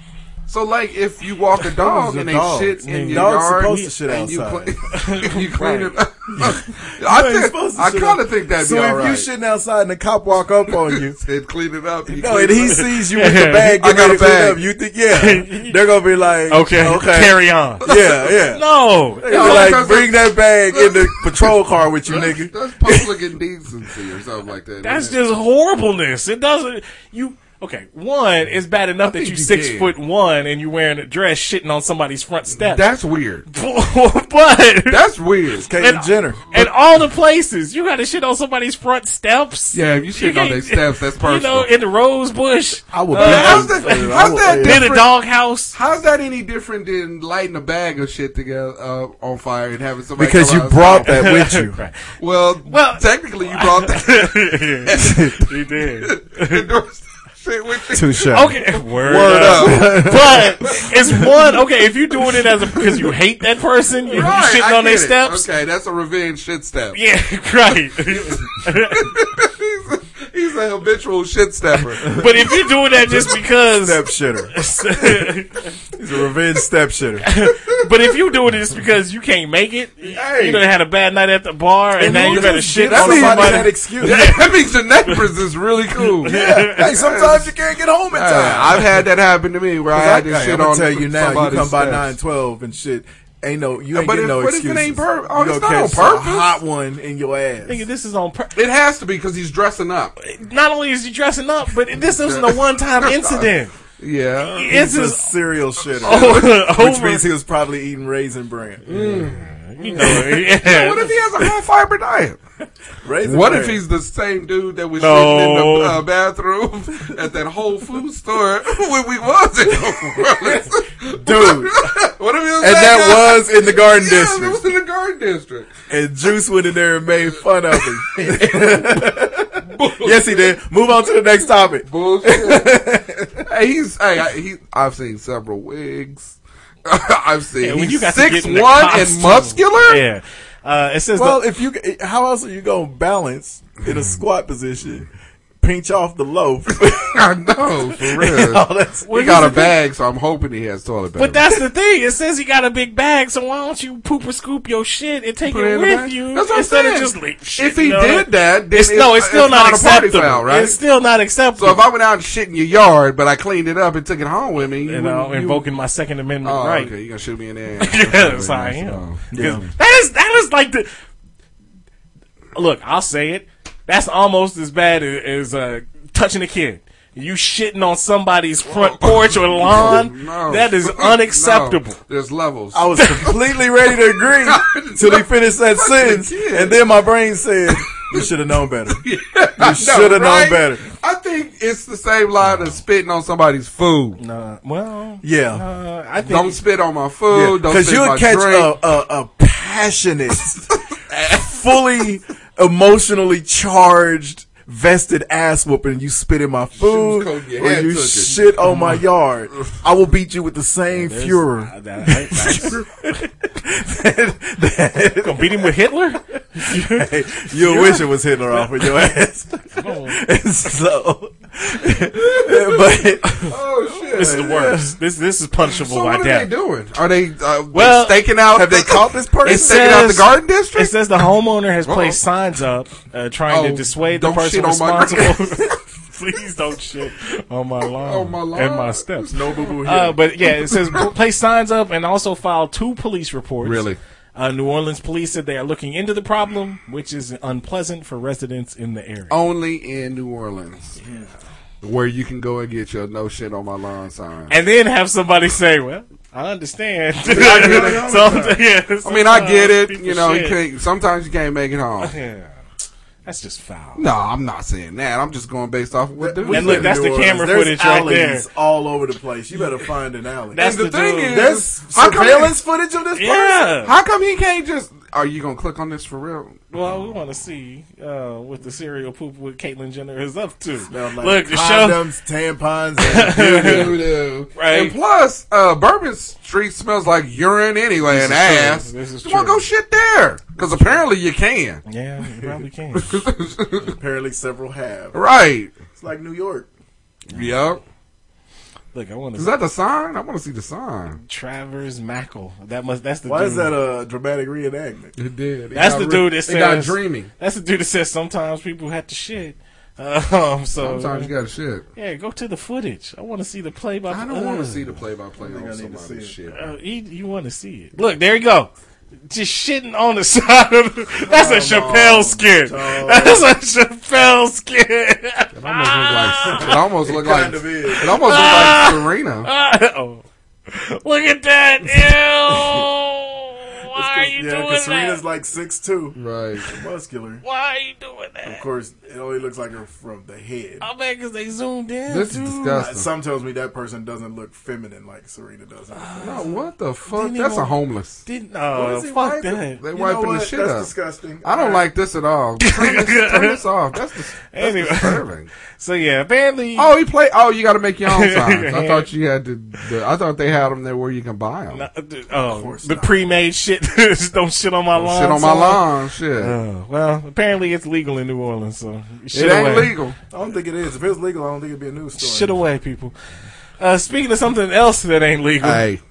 [SPEAKER 9] So like if you walk a dog
[SPEAKER 8] a
[SPEAKER 9] and they
[SPEAKER 8] dog?
[SPEAKER 9] shit in your
[SPEAKER 8] Dogs
[SPEAKER 9] yard,
[SPEAKER 8] supposed to shit
[SPEAKER 9] and you,
[SPEAKER 8] outside.
[SPEAKER 9] cle- you clean it up.
[SPEAKER 8] You
[SPEAKER 9] I,
[SPEAKER 8] ain't
[SPEAKER 9] think-
[SPEAKER 8] supposed to
[SPEAKER 9] I
[SPEAKER 8] shit
[SPEAKER 9] kind
[SPEAKER 8] out-
[SPEAKER 9] of think that'd
[SPEAKER 8] so
[SPEAKER 9] be
[SPEAKER 8] if
[SPEAKER 9] all right.
[SPEAKER 8] you shitting outside and the cop walk up on you,
[SPEAKER 9] Said clean it up.
[SPEAKER 8] no, and
[SPEAKER 9] clean
[SPEAKER 8] he
[SPEAKER 9] it up.
[SPEAKER 8] sees you with the bag,
[SPEAKER 9] I
[SPEAKER 8] getting
[SPEAKER 9] got
[SPEAKER 8] ready
[SPEAKER 9] a
[SPEAKER 8] to clean
[SPEAKER 9] bag.
[SPEAKER 8] up, you think yeah, they're gonna be like
[SPEAKER 10] okay, carry on.
[SPEAKER 8] yeah, yeah.
[SPEAKER 10] uh, No,
[SPEAKER 8] They be
[SPEAKER 9] No, because
[SPEAKER 8] like bring that bag in the
[SPEAKER 9] that's-
[SPEAKER 8] patrol car with you,
[SPEAKER 9] That's-
[SPEAKER 8] nigga.
[SPEAKER 9] That's public indecency or something like that.
[SPEAKER 10] That's
[SPEAKER 9] isn't it?
[SPEAKER 10] just horribleness. It doesn't. You okay? One, it's bad enough that
[SPEAKER 9] think
[SPEAKER 10] you
[SPEAKER 9] you
[SPEAKER 10] six
[SPEAKER 9] can.
[SPEAKER 10] foot one and you wearing a dress, shitting on somebody's front step.
[SPEAKER 9] that's weird.
[SPEAKER 10] but
[SPEAKER 9] That's weird.
[SPEAKER 8] Caitlyn Jenner.
[SPEAKER 10] and all the places you got to shit on somebody's front steps.
[SPEAKER 9] Yeah, if you shit on
[SPEAKER 10] can't-
[SPEAKER 9] their steps, that's
[SPEAKER 10] You know,
[SPEAKER 9] personal.
[SPEAKER 10] in the rose bush,
[SPEAKER 8] I would.
[SPEAKER 9] How's that? How's that
[SPEAKER 10] in the
[SPEAKER 9] different?
[SPEAKER 10] doghouse.
[SPEAKER 9] How's that any different than lighting a bag of shit together uh, on fire and having somebody?
[SPEAKER 8] Because
[SPEAKER 9] come
[SPEAKER 8] you
[SPEAKER 9] out and
[SPEAKER 8] brought
[SPEAKER 9] say,
[SPEAKER 8] that with you.
[SPEAKER 9] Well,
[SPEAKER 10] Well-
[SPEAKER 9] technically, you brought that
[SPEAKER 10] You did.
[SPEAKER 9] endorsed that shit with you.
[SPEAKER 8] Touche.
[SPEAKER 10] Okay, word,
[SPEAKER 9] Word
[SPEAKER 10] up.
[SPEAKER 9] up.
[SPEAKER 10] But it's one. Okay, if you're doing it as a because you hate that person, you you
[SPEAKER 9] Right,
[SPEAKER 10] shitting
[SPEAKER 9] I
[SPEAKER 10] on their
[SPEAKER 9] get it.
[SPEAKER 10] steps.
[SPEAKER 9] Okay, that's a revenge shit step.
[SPEAKER 10] Yeah, right.
[SPEAKER 9] he's, a, he's a habitual shit stepper.
[SPEAKER 10] but if you're doing that just because
[SPEAKER 8] Step shitter. He's a revenge step shitter.
[SPEAKER 10] But if you do it just because you can't make it,
[SPEAKER 9] Hey.
[SPEAKER 10] you done had a bad night at the bar, and, now
[SPEAKER 8] who
[SPEAKER 10] you better
[SPEAKER 8] just
[SPEAKER 10] shit
[SPEAKER 8] gives
[SPEAKER 10] on
[SPEAKER 8] a fuck
[SPEAKER 10] somebody.
[SPEAKER 8] that excuse.
[SPEAKER 9] that means the neighbors is really cool.
[SPEAKER 8] Yeah. Hey, sometimes you can't get home in
[SPEAKER 9] Uh,
[SPEAKER 8] time.
[SPEAKER 9] I've had that happen to me where I had to
[SPEAKER 8] Hey,
[SPEAKER 9] shit
[SPEAKER 8] I'ma
[SPEAKER 9] on.
[SPEAKER 8] tell you now, you
[SPEAKER 9] somebody's
[SPEAKER 8] come by
[SPEAKER 9] steps.
[SPEAKER 8] nine twelve and shit. Ain't no, you ain't
[SPEAKER 9] But
[SPEAKER 8] getting
[SPEAKER 9] if-
[SPEAKER 8] no
[SPEAKER 9] but if it
[SPEAKER 8] excuses.
[SPEAKER 9] ain't pur- oh,
[SPEAKER 8] You gonna
[SPEAKER 9] it's not on
[SPEAKER 8] catch some
[SPEAKER 9] purpose.
[SPEAKER 8] Hot one in your ass.
[SPEAKER 10] Nigga, this is on. Pur-
[SPEAKER 9] It has to be because he's dressing up.
[SPEAKER 10] Not only is he dressing up, but this isn't a one-time incident.
[SPEAKER 9] Yeah.
[SPEAKER 10] This
[SPEAKER 8] He's a
[SPEAKER 10] is
[SPEAKER 8] serial shitter, which
[SPEAKER 10] over.
[SPEAKER 8] means he was probably eating raisin bran.
[SPEAKER 10] you know, yeah.
[SPEAKER 9] What if he has a high fiber diet?
[SPEAKER 8] Raisin
[SPEAKER 9] What
[SPEAKER 8] Bran.
[SPEAKER 9] if he's the same dude that was
[SPEAKER 10] No.
[SPEAKER 9] sitting in the uh, bathroom at that Whole Food store when we was in the world?
[SPEAKER 8] dude?
[SPEAKER 9] what if he was
[SPEAKER 8] And that was in the Garden
[SPEAKER 9] yeah, it
[SPEAKER 8] District,
[SPEAKER 9] was in the Garden District.
[SPEAKER 8] and Juice went in there and made fun of him. yes, he did. Move on to the next topic.
[SPEAKER 9] Bullshit. hey, he's hey, I, he, I've seen several wigs. I've seen
[SPEAKER 10] Yeah, when you
[SPEAKER 9] he's
[SPEAKER 10] got to get
[SPEAKER 9] six
[SPEAKER 10] in the
[SPEAKER 9] one
[SPEAKER 10] costume.
[SPEAKER 9] and muscular.
[SPEAKER 10] Yeah. Uh, it says the-
[SPEAKER 8] Well, if you, how else are you gonna balance in a squat position? Pinch off the loaf.
[SPEAKER 9] I know for real.
[SPEAKER 8] All that's
[SPEAKER 9] he got a bag, so I'm hoping he has toilet paper.
[SPEAKER 10] But that's the thing. It says he got a big bag, so why don't you poop or scoop your shit and take
[SPEAKER 9] Put it
[SPEAKER 10] it
[SPEAKER 9] in the
[SPEAKER 10] with
[SPEAKER 9] bag?
[SPEAKER 10] you
[SPEAKER 9] That's what I'm
[SPEAKER 10] instead
[SPEAKER 9] saying.
[SPEAKER 10] of just leave shit?
[SPEAKER 9] if he
[SPEAKER 10] on
[SPEAKER 9] did
[SPEAKER 10] it?
[SPEAKER 9] that, then
[SPEAKER 10] it's, no, it's still not,
[SPEAKER 9] a party
[SPEAKER 10] acceptable.
[SPEAKER 9] foul, right?
[SPEAKER 10] It's still not acceptable.
[SPEAKER 9] So if I went out and shit in your yard, but I cleaned it up and took it home with me, you,
[SPEAKER 10] you know,
[SPEAKER 9] you-
[SPEAKER 10] invoking my Second Amendment
[SPEAKER 9] oh,
[SPEAKER 10] right.
[SPEAKER 9] okay, you gonna shoot me in the ass?
[SPEAKER 10] yes, I
[SPEAKER 9] Nice.
[SPEAKER 10] am.
[SPEAKER 9] Oh.
[SPEAKER 10] 'Cause That is that is like the look. I'll say it. That's almost as bad as, as uh, touching a kid. You shitting on somebody's front porch or lawn.
[SPEAKER 9] No.
[SPEAKER 10] That is
[SPEAKER 9] No.
[SPEAKER 10] unacceptable.
[SPEAKER 9] There's levels.
[SPEAKER 8] I was completely ready to agree till he finished that sentence,
[SPEAKER 9] kid.
[SPEAKER 8] and then my brain said, "You should have known better. You should have known
[SPEAKER 9] right?
[SPEAKER 8] better."
[SPEAKER 9] I think it's the same line as spitting on somebody's food.
[SPEAKER 10] Nah, well,
[SPEAKER 8] Yeah,
[SPEAKER 10] uh, I think
[SPEAKER 9] Don't spit on my food. Don't
[SPEAKER 8] because
[SPEAKER 9] spit
[SPEAKER 8] you
[SPEAKER 9] on my
[SPEAKER 8] would catch
[SPEAKER 9] drink.
[SPEAKER 8] a, a, a passionate, fully emotionally charged. Vested ass whooping, you spit in my food,
[SPEAKER 9] cold, your
[SPEAKER 8] or
[SPEAKER 9] hand
[SPEAKER 8] you
[SPEAKER 9] took it.
[SPEAKER 8] shit on my yard. I will beat you with the same
[SPEAKER 10] there's-
[SPEAKER 8] fury.
[SPEAKER 10] I- that- I- that's- gonna beat him with Hitler.
[SPEAKER 8] Hey, you'll wish it was Hitler off of your ass. and so, but
[SPEAKER 9] oh shit!
[SPEAKER 10] This is the worst. This this is punishable by
[SPEAKER 9] So what are
[SPEAKER 10] death.
[SPEAKER 9] they doing? Are they uh,
[SPEAKER 10] Well-
[SPEAKER 9] staking out?
[SPEAKER 8] have they caught this person?
[SPEAKER 9] They staking out the
[SPEAKER 10] says-
[SPEAKER 9] garden
[SPEAKER 10] It
[SPEAKER 9] district?
[SPEAKER 10] says the homeowner has placed
[SPEAKER 9] Uh-oh.
[SPEAKER 10] signs up uh, trying to
[SPEAKER 9] Oh,
[SPEAKER 10] dissuade the
[SPEAKER 9] don't
[SPEAKER 10] person
[SPEAKER 9] shit on my
[SPEAKER 10] responsible. Please don't shit on my lawn,
[SPEAKER 9] On my lawn.
[SPEAKER 10] and my steps.
[SPEAKER 8] no boo boo here.
[SPEAKER 10] Uh, but yeah, it says place signs up and also file two police reports.
[SPEAKER 9] Really?
[SPEAKER 10] Uh, New Orleans police said they are looking into the problem, which is unpleasant for residents in the area.
[SPEAKER 9] Only in New Orleans. Where you can go and get your no shit on my lawn sign.
[SPEAKER 10] And then have somebody say, "Well, I understand." I
[SPEAKER 9] it. I mean, I get it. You know, you
[SPEAKER 10] uh, shit.
[SPEAKER 9] can't, sometimes you can't make it home.
[SPEAKER 10] Yeah. That's just foul.
[SPEAKER 9] No, I'm not saying that. I'm just going based off of what dude
[SPEAKER 10] And look,
[SPEAKER 9] said.
[SPEAKER 10] that's the
[SPEAKER 8] New Orleans.
[SPEAKER 10] camera
[SPEAKER 8] There's
[SPEAKER 10] footage right
[SPEAKER 8] alleys
[SPEAKER 10] there.
[SPEAKER 8] all over the place. You better find an alley.
[SPEAKER 10] That's
[SPEAKER 9] And the
[SPEAKER 10] the,
[SPEAKER 9] thing
[SPEAKER 10] dude.
[SPEAKER 9] is-
[SPEAKER 8] There's
[SPEAKER 9] How come
[SPEAKER 8] surveillance footage of this person.
[SPEAKER 10] yeah.
[SPEAKER 9] How come he can't just? Are you gonna click on this for real?
[SPEAKER 10] Well, we want to see uh, what the serial poop with Caitlyn Jenner is up to.
[SPEAKER 8] Smell like
[SPEAKER 10] Look, the show.
[SPEAKER 8] condoms, tampons, and
[SPEAKER 10] Right.
[SPEAKER 9] And plus, uh, Bourbon Street smells like urine anyway
[SPEAKER 10] is
[SPEAKER 9] and ass.
[SPEAKER 10] true. This is
[SPEAKER 9] you want to
[SPEAKER 10] true.
[SPEAKER 9] go shit there? Because apparently you can.
[SPEAKER 10] Yeah, you probably can.
[SPEAKER 8] apparently several have.
[SPEAKER 9] Right.
[SPEAKER 8] It's like New York.
[SPEAKER 9] Yep.
[SPEAKER 10] Look, I want to
[SPEAKER 9] Is
[SPEAKER 10] see
[SPEAKER 9] that the sign? I want to see the sign.
[SPEAKER 10] Travers Mackle. That must. That's the.
[SPEAKER 8] Why
[SPEAKER 10] dude.
[SPEAKER 9] Mm.
[SPEAKER 8] is that a dramatic reenactment?
[SPEAKER 9] It did. It
[SPEAKER 10] That's
[SPEAKER 9] got
[SPEAKER 10] the
[SPEAKER 9] re-
[SPEAKER 10] dude that
[SPEAKER 9] It got
[SPEAKER 10] says-
[SPEAKER 9] dreamy.
[SPEAKER 10] That's the dude that says sometimes people have to shit. Um, so
[SPEAKER 9] Sometimes you got to shit.
[SPEAKER 10] yeah, go to the footage. I want to see the play by.
[SPEAKER 9] I don't want to see the play-by-play on
[SPEAKER 8] need to see
[SPEAKER 9] somebody's
[SPEAKER 8] it.
[SPEAKER 9] shit.
[SPEAKER 10] Uh, you you want to see it? Look, there you go. Just shitting on the side of the, that's a Chappelle skit. That's a Chappelle skit.
[SPEAKER 9] It almost look like it almost look like
[SPEAKER 8] kind of is.
[SPEAKER 9] it almost look like Serena.
[SPEAKER 10] oh. Look at that! Ew! Why are you
[SPEAKER 8] yeah,
[SPEAKER 10] doing
[SPEAKER 8] because
[SPEAKER 10] that?
[SPEAKER 8] Serena's like six two,
[SPEAKER 9] Right.
[SPEAKER 8] muscular.
[SPEAKER 10] Why are you doing
[SPEAKER 8] Of
[SPEAKER 10] that?
[SPEAKER 8] course, it only looks like her from the head.
[SPEAKER 10] I mean, because they zoomed in.
[SPEAKER 9] This is
[SPEAKER 10] too.
[SPEAKER 9] disgusting.
[SPEAKER 8] Some tells me that person doesn't look feminine like Serena does. in the film.
[SPEAKER 9] No, what the fuck?
[SPEAKER 10] Didn't
[SPEAKER 9] That's a
[SPEAKER 10] even-
[SPEAKER 9] homeless.
[SPEAKER 10] Didn't
[SPEAKER 8] What
[SPEAKER 10] uh,
[SPEAKER 8] is he
[SPEAKER 10] fuck
[SPEAKER 8] wiping?
[SPEAKER 10] that.
[SPEAKER 9] They
[SPEAKER 8] You know
[SPEAKER 9] wiping the
[SPEAKER 8] what?
[SPEAKER 9] shit
[SPEAKER 8] That's
[SPEAKER 9] up.
[SPEAKER 8] disgusting.
[SPEAKER 9] I don't like this at all. Turn this, turn this off. That's, dis- that's
[SPEAKER 10] Anyway.
[SPEAKER 9] disturbing.
[SPEAKER 10] So yeah, apparently.
[SPEAKER 9] Oh, he play. Oh, you got to make your own signs. I thought you had to. The, I thought they had them there where you can buy them.
[SPEAKER 10] Uh, d- oh, the pre-made shit. don't shit on my lawn.
[SPEAKER 9] shit on my
[SPEAKER 10] son.
[SPEAKER 9] lawn. Shit.
[SPEAKER 8] Uh,
[SPEAKER 10] Oh, well, apparently it's legal in New Orleans, so shit
[SPEAKER 9] it ain't
[SPEAKER 10] away.
[SPEAKER 9] legal.
[SPEAKER 8] I don't think it is. If it was legal, I don't think it'd be a news story.
[SPEAKER 10] Shit away, people. Uh, speaking of something else that ain't legal,
[SPEAKER 9] Hey.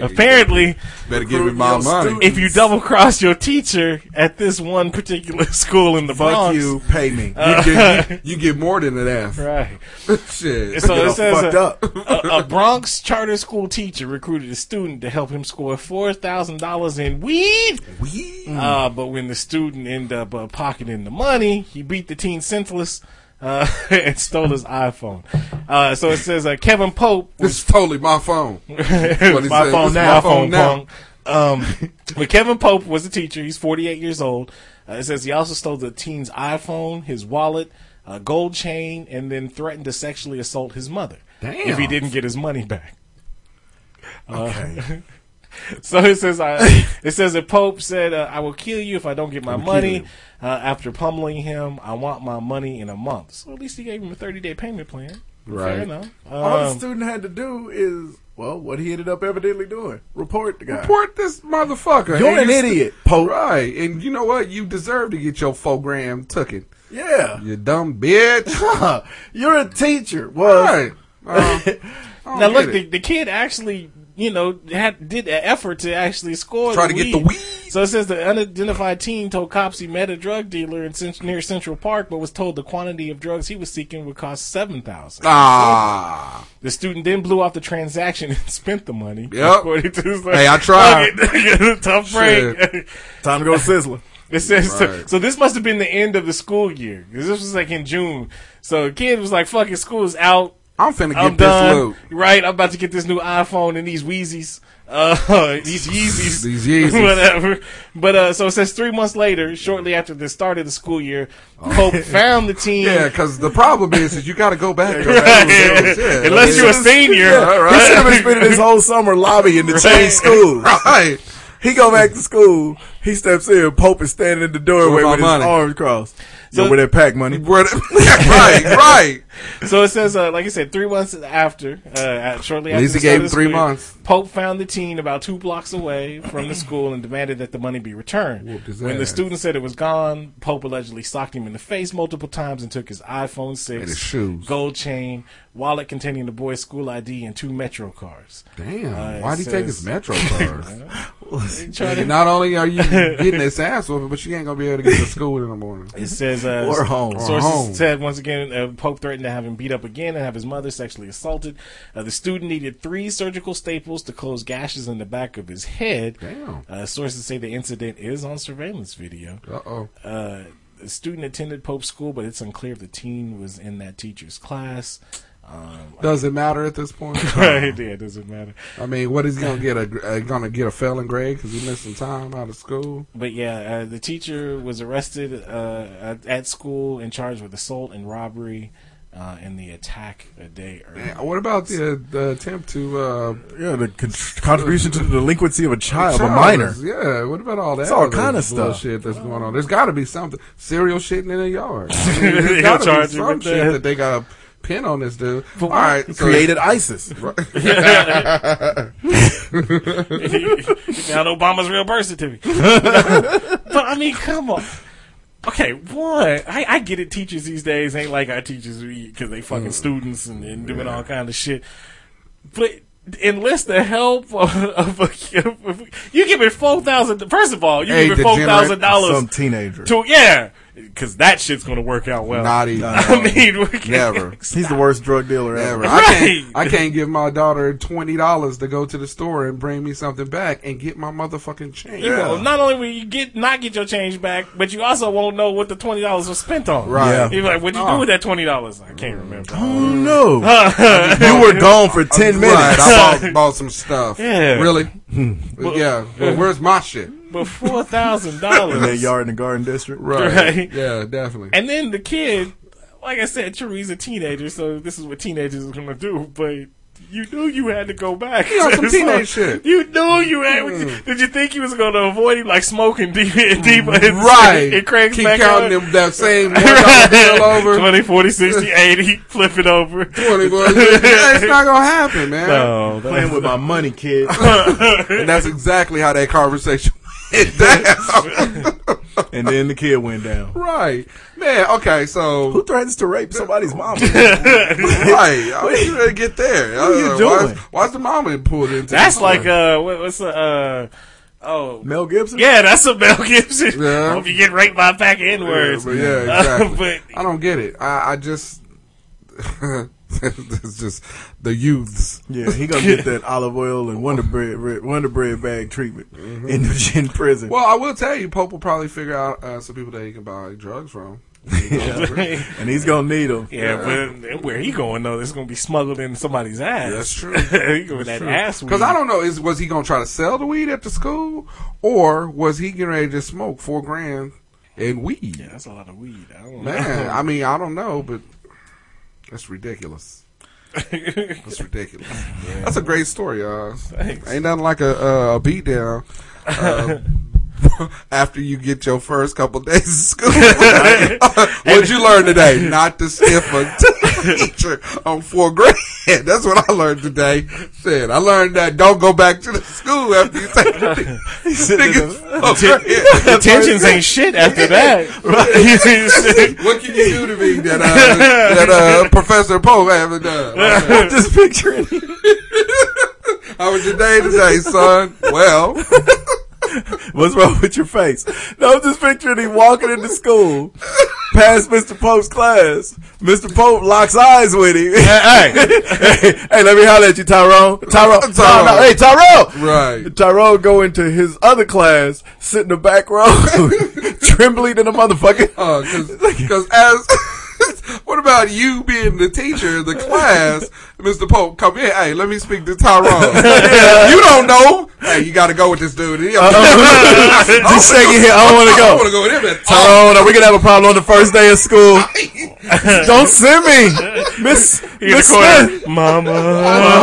[SPEAKER 10] apparently,
[SPEAKER 9] better give me my
[SPEAKER 8] Recruit your
[SPEAKER 9] money.
[SPEAKER 8] student.
[SPEAKER 10] if you double cross your teacher at this one particular school in the
[SPEAKER 8] Fuck
[SPEAKER 10] Bronx,
[SPEAKER 8] you, pay me.
[SPEAKER 9] You get, you, you get more than an F.
[SPEAKER 10] right?
[SPEAKER 9] Shit.
[SPEAKER 10] So
[SPEAKER 8] Get
[SPEAKER 10] it
[SPEAKER 8] all
[SPEAKER 10] says
[SPEAKER 8] fucked
[SPEAKER 10] a,
[SPEAKER 8] up.
[SPEAKER 10] a, a Bronx charter school teacher recruited a student to help him score four thousand dollars in weed. Weed.
[SPEAKER 8] Hmm.
[SPEAKER 10] Uh, but when the student ended up uh, pocketing the money, he beat the teen senseless uh, and stole his iPhone. Uh, so it says uh, Kevin Pope
[SPEAKER 9] This is totally my phone.
[SPEAKER 10] my
[SPEAKER 9] what he said.
[SPEAKER 10] phone
[SPEAKER 9] This is
[SPEAKER 10] now.
[SPEAKER 9] my phone now.
[SPEAKER 10] punk. Um, but Kevin Pope was a teacher. He's 48 years old. Uh, it says he also stole the teen's iPhone, his wallet, a gold chain, and then threatened to sexually assault his mother
[SPEAKER 9] Damn.
[SPEAKER 10] if he didn't get his money back.
[SPEAKER 8] Uh, Okay.
[SPEAKER 10] So it says, I, it says that Pope said, uh, "I will kill you if I don't get my money." Uh, after pummeling him, I want my money in a month. So at least he gave him a 30-day payment plan.
[SPEAKER 9] Right.
[SPEAKER 10] Fair enough.
[SPEAKER 8] All the
[SPEAKER 10] Um,
[SPEAKER 8] student had to do is, well, what he ended up evidently doing report the guy.
[SPEAKER 9] Report this motherfucker.
[SPEAKER 8] You're
[SPEAKER 9] And
[SPEAKER 8] an
[SPEAKER 9] you st-
[SPEAKER 8] idiot, Pope.
[SPEAKER 9] Right. And you know what? You deserve to get your four gram taken.
[SPEAKER 8] Yeah.
[SPEAKER 9] You dumb bitch.
[SPEAKER 8] You're a teacher. Well,
[SPEAKER 9] right. Uh, I don't
[SPEAKER 10] now look,
[SPEAKER 9] get
[SPEAKER 10] the,
[SPEAKER 9] it.
[SPEAKER 10] the kid actually, you know, had did an effort to actually score.
[SPEAKER 9] Try to get the weed.
[SPEAKER 10] So it says the unidentified teen told cops he met a drug dealer in cent- near Central Park, but was told the quantity of drugs he was seeking would cost seven thousand.
[SPEAKER 9] ah,
[SPEAKER 10] The student then blew off the transaction and spent the money.
[SPEAKER 9] Yep.
[SPEAKER 10] According to his-
[SPEAKER 9] Hey, I tried.
[SPEAKER 10] Fuck it. Tough break.
[SPEAKER 9] Shit.
[SPEAKER 8] time to go to Sizzler.
[SPEAKER 10] It says so,
[SPEAKER 9] Right.
[SPEAKER 10] so This must have been the end of the school year 'cause this was like in June. So the kid was like, "Fucking school's out.
[SPEAKER 9] I'm finna get
[SPEAKER 10] I'm
[SPEAKER 9] this
[SPEAKER 10] done.
[SPEAKER 9] loot.
[SPEAKER 10] Right, I'm about to get this new iPhone and these Wheezies. Uh, these Yeezys.
[SPEAKER 9] These Yeezys.
[SPEAKER 10] Whatever. But uh, so it says three months later, shortly after the start of the school year, Pope found the team.
[SPEAKER 9] Oh. Yeah, because the problem is, is you got to go back. Yeah.
[SPEAKER 10] Unless you're a senior.
[SPEAKER 9] Yeah, right.
[SPEAKER 8] He should have been spending his whole summer lobbying to change schools.
[SPEAKER 9] right.
[SPEAKER 8] He go back to school. He steps in. Pope is standing in the doorway
[SPEAKER 9] With my
[SPEAKER 8] with,
[SPEAKER 9] money.
[SPEAKER 8] his arms crossed.
[SPEAKER 10] So-
[SPEAKER 8] So with that pack money.
[SPEAKER 9] Where the- right, right.
[SPEAKER 10] So it says, uh, like I said, three months after, uh, at- shortly after.
[SPEAKER 9] least
[SPEAKER 10] the
[SPEAKER 9] he gave
[SPEAKER 10] start of
[SPEAKER 9] him
[SPEAKER 10] the
[SPEAKER 9] three
[SPEAKER 10] school year,
[SPEAKER 9] months.
[SPEAKER 10] Pope found the teen about two blocks away from the school and demanded that the money be returned.
[SPEAKER 9] Whooped his
[SPEAKER 10] When the
[SPEAKER 9] ass.
[SPEAKER 10] student said it was gone, Pope allegedly socked him in the face multiple times and took his iPhone six,
[SPEAKER 9] And his shoes.
[SPEAKER 10] gold chain, wallet containing the boy's school ID, and two Metro cards.
[SPEAKER 9] Damn,
[SPEAKER 10] Uh, it
[SPEAKER 9] why'd he take
[SPEAKER 10] says-
[SPEAKER 9] his Metro card?
[SPEAKER 10] trying to-
[SPEAKER 9] Not only are you getting this ass whooping, but you ain't gonna be able to get to school in the morning.
[SPEAKER 10] It says uh,
[SPEAKER 8] Or home.
[SPEAKER 10] Sources
[SPEAKER 9] Or home.
[SPEAKER 10] said once again, uh, Pope threatened to have him beat up again and have his mother sexually assaulted. Uh, the student needed three surgical staples to close gashes in the back of his head.
[SPEAKER 9] Damn.
[SPEAKER 10] Uh, sources say the incident is on surveillance video.
[SPEAKER 9] Uh oh.
[SPEAKER 10] Uh, the student attended Pope's school, but it's unclear if the teen was in that teacher's class. Um,
[SPEAKER 9] Does it matter at this point?
[SPEAKER 10] right? Yeah, it doesn't matter.
[SPEAKER 9] I mean, what is he gonna get? A gr- uh, gonna get a failing grade because he missed some time out of school?
[SPEAKER 10] But yeah, uh, the teacher was arrested uh, at, at school and charged with assault and robbery uh, in the attack a day earlier.
[SPEAKER 9] And what about the, the attempt to uh,
[SPEAKER 8] Yeah, the con- contribution to the delinquency of a child, a
[SPEAKER 9] child
[SPEAKER 8] minor.
[SPEAKER 9] is- Yeah, what about all that?
[SPEAKER 8] It's all
[SPEAKER 9] other
[SPEAKER 8] kinda
[SPEAKER 9] little
[SPEAKER 8] stuff.
[SPEAKER 9] shit that's going on. There's got to be something serial shitting in the yard. I mean,
[SPEAKER 10] They'll
[SPEAKER 9] There's got to
[SPEAKER 10] charge
[SPEAKER 9] be
[SPEAKER 10] you
[SPEAKER 9] some
[SPEAKER 10] with
[SPEAKER 9] shit
[SPEAKER 10] that.
[SPEAKER 9] that they got a pin on this dude. all right, so-
[SPEAKER 8] Created ISIS.
[SPEAKER 10] found Obama's real birth certificate. but I mean, come on. Okay, one, I, I get it. Teachers these days ain't like our teachers because they
[SPEAKER 9] Mm.
[SPEAKER 10] fucking students and, and doing all kind of shit. But enlist the help of, of a, you give it four thousand. First of all, you
[SPEAKER 9] Hey,
[SPEAKER 10] give it four
[SPEAKER 9] degenerate.
[SPEAKER 10] thousand
[SPEAKER 8] Some
[SPEAKER 10] dollars
[SPEAKER 8] teenager.
[SPEAKER 10] to yeah, because that shit's gonna work out well.
[SPEAKER 9] not even.
[SPEAKER 10] I mean, we can-
[SPEAKER 9] never.
[SPEAKER 8] He's the worst drug dealer ever.
[SPEAKER 9] Never. I, can't,
[SPEAKER 10] Right.
[SPEAKER 9] I can't give my daughter twenty dollars to go to the store and bring me something back and get my motherfucking change.
[SPEAKER 10] You will- not only will you get not get your change back, but you also won't know what the twenty dollars was spent on.
[SPEAKER 9] Right.
[SPEAKER 8] Yeah.
[SPEAKER 10] You're like, what'd you do
[SPEAKER 9] Oh.
[SPEAKER 10] with that twenty dollars? I can't remember.
[SPEAKER 8] Oh no! you were gone for ten
[SPEAKER 9] Right,
[SPEAKER 8] minutes.
[SPEAKER 9] I bought, bought some stuff.
[SPEAKER 10] Yeah.
[SPEAKER 9] Really? yeah. Well, where's my shit?
[SPEAKER 10] But four thousand
[SPEAKER 8] In that
[SPEAKER 10] dollars,
[SPEAKER 8] yard in the garden district.
[SPEAKER 9] Right.
[SPEAKER 10] Right.
[SPEAKER 9] Yeah, definitely.
[SPEAKER 10] and then the kid, like I said, Cherie's a teenager, so this is what teenagers are gonna do. But you knew you had to go back.
[SPEAKER 9] Yeah, some
[SPEAKER 10] So,
[SPEAKER 9] teenage shit. Mm.
[SPEAKER 10] You knew you had. Did you think you was gonna avoid him like smoking deep, deep
[SPEAKER 9] Right.
[SPEAKER 10] It cranks
[SPEAKER 9] Keep
[SPEAKER 10] back
[SPEAKER 9] counting
[SPEAKER 10] up.
[SPEAKER 9] them that same one dollar bill over.
[SPEAKER 10] 20, 40, 60, 80, flip it over.
[SPEAKER 9] 20 bucks. Yeah, it's not gonna happen, man.
[SPEAKER 10] No, that-
[SPEAKER 8] Playing with my money, kid.
[SPEAKER 9] And that's exactly how that conversation went down.
[SPEAKER 8] and then the kid went down.
[SPEAKER 9] right. Man, okay, so
[SPEAKER 8] Who threatens to rape somebody's mama?
[SPEAKER 9] right. I was ready to get there. What
[SPEAKER 8] are you
[SPEAKER 9] Why is,
[SPEAKER 8] doing?
[SPEAKER 9] why is the mama pulled into
[SPEAKER 10] That's
[SPEAKER 9] this
[SPEAKER 10] like
[SPEAKER 9] one?
[SPEAKER 10] uh, what, what's uh, uh, oh
[SPEAKER 8] Mel Gibson.
[SPEAKER 10] yeah, that's a Mel Gibson.
[SPEAKER 9] Yeah.
[SPEAKER 10] Hope you get raped by a pack of N
[SPEAKER 9] yeah,
[SPEAKER 10] words. Uh,
[SPEAKER 9] but yeah, exactly.
[SPEAKER 10] but
[SPEAKER 9] I don't get it. I, I just it's just the youths.
[SPEAKER 8] Yeah, he gonna get that olive oil and Wonder Bread, red, Wonder Bread bag treatment
[SPEAKER 10] Mm-hmm.
[SPEAKER 8] in the in prison.
[SPEAKER 9] Well, I will tell you, Pope will probably figure out uh, some people that he can buy drugs from.
[SPEAKER 8] and he's gonna need them.
[SPEAKER 10] yeah, but where he going though? It's gonna be smuggled in somebody's ass.
[SPEAKER 9] That's true.
[SPEAKER 10] he going that ass
[SPEAKER 9] Because I don't know, is was he gonna try to sell the weed at the school, or was he getting ready to smoke four grand in weed?
[SPEAKER 10] That's a lot of weed. I don't
[SPEAKER 9] Man, I mean, I don't know, but that's ridiculous. that's ridiculous. That's a great story, uh
[SPEAKER 10] Thanks.
[SPEAKER 9] Ain't nothing like a, uh, a beat down. Uh, After you get your first couple days of school, what'd you learn today? Not to stiff a teacher on four grand. That's what I learned today. Shit, I learned that don't go back to the school after you take the niggas. four grand.
[SPEAKER 10] know. Tensions ain't shit after that.
[SPEAKER 9] What can you do to me that uh, that uh, Professor Pope haven't done?
[SPEAKER 8] Just picturing
[SPEAKER 9] How was your day today, son? Well,
[SPEAKER 8] what's wrong with your face. No, I'm just picturing him walking into school past Mr. Pope's class. Mr. Pope locks eyes with him. Hey, hey, let me holler at you, Tyrone. Tyrone, Tyrone.
[SPEAKER 9] Tyrone.
[SPEAKER 8] hey, Tyrone.
[SPEAKER 9] right.
[SPEAKER 8] Tyrone go into his other class, sit in the back row, trembling in a motherfucker.
[SPEAKER 9] Because Uh, as what about you being the teacher in the class, Mr. Pope? Come in. Hey, let me speak to Tyrone. you don't know. Hey, you got to go with this dude. He-
[SPEAKER 10] Oh,
[SPEAKER 8] Just shaking here. I don't want to
[SPEAKER 9] I
[SPEAKER 8] go.
[SPEAKER 9] don't want to go with him. at all.
[SPEAKER 8] Tyrone, are we gonna have a problem on the first day of school? Don't send me, Miss Miss Smith.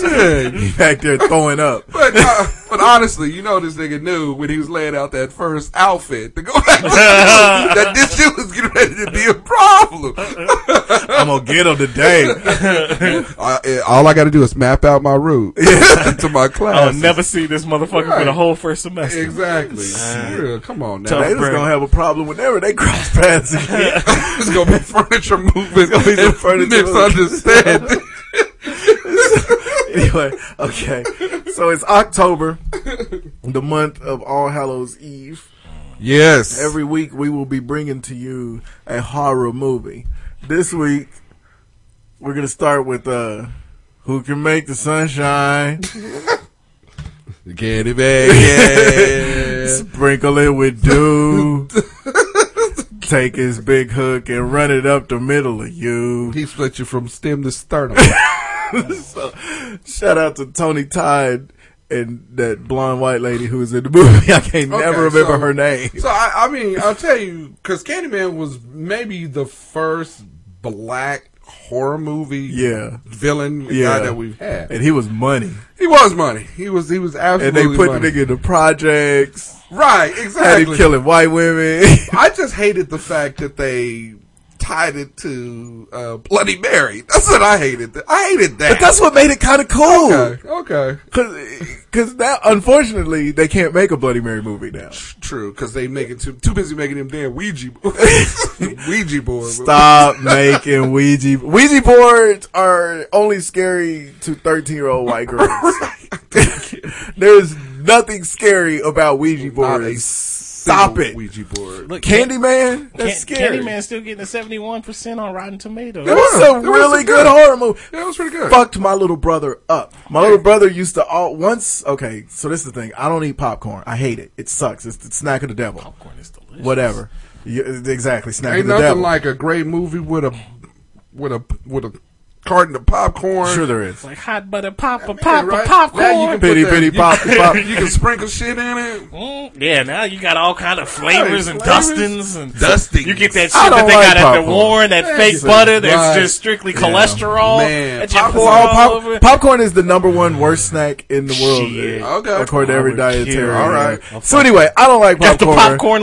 [SPEAKER 9] Shit.
[SPEAKER 8] Back there throwing up.
[SPEAKER 9] But, uh, but honestly, you know this nigga knew when he was laying out that first outfit to go back to school, that this shit was getting ready to be a problem.
[SPEAKER 8] I'm gonna get him today.
[SPEAKER 9] I, eh, all I got to do is map out my route to my
[SPEAKER 10] I'll
[SPEAKER 9] class.
[SPEAKER 10] never see this motherfucker for
[SPEAKER 9] Right.
[SPEAKER 10] the whole first semester.
[SPEAKER 9] Exactly. Yeah, come on now.
[SPEAKER 8] They just gonna have a problem whenever they cross paths again.
[SPEAKER 9] It's gonna be furniture movement.
[SPEAKER 8] gonna be some
[SPEAKER 9] and
[SPEAKER 8] furniture movement.
[SPEAKER 9] misunderstanding.
[SPEAKER 8] anyway, okay. So it's October, the month of All Hallows Eve.
[SPEAKER 9] Yes.
[SPEAKER 8] Every week we will be bringing to you a horror movie. This week we're gonna start with uh, "Who Can Make the Sunshine."
[SPEAKER 9] Candy bag. yeah.
[SPEAKER 8] Sprinkle it with dew. Take his big hook and run it up the middle of you.
[SPEAKER 9] He split you from stem to sternum.
[SPEAKER 8] so, shout out to Tony Todd and that blonde white lady who was in the movie. I can not
[SPEAKER 9] Okay,
[SPEAKER 8] never remember
[SPEAKER 9] so-
[SPEAKER 8] her name.
[SPEAKER 9] So I, I mean, I'll tell you, because Candyman was maybe the first black horror movie
[SPEAKER 8] Yeah.
[SPEAKER 9] villain
[SPEAKER 8] Yeah.
[SPEAKER 9] guy that we've had.
[SPEAKER 8] And he was money.
[SPEAKER 9] he was money. He was he was
[SPEAKER 8] And
[SPEAKER 9] absolutely
[SPEAKER 8] they put
[SPEAKER 9] money.
[SPEAKER 8] the nigga in the projects.
[SPEAKER 9] right
[SPEAKER 8] Had
[SPEAKER 9] exactly.
[SPEAKER 8] him killing white women.
[SPEAKER 9] I just hated the fact that they tied it to uh, Bloody Mary. That's what I hated. I hated that.
[SPEAKER 8] but that's what made it kind of cool.
[SPEAKER 9] okay. Okay.
[SPEAKER 8] Because now, unfortunately, they can't make a Bloody Mary movie now.
[SPEAKER 9] True, because they making too too busy making them damn Ouija boards. Ouija board.
[SPEAKER 8] Stop making Ouija Ouija boards are only scary to thirteen year old white girls. There's nothing scary about Ouija
[SPEAKER 9] Not a
[SPEAKER 8] boards. Stop
[SPEAKER 9] single
[SPEAKER 8] it,
[SPEAKER 9] Ouija board.
[SPEAKER 10] Look, Can-
[SPEAKER 8] Candyman. That's scary.
[SPEAKER 10] Candyman's still getting a seventy-one percent on Rotten Tomatoes.
[SPEAKER 8] It was a
[SPEAKER 9] It was
[SPEAKER 8] really
[SPEAKER 9] good.
[SPEAKER 8] good horror movie.
[SPEAKER 9] Yeah, it was pretty good.
[SPEAKER 8] Fucked my little brother up. My little brother used to all once. Okay, so this is the thing. I don't eat popcorn. I hate it. It sucks. It's the snack of the devil.
[SPEAKER 10] Popcorn is delicious.
[SPEAKER 8] Whatever. Yeah, exactly. Snack
[SPEAKER 9] Ain't
[SPEAKER 8] of the
[SPEAKER 9] nothing
[SPEAKER 8] devil.
[SPEAKER 9] like a great movie with a with a with a carton of popcorn.
[SPEAKER 8] sure there is.
[SPEAKER 10] Like hot butter pop a
[SPEAKER 9] Yeah,
[SPEAKER 10] pop
[SPEAKER 9] right?
[SPEAKER 10] a popcorn.
[SPEAKER 9] Now you can put
[SPEAKER 8] Pity,
[SPEAKER 9] that-
[SPEAKER 8] pity,
[SPEAKER 9] you-
[SPEAKER 8] pop, pop.
[SPEAKER 9] You can sprinkle shit in it.
[SPEAKER 10] Mm, yeah, now you got all kind of flavors
[SPEAKER 9] Right,
[SPEAKER 10] and
[SPEAKER 9] flavors.
[SPEAKER 10] dustings and
[SPEAKER 9] Dustings.
[SPEAKER 10] You get that shit that
[SPEAKER 8] I don't
[SPEAKER 10] they
[SPEAKER 8] like
[SPEAKER 10] got at the
[SPEAKER 8] popcorn.
[SPEAKER 10] Warren, that fake
[SPEAKER 9] you.
[SPEAKER 10] butter that's
[SPEAKER 9] Right.
[SPEAKER 10] just strictly cholesterol.
[SPEAKER 9] Man,
[SPEAKER 10] that you
[SPEAKER 9] popcorn-
[SPEAKER 10] pour
[SPEAKER 8] Well,
[SPEAKER 10] all
[SPEAKER 8] pop-
[SPEAKER 10] over.
[SPEAKER 8] popcorn is the number one worst snack in the world,
[SPEAKER 10] Shit.
[SPEAKER 9] Okay.
[SPEAKER 8] according to every
[SPEAKER 10] I would kill.
[SPEAKER 8] dietary.
[SPEAKER 10] All
[SPEAKER 9] right.
[SPEAKER 8] So anyway, I don't like
[SPEAKER 10] Got the
[SPEAKER 8] popcorn.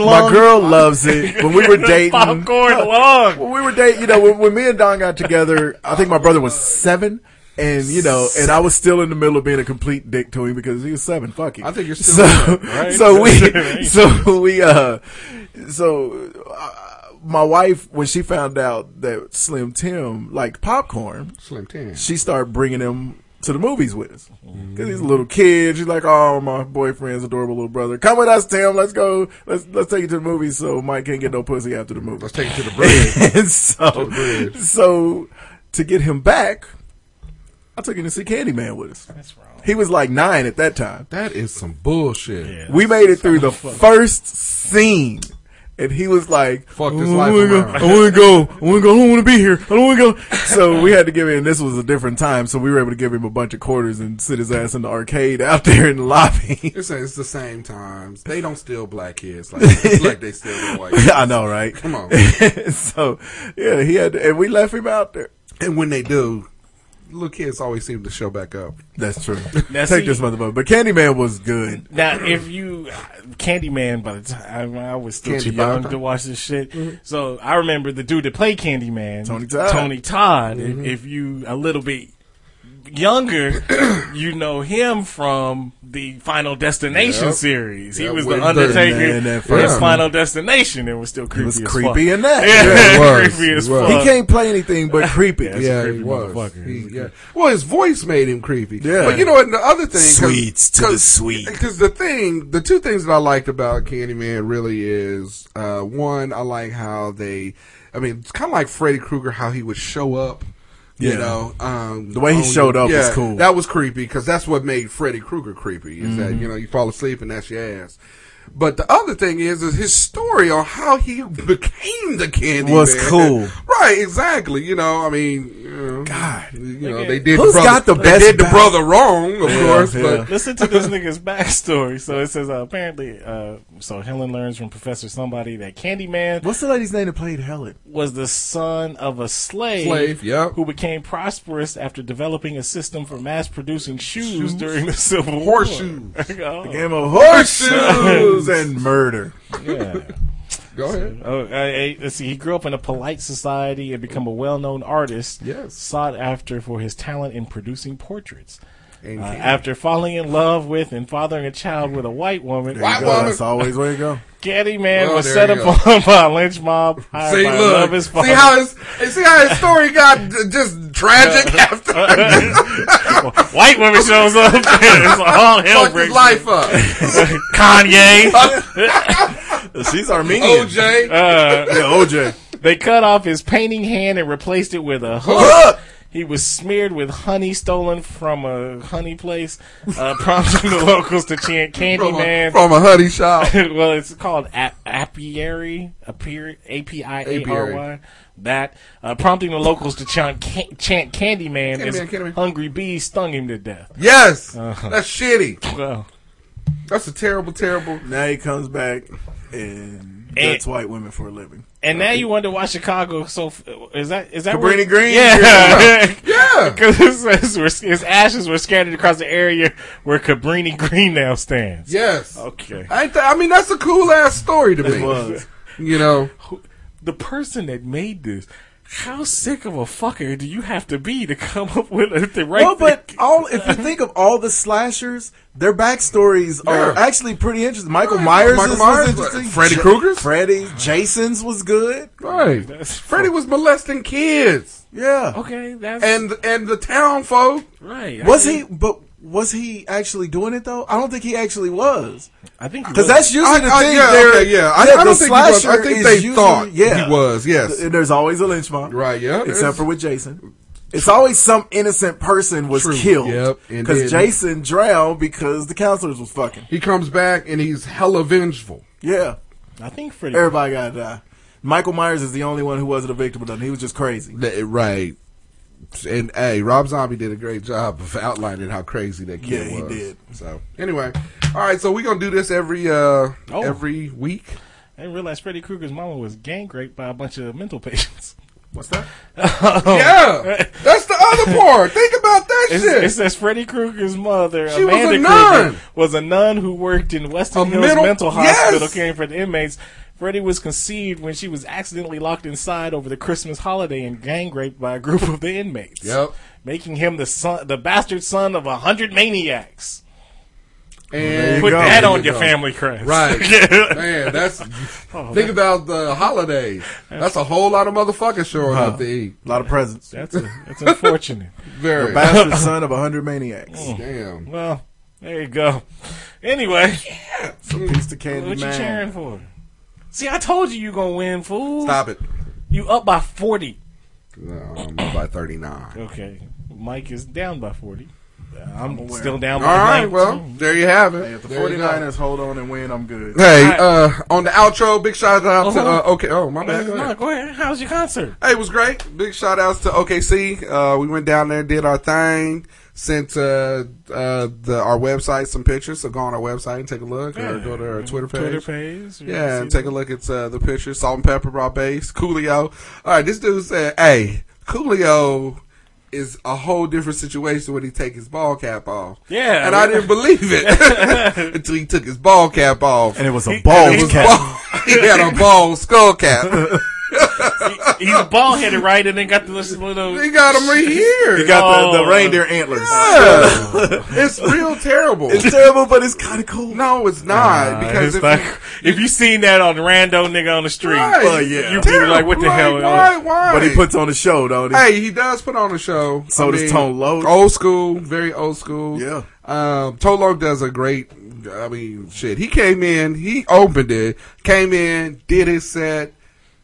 [SPEAKER 10] popcorn
[SPEAKER 8] My
[SPEAKER 10] lung?
[SPEAKER 8] girl loves it. When we were dating,
[SPEAKER 10] popcorn long.
[SPEAKER 8] When we were dating, you know, when, when me and Don got together, I think my brother was seven. And you know, and I was still in the middle of being a complete dick to him because he was seven. Fuck you.
[SPEAKER 9] I think you're still
[SPEAKER 8] so.
[SPEAKER 9] in that, right?
[SPEAKER 8] So we, so we, uh, so uh, my wife when she found out that Slim Tim liked popcorn,
[SPEAKER 9] Slim Ten.
[SPEAKER 8] she started bringing him to the movies with us because he's a little kid. She's like, "Oh, my boyfriend's adorable little brother. Come with us, Tim. Let's go. Let's let's take you to the movies so Mike can't get no pussy after the movie."
[SPEAKER 9] Let's take it to the bread.
[SPEAKER 8] and so, so to get him back, I took him to see Candyman with us.
[SPEAKER 10] That's wrong.
[SPEAKER 8] He was like nine at that time.
[SPEAKER 9] that is some bullshit.
[SPEAKER 8] We made it through the first scene. And he was like,
[SPEAKER 9] Fuck this
[SPEAKER 8] "Oh,
[SPEAKER 9] life
[SPEAKER 8] I wanna, go,
[SPEAKER 9] around."
[SPEAKER 8] I wanna go. I wanna go. I don't wanna be here. I don't wanna go. So we had to give him, this was a different time, so we were able to give him a bunch of quarters and sit his ass in the arcade out there in the lobby.
[SPEAKER 9] It's, it's the same times. They don't steal black kids like, like they steal the white kids.
[SPEAKER 8] I know, right?
[SPEAKER 9] Come on.
[SPEAKER 8] so, yeah, he had, to, and we left him out there.
[SPEAKER 9] And when they do, little kids always seem to show back up.
[SPEAKER 8] That's true.
[SPEAKER 10] Now,
[SPEAKER 8] Take
[SPEAKER 10] see-
[SPEAKER 8] this motherfucker. But Candyman was good.
[SPEAKER 10] Now, if you Candyman, by the time I was still
[SPEAKER 9] Candy
[SPEAKER 10] too
[SPEAKER 9] by the
[SPEAKER 10] young
[SPEAKER 9] time.
[SPEAKER 10] to watch this shit, so I remember the dude that played Candyman,
[SPEAKER 8] Tony Todd.
[SPEAKER 10] Tony Todd. If- If you a little bit younger, you know him from the Final Destination
[SPEAKER 9] Yep.
[SPEAKER 10] series.
[SPEAKER 9] Yeah,
[SPEAKER 10] he was
[SPEAKER 9] with
[SPEAKER 10] the
[SPEAKER 9] the
[SPEAKER 10] Undertaker
[SPEAKER 8] man, that
[SPEAKER 10] in
[SPEAKER 8] first
[SPEAKER 10] Final Destination. It was still creepy.
[SPEAKER 8] He was
[SPEAKER 10] as
[SPEAKER 8] creepy
[SPEAKER 10] fuck.
[SPEAKER 8] in that.
[SPEAKER 10] Yeah,
[SPEAKER 9] Yeah, it was.
[SPEAKER 10] creepy
[SPEAKER 9] It
[SPEAKER 10] as
[SPEAKER 9] was.
[SPEAKER 10] fuck.
[SPEAKER 8] He can't play anything but creepy.
[SPEAKER 9] yeah,
[SPEAKER 10] creepy
[SPEAKER 9] he was.
[SPEAKER 10] motherfucker.
[SPEAKER 9] He-
[SPEAKER 10] He's a
[SPEAKER 9] yeah. Well, his voice made him creepy.
[SPEAKER 8] Yeah.
[SPEAKER 9] But you know what? The other thing,
[SPEAKER 8] Sweets to the sweet.
[SPEAKER 9] Because the thing, the two things that I liked about Candyman really is uh, one, I like how they, I mean, it's kind of like Freddy Krueger, how he would show up.
[SPEAKER 8] Yeah.
[SPEAKER 9] You know, um,
[SPEAKER 8] The way he
[SPEAKER 9] on-
[SPEAKER 8] showed up was cool.
[SPEAKER 9] That was creepy because that's what made Freddy Krueger creepy. Is that
[SPEAKER 8] Mm-hmm.
[SPEAKER 9] you know you fall asleep and that's your ass. But the other thing is, is his story on how he became the Candyman
[SPEAKER 8] Was cool.
[SPEAKER 9] right? Exactly. You know, I mean, you know,
[SPEAKER 8] God.
[SPEAKER 9] you know, they did.
[SPEAKER 8] Who's
[SPEAKER 9] the brother,
[SPEAKER 8] got the
[SPEAKER 9] they
[SPEAKER 8] best
[SPEAKER 9] did the
[SPEAKER 8] back?
[SPEAKER 9] brother wrong, of course.
[SPEAKER 8] yeah.
[SPEAKER 9] But
[SPEAKER 10] Listen to this nigga's backstory. So it says uh, apparently, uh, so Helen learns from Professor Somebody that Candyman
[SPEAKER 8] What's the lady's name that played Helen?
[SPEAKER 10] was the son of a slave,
[SPEAKER 9] Slave, yep.
[SPEAKER 10] who became prosperous after developing a system for mass producing shoes, during the Civil
[SPEAKER 9] horseshoes.
[SPEAKER 10] War. oh,
[SPEAKER 8] Game of horseshoes and murder.
[SPEAKER 10] yeah.
[SPEAKER 9] Go ahead.
[SPEAKER 10] Oh, uh, eh, let's see. He grew up in a polite society and become a well-known artist,
[SPEAKER 9] Yes.
[SPEAKER 10] sought after for his talent in producing portraits.
[SPEAKER 9] And
[SPEAKER 10] Uh,
[SPEAKER 9] Candyman.
[SPEAKER 10] after falling in love with and fathering a child with a white woman,
[SPEAKER 9] White
[SPEAKER 8] Go,
[SPEAKER 9] woman.
[SPEAKER 8] that's always where you go.
[SPEAKER 10] Getty Man
[SPEAKER 9] Well,
[SPEAKER 10] was
[SPEAKER 9] Oh, there
[SPEAKER 10] set
[SPEAKER 9] you go.
[SPEAKER 10] upon by a lynch mob hired
[SPEAKER 9] See,
[SPEAKER 10] by a
[SPEAKER 9] look,
[SPEAKER 10] lover's
[SPEAKER 9] see
[SPEAKER 10] father.
[SPEAKER 9] how his, see how his story got d- just tragic after
[SPEAKER 10] White woman shows up. it's all hell
[SPEAKER 9] fucked his
[SPEAKER 10] breaks
[SPEAKER 9] life up.
[SPEAKER 10] Kanye.
[SPEAKER 8] She's Armenian.
[SPEAKER 9] OJ,
[SPEAKER 10] Uh,
[SPEAKER 8] Yeah, OJ.
[SPEAKER 10] they cut off his painting hand and replaced it with a hook. He was smeared with honey stolen from a honey place, uh, prompting the locals to chant
[SPEAKER 9] from a,
[SPEAKER 10] Candyman.
[SPEAKER 9] from a honey shop.
[SPEAKER 10] well, it's called a- apiary, apiary, A P I A R Y.
[SPEAKER 9] Apiary.
[SPEAKER 10] That uh, prompting the locals to chant, can- chant Candyman as
[SPEAKER 9] Candyman, Candyman.
[SPEAKER 10] hungry bees stung him to death.
[SPEAKER 9] Yes, that's shitty.
[SPEAKER 10] Well,
[SPEAKER 9] That's a terrible, terrible.
[SPEAKER 8] Now he comes back and that's white women for a living.
[SPEAKER 10] and now you wonder why Chicago so f- is that is that
[SPEAKER 8] Cabrini Green?
[SPEAKER 10] Yeah,
[SPEAKER 9] Yeah,
[SPEAKER 10] because it says we're- his ashes were scattered across the area where Cabrini Green now stands.
[SPEAKER 9] yes.
[SPEAKER 10] Okay.
[SPEAKER 9] I, ain't th- I mean, that's a cool ass story to me.
[SPEAKER 8] was.
[SPEAKER 9] You know,
[SPEAKER 10] the person that made this, how sick of a fucker do you have to be to come up with it the right?
[SPEAKER 8] Well, but
[SPEAKER 10] thing?
[SPEAKER 8] all if you think of all the slashers, their backstories are
[SPEAKER 9] Yeah.
[SPEAKER 8] actually pretty interesting. Michael Myers,
[SPEAKER 9] Michael
[SPEAKER 8] is-
[SPEAKER 9] Myers,
[SPEAKER 8] was interesting.
[SPEAKER 9] Freddy
[SPEAKER 8] Ja-
[SPEAKER 9] Krueger's?
[SPEAKER 8] Freddy, Jason's was good.
[SPEAKER 9] right? Freddie was molesting kids,
[SPEAKER 8] Yeah.
[SPEAKER 10] okay, that's
[SPEAKER 9] and and the town folk.
[SPEAKER 10] right.
[SPEAKER 8] Was
[SPEAKER 10] I
[SPEAKER 8] he?
[SPEAKER 10] think-
[SPEAKER 8] But was he actually doing it though? I don't think he actually was.
[SPEAKER 10] I think he
[SPEAKER 8] Because
[SPEAKER 10] was.
[SPEAKER 8] that's usually
[SPEAKER 9] I-
[SPEAKER 8] the
[SPEAKER 9] I-
[SPEAKER 8] thing.
[SPEAKER 9] yeah,
[SPEAKER 8] there-
[SPEAKER 9] okay, yeah. I- I
[SPEAKER 8] the
[SPEAKER 9] don't think he was. I
[SPEAKER 8] slasher
[SPEAKER 9] think
[SPEAKER 8] is
[SPEAKER 9] they
[SPEAKER 8] usually-
[SPEAKER 9] thought he was, yes.
[SPEAKER 8] Th- there's always a lynch mob.
[SPEAKER 9] Right, yeah,
[SPEAKER 8] Except
[SPEAKER 9] there's-
[SPEAKER 8] for with Jason. It's always some innocent person was
[SPEAKER 9] True,
[SPEAKER 8] killed.
[SPEAKER 9] yep, and
[SPEAKER 8] Because
[SPEAKER 9] then-
[SPEAKER 8] Jason drowned because the counselors was fucking.
[SPEAKER 9] He comes back and he's hella vengeful.
[SPEAKER 8] Yeah.
[SPEAKER 10] I think Freddie.
[SPEAKER 8] Everybody got to die. Michael Myers is the only one who wasn't a victim of nothing. He was just crazy.
[SPEAKER 9] Th- Right. And hey, Rob Zombie did a great job of outlining how crazy that kid
[SPEAKER 8] Yeah, he
[SPEAKER 9] was.
[SPEAKER 8] did.
[SPEAKER 9] So anyway, all right. So we're gonna do this every uh
[SPEAKER 10] Oh.
[SPEAKER 9] every week.
[SPEAKER 10] I didn't realize Freddy Krueger's mama was gang raped by a bunch of mental patients.
[SPEAKER 8] What's that?
[SPEAKER 10] Oh.
[SPEAKER 9] Yeah, that's the other part. Think about that
[SPEAKER 10] It
[SPEAKER 9] shit.
[SPEAKER 10] it says Freddy Krueger's mother,
[SPEAKER 9] She was a
[SPEAKER 10] Amanda
[SPEAKER 9] nun.
[SPEAKER 10] Krueger, was a nun who worked in Weston
[SPEAKER 9] A
[SPEAKER 10] Hills
[SPEAKER 9] mental-
[SPEAKER 10] Mental Hospital
[SPEAKER 9] Yes!
[SPEAKER 10] caring for the inmates. Freddie was conceived when she was accidentally locked inside over the Christmas holiday and gang raped by a group of the inmates.
[SPEAKER 9] Yep.
[SPEAKER 10] Making him the son, the bastard son of a hundred maniacs.
[SPEAKER 9] and
[SPEAKER 10] Put
[SPEAKER 8] go.
[SPEAKER 10] that
[SPEAKER 9] There
[SPEAKER 10] on
[SPEAKER 9] you
[SPEAKER 10] your
[SPEAKER 9] go.
[SPEAKER 10] family crest.
[SPEAKER 9] Right.
[SPEAKER 10] Yeah.
[SPEAKER 9] Man, that's think about the holidays. That's a whole lot of motherfuckers showing up to eat.
[SPEAKER 8] A lot of presents.
[SPEAKER 10] That's, a, that's unfortunate.
[SPEAKER 9] Very
[SPEAKER 8] Bastard son of a hundred maniacs.
[SPEAKER 9] damn.
[SPEAKER 10] well, there you go. Anyway,
[SPEAKER 8] Piece of candy
[SPEAKER 10] what you
[SPEAKER 8] man.
[SPEAKER 10] cheering for? See, I told you you gonna win, fool.
[SPEAKER 9] Stop it.
[SPEAKER 10] You up by forty.
[SPEAKER 9] No, I'm by thirty nine.
[SPEAKER 10] Okay, Mike is down by forty. I'm still
[SPEAKER 9] All
[SPEAKER 10] down by
[SPEAKER 9] right,
[SPEAKER 10] 19.
[SPEAKER 9] well, there you have it.
[SPEAKER 8] Hey, if the
[SPEAKER 9] There you go.
[SPEAKER 8] 49ers hold on and win, I'm good.
[SPEAKER 9] Hey,
[SPEAKER 10] Alright.
[SPEAKER 9] uh, on the outro, big shout out to
[SPEAKER 10] Uh-huh.
[SPEAKER 9] uh, okay. Oh, my bad. Go
[SPEAKER 10] No,
[SPEAKER 9] ahead.
[SPEAKER 10] go ahead. How's your concert?
[SPEAKER 9] Hey, it was great. Big shout outs to OKC. Uh, we went down there, and did our thing, sent uh, uh, the, our website some pictures. So go on our website and take a look, or
[SPEAKER 10] Yeah.
[SPEAKER 9] go to our Twitter page.
[SPEAKER 10] Twitter page. You
[SPEAKER 9] Yeah,
[SPEAKER 10] see
[SPEAKER 9] and take a look at uh, the picture. Salt and pepper brought base. Coolio. All right, this dude said, "Hey, Coolio." Is a whole different situation when he take his ball cap off.
[SPEAKER 10] Yeah.
[SPEAKER 9] and I didn't believe it until he took his ball cap off.
[SPEAKER 8] And it was a bald
[SPEAKER 9] It was
[SPEAKER 8] cat.
[SPEAKER 9] bald. he had a bald skull cap.
[SPEAKER 10] that. He- He's bald headed, right? And then got the little. little
[SPEAKER 9] They got him right here.
[SPEAKER 8] He got the, the
[SPEAKER 10] Oh.
[SPEAKER 8] reindeer antlers.
[SPEAKER 9] Yeah. it's real terrible.
[SPEAKER 8] It's terrible, but it's kind of cool.
[SPEAKER 9] no, it's not
[SPEAKER 10] Uh,
[SPEAKER 9] because
[SPEAKER 10] it's
[SPEAKER 9] if
[SPEAKER 10] like,
[SPEAKER 9] you-
[SPEAKER 10] if you seen that on rando nigga on the street,
[SPEAKER 9] Right.
[SPEAKER 8] Well, yeah.
[SPEAKER 10] you'd be like, what the hell?
[SPEAKER 9] Like, Why? Why?
[SPEAKER 8] But he puts on a show, though. not
[SPEAKER 9] Hey, he does put on a show.
[SPEAKER 8] So does Tone Loc.
[SPEAKER 9] Old school, very old school.
[SPEAKER 8] Yeah.
[SPEAKER 9] Um, Tone Loc does a great. I mean, shit. He came in, he opened it, came in, did his set,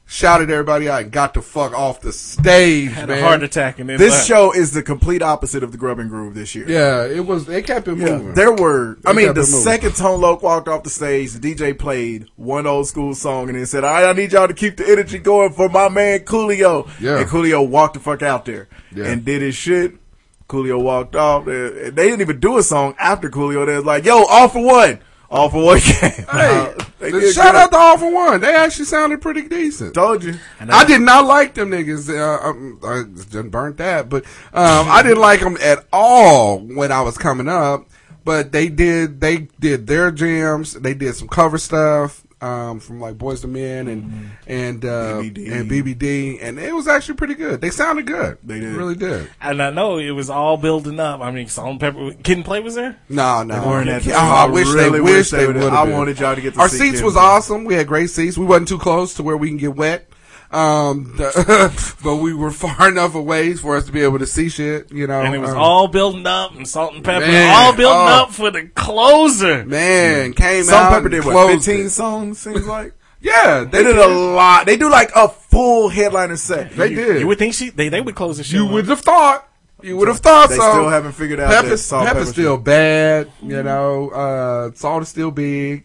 [SPEAKER 9] shouted everybody out, and got the fuck off the stage,
[SPEAKER 10] Had
[SPEAKER 9] man.
[SPEAKER 10] a heart attack and then
[SPEAKER 8] This
[SPEAKER 10] left.
[SPEAKER 8] show is the complete opposite of the Grub and Groove this year.
[SPEAKER 9] Yeah, it was. They kept it
[SPEAKER 8] Yeah,
[SPEAKER 9] moving.
[SPEAKER 8] there were. I
[SPEAKER 9] They
[SPEAKER 8] mean,
[SPEAKER 9] kept
[SPEAKER 8] the
[SPEAKER 9] it moving.
[SPEAKER 8] second Tone Loc walked off the stage, the DJ played one old school song and then said, "All right, I need y'all to keep the energy going for my man Coolio."
[SPEAKER 9] Yeah.
[SPEAKER 8] And Coolio walked the fuck out there
[SPEAKER 9] Yeah.
[SPEAKER 8] and did his shit. Coolio walked off. They they didn't even do a song after Coolio. They was like, "Yo, all for one, all for one." Came
[SPEAKER 9] Hey,
[SPEAKER 8] out. Uh, They
[SPEAKER 9] the-
[SPEAKER 8] did
[SPEAKER 9] shout
[SPEAKER 8] good.
[SPEAKER 9] out to All for One. They actually sounded pretty decent.
[SPEAKER 8] Told you.
[SPEAKER 9] I did not like them niggas. Uh, um, I done burnt that, but um, I didn't like them at all when I was coming up. But they did. They did their jams. They did some cover stuff um, from like Boys to Men and
[SPEAKER 8] Mm-hmm.
[SPEAKER 9] and uh,
[SPEAKER 8] BBD.
[SPEAKER 9] and BBD, and it was actually pretty good. They sounded good.
[SPEAKER 8] They did.
[SPEAKER 9] really did.
[SPEAKER 10] and I know it was all building up. I mean, Salt and Pepper, Kid and Play was there.
[SPEAKER 9] No, no.
[SPEAKER 8] weren't at the
[SPEAKER 9] oh,
[SPEAKER 8] time.
[SPEAKER 9] I wish
[SPEAKER 8] Really
[SPEAKER 9] they
[SPEAKER 8] wish
[SPEAKER 9] wish
[SPEAKER 8] they
[SPEAKER 9] they would.
[SPEAKER 8] would've-
[SPEAKER 9] have
[SPEAKER 8] I wanted y'all to get to
[SPEAKER 9] Our
[SPEAKER 8] see
[SPEAKER 9] seats
[SPEAKER 8] them.
[SPEAKER 9] was awesome. We had great seats. We wasn't too close to where we can get wet. Um, the- but we were far enough away for us to be able to see shit, you know.
[SPEAKER 10] And it was
[SPEAKER 9] um,
[SPEAKER 10] all building up and salt and pepper,
[SPEAKER 9] Man,
[SPEAKER 10] all building
[SPEAKER 9] oh.
[SPEAKER 10] up for the closer.
[SPEAKER 9] Man, came
[SPEAKER 8] Mm. Salt and
[SPEAKER 9] out.
[SPEAKER 8] Pepper
[SPEAKER 9] and
[SPEAKER 8] did what?
[SPEAKER 9] closed
[SPEAKER 8] Fifteen
[SPEAKER 9] it.
[SPEAKER 8] songs seems like
[SPEAKER 9] Yeah,
[SPEAKER 8] they did a lot. They do like a full headliner set.
[SPEAKER 9] They did.
[SPEAKER 10] You would think she they, they would close the show.
[SPEAKER 9] You
[SPEAKER 10] up.
[SPEAKER 9] would have thought. You would have thought
[SPEAKER 8] They
[SPEAKER 9] so.
[SPEAKER 8] still haven't figured out
[SPEAKER 9] Pepper,
[SPEAKER 8] that salt
[SPEAKER 9] Pepper's
[SPEAKER 8] pepper
[SPEAKER 9] still bad, you know. Uh, salt is still big,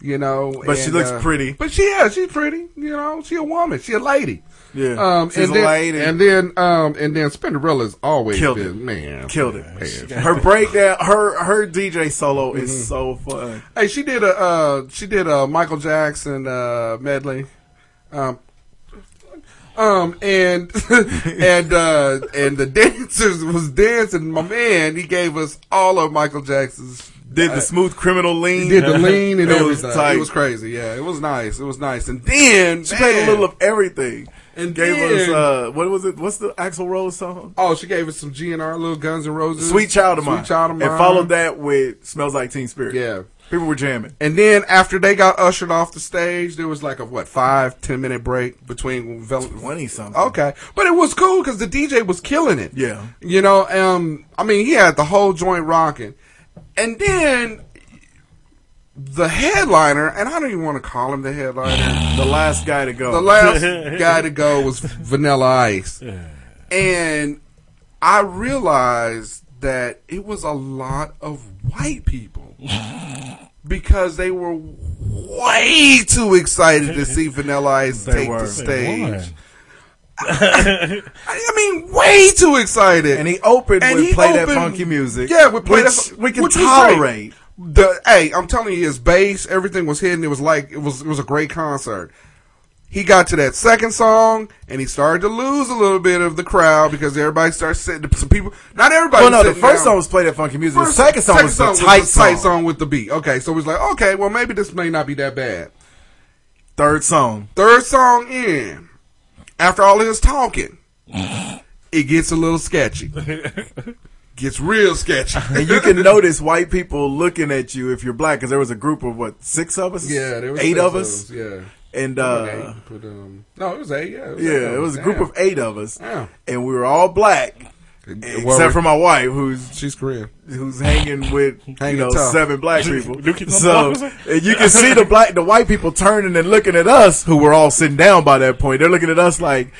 [SPEAKER 9] you know. uh,
[SPEAKER 8] But she looks pretty.
[SPEAKER 9] But she, yeah, she's pretty. You know, she a woman. She a lady.
[SPEAKER 8] Yeah,
[SPEAKER 9] Um,
[SPEAKER 8] she's
[SPEAKER 9] and
[SPEAKER 8] a
[SPEAKER 9] then,
[SPEAKER 8] lady.
[SPEAKER 9] and then, um, and then Spinderella's always
[SPEAKER 8] Killed
[SPEAKER 9] been
[SPEAKER 8] it.
[SPEAKER 9] man,
[SPEAKER 8] killed it.
[SPEAKER 9] man.
[SPEAKER 8] Her breakdown, her her DJ solo
[SPEAKER 9] Mm-hmm.
[SPEAKER 8] is so fun.
[SPEAKER 9] Hey, she did a uh, she did a Michael Jackson uh, medley, um, um, and and uh, and the dancers was dancing. My man, he gave us all of Michael Jackson's.
[SPEAKER 8] Did the smooth criminal lean?
[SPEAKER 9] He did the lean and
[SPEAKER 8] It was
[SPEAKER 9] everything.
[SPEAKER 8] tight.
[SPEAKER 9] it was crazy. Yeah, it was nice. It was nice. And then
[SPEAKER 8] She played
[SPEAKER 9] man,
[SPEAKER 8] a little of everything
[SPEAKER 9] And
[SPEAKER 8] and gave us
[SPEAKER 9] then-
[SPEAKER 8] uh, what was it? What's the Axl Rose song?
[SPEAKER 9] Oh, she gave us some GNR, little Guns N' Roses,
[SPEAKER 8] Sweet Child of Mine.
[SPEAKER 9] Sweet Child of Mine,
[SPEAKER 8] And followed that with Smells Like Teen Spirit.
[SPEAKER 9] Yeah.
[SPEAKER 8] people were jamming.
[SPEAKER 9] And then after they got ushered off the stage, there was like a what five ten minute break between vel-
[SPEAKER 8] Twenty something.
[SPEAKER 9] Okay, but it was cool because the DJ was killing it.
[SPEAKER 8] Yeah.
[SPEAKER 9] you know, um, I mean, he had the whole joint rocking, and then the headliner, and I don't even want to call him the headliner.
[SPEAKER 8] the last guy to go.
[SPEAKER 9] the last guy to go was Vanilla Ice, and I realized that it was a lot of white people because they were way too excited to see Vanilla Ice take
[SPEAKER 8] were.
[SPEAKER 9] the
[SPEAKER 8] They
[SPEAKER 9] stage. I I mean, way too excited.
[SPEAKER 8] and he opened
[SPEAKER 9] And
[SPEAKER 8] with
[SPEAKER 9] he
[SPEAKER 8] play that
[SPEAKER 9] opened-
[SPEAKER 8] funky music.
[SPEAKER 9] Yeah, with play
[SPEAKER 8] which
[SPEAKER 9] that fu-
[SPEAKER 8] we can
[SPEAKER 9] which was great.
[SPEAKER 8] tolerate.
[SPEAKER 9] The hey, I'm telling you, his bass, everything was hidden. It was like it was it was a great concert. He got to that second song and he started to lose a little bit of the crowd because everybody starts sitting. Some people, not everybody.
[SPEAKER 8] Well, no, the
[SPEAKER 9] sitting
[SPEAKER 8] first
[SPEAKER 9] down.
[SPEAKER 8] song was play that funky music.
[SPEAKER 9] First-
[SPEAKER 8] the second song was the tight
[SPEAKER 9] the tight
[SPEAKER 8] song.
[SPEAKER 9] song with the beat. Okay, so it was like, okay, well maybe this may not be that bad.
[SPEAKER 8] Third song.
[SPEAKER 9] Third song in, after all his talking, it gets a little sketchy. gets real sketchy.
[SPEAKER 8] And you can notice white people looking at you if you're black, because there was a group of what six of us,
[SPEAKER 9] Yeah, there was
[SPEAKER 8] eight
[SPEAKER 9] six
[SPEAKER 8] of us,
[SPEAKER 9] Yeah.
[SPEAKER 8] and
[SPEAKER 9] Eight,
[SPEAKER 8] uh,
[SPEAKER 9] but, um, no, it was eight. Yeah, it was eight
[SPEAKER 8] yeah, it was a group
[SPEAKER 9] Damn.
[SPEAKER 8] of eight of us,
[SPEAKER 9] Yeah.
[SPEAKER 8] and we were all black except
[SPEAKER 9] Well,
[SPEAKER 8] for my wife, who's
[SPEAKER 9] she's Korean.
[SPEAKER 8] who's hanging with
[SPEAKER 9] Hanging
[SPEAKER 8] you know
[SPEAKER 9] tough.
[SPEAKER 8] seven black people.
[SPEAKER 10] Duke is on
[SPEAKER 8] so
[SPEAKER 10] the block,
[SPEAKER 8] and you can see the black, the white people turning and looking at us, who were all sitting down by that point. They're looking at us like.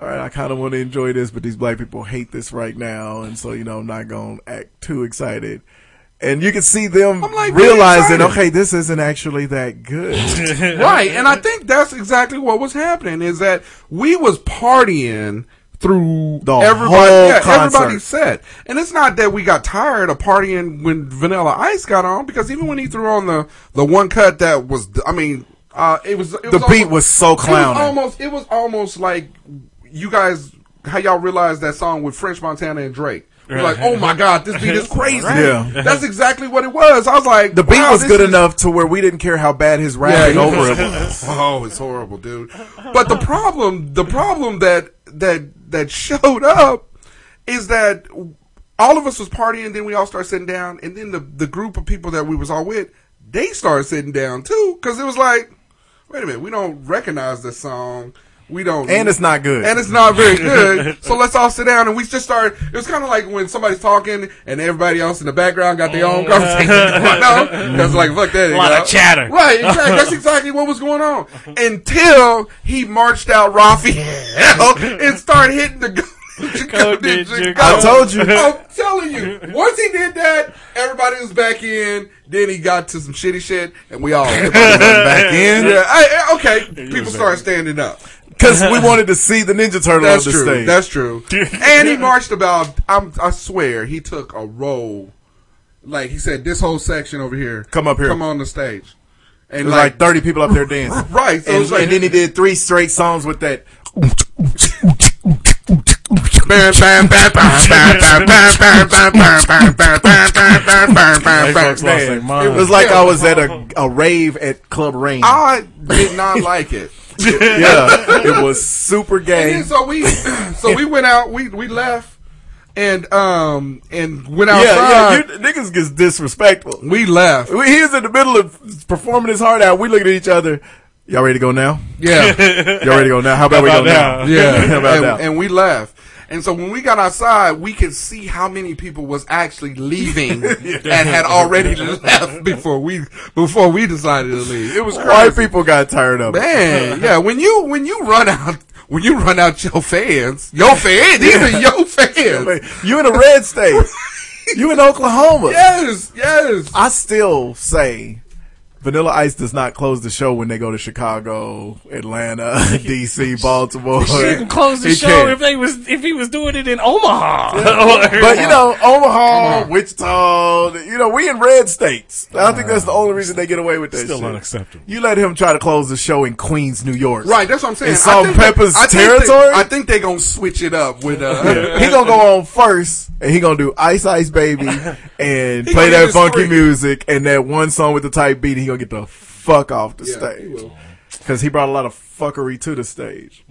[SPEAKER 8] All right, I kind of want to enjoy this, but these black people hate this right now, and so you know I'm not gonna act too excited. And you can see them
[SPEAKER 9] I'm like,
[SPEAKER 8] realizing,
[SPEAKER 9] "Get excited."
[SPEAKER 8] okay, this isn't actually that good.
[SPEAKER 9] right, and I think that's exactly what was happening is that we was partying through
[SPEAKER 8] The
[SPEAKER 9] everybody,
[SPEAKER 8] whole
[SPEAKER 9] yeah,
[SPEAKER 8] concert.
[SPEAKER 9] everybody set, and it's not that we got tired of partying when Vanilla Ice got on because even when he threw on the the one cut that was, I mean, uh, it was it
[SPEAKER 8] The beat was so
[SPEAKER 9] clown.
[SPEAKER 8] clowny.
[SPEAKER 9] almost it was almost like you guys how y'all realized that song with French Montana and Drake. We're like, oh my god, this beat is crazy.
[SPEAKER 8] Yeah.
[SPEAKER 9] that's exactly what it was. I was like,
[SPEAKER 8] The beat
[SPEAKER 9] wow,
[SPEAKER 8] was
[SPEAKER 9] this
[SPEAKER 8] good
[SPEAKER 9] is-
[SPEAKER 8] enough to where we didn't care how bad his rapping
[SPEAKER 9] he-
[SPEAKER 8] over it was.
[SPEAKER 9] Oh, it's horrible, dude. But the problem, the problem that that that showed up is that all of us was partying, then we all started sitting down, and then the the group of people that we was all with, they started sitting down too, because it was like, wait a minute, we don't recognize this song. We don't,
[SPEAKER 8] And it's not good.
[SPEAKER 9] and it's not very good. so let's all sit down, and we just started. It was kind of like when somebody's talking, and everybody else in the background got their own
[SPEAKER 8] Oh.
[SPEAKER 9] conversation going on. That's like fuck that. A
[SPEAKER 10] Lot of chatter.
[SPEAKER 9] Right, exactly. That's exactly what was going on. Until he marched out Raphael and started hitting the
[SPEAKER 10] Go,
[SPEAKER 9] go-
[SPEAKER 10] did you
[SPEAKER 8] I told you.
[SPEAKER 9] I'm telling you. Once he did that, everybody was back in. Then he got to some shitty shit, and we all went back in. Yeah, I, I- okay. People started standing up.
[SPEAKER 8] Because we wanted to see the Ninja Turtle
[SPEAKER 9] That's
[SPEAKER 8] on the
[SPEAKER 9] true.
[SPEAKER 8] stage.
[SPEAKER 9] That's true. and he marched about. I'm, I swear, he took a roll. Like he said, this whole section over here,
[SPEAKER 8] Come up here.
[SPEAKER 9] come on the stage,
[SPEAKER 8] It
[SPEAKER 9] and
[SPEAKER 8] was
[SPEAKER 9] like,
[SPEAKER 8] like 30 people up there dancing.
[SPEAKER 9] right. So
[SPEAKER 8] and,
[SPEAKER 9] it's like,
[SPEAKER 8] and then he did three straight songs with that.
[SPEAKER 9] bam, bam, bam, bam, bam, bam, bam, bam, bam, bam, bam, bam, bam, bam, bam, bam, bam,
[SPEAKER 10] Xbox
[SPEAKER 9] bam.
[SPEAKER 10] Live.
[SPEAKER 8] Man,
[SPEAKER 10] mine.
[SPEAKER 8] it was like I was at a, a rave at Club Rain.
[SPEAKER 9] I did not like it.
[SPEAKER 8] yeah, it was super
[SPEAKER 9] And
[SPEAKER 8] gay.
[SPEAKER 9] then so we, so we went out. We we left, and um and went
[SPEAKER 8] Yeah, yeah,
[SPEAKER 9] outside.
[SPEAKER 8] you, niggas gets disrespectful.
[SPEAKER 9] We left.
[SPEAKER 8] We, he was in the middle of performing his heart out. We looking at each other. Y'all ready to go now?
[SPEAKER 9] Yeah.
[SPEAKER 8] Y'all ready to go now? How about, we go
[SPEAKER 10] about
[SPEAKER 8] now?
[SPEAKER 10] now?
[SPEAKER 9] Yeah,
[SPEAKER 8] How about
[SPEAKER 9] and,
[SPEAKER 8] now?
[SPEAKER 9] and we left. And so when we got outside, we could see how many people was actually leaving and had already left before we before we decided to leave. It was
[SPEAKER 8] White
[SPEAKER 9] crazy,
[SPEAKER 8] people got tired of it.
[SPEAKER 9] man. Yeah, when you when you run out when you run out your fans, your fans, these are your
[SPEAKER 8] Like,
[SPEAKER 9] fans.
[SPEAKER 8] You in a red state. you in Oklahoma.
[SPEAKER 9] Yes, yes.
[SPEAKER 8] I still say Vanilla Ice does not close the show when they go to Chicago, Atlanta, DC, Baltimore.
[SPEAKER 10] Shouldn't close the
[SPEAKER 8] He
[SPEAKER 10] show
[SPEAKER 8] can't.
[SPEAKER 10] if they was if he was doing it in Omaha.
[SPEAKER 8] But you know, Omaha, Wichita, you know, we in red states. I don't think that's the only reason they get away with that.
[SPEAKER 10] Still
[SPEAKER 8] shit.
[SPEAKER 10] unacceptable.
[SPEAKER 8] You let him try to close the show in Queens, New York.
[SPEAKER 9] Right, that's what I'm saying.
[SPEAKER 8] In
[SPEAKER 9] I
[SPEAKER 8] Salt and
[SPEAKER 9] think they-
[SPEAKER 8] Pepper's
[SPEAKER 9] I think they-
[SPEAKER 8] territory?
[SPEAKER 9] I think they gonna switch it up with uh,
[SPEAKER 8] he gonna go on first, and he gonna do Ice Ice Baby and
[SPEAKER 9] He
[SPEAKER 8] play
[SPEAKER 9] gonna
[SPEAKER 8] that
[SPEAKER 9] hit
[SPEAKER 8] funky
[SPEAKER 9] his three.
[SPEAKER 8] music and that one song with the type beat. And he gonna get the fuck off the
[SPEAKER 9] he
[SPEAKER 8] stage
[SPEAKER 9] will.
[SPEAKER 8] because he brought a lot of fuckery to the stage.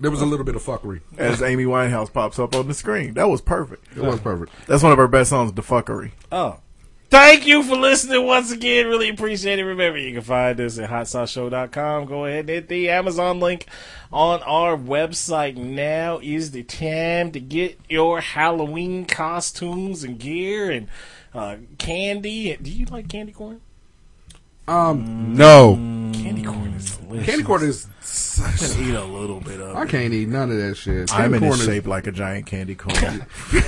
[SPEAKER 9] There was a little bit of fuckery.
[SPEAKER 8] As Amy Winehouse pops up on the screen, that was perfect.
[SPEAKER 9] It was perfect.
[SPEAKER 8] That's one of her best songs, "The Fuckery."
[SPEAKER 10] Oh. Thank you for listening once again. Really appreciate it. Remember, you can find us at hotsauceshow.com. Go ahead and hit the Amazon link on our website. Now is the time to get your Halloween costumes and gear and uh, candy. Do you like candy corn?
[SPEAKER 9] Um, no,
[SPEAKER 10] Candy corn is delicious.
[SPEAKER 9] candy corn is.
[SPEAKER 8] Eat a little bit of.
[SPEAKER 9] I can't eat none of that shit.
[SPEAKER 8] I'm in
[SPEAKER 9] Candy corn
[SPEAKER 8] his
[SPEAKER 9] is-
[SPEAKER 8] shape like a giant candy corn.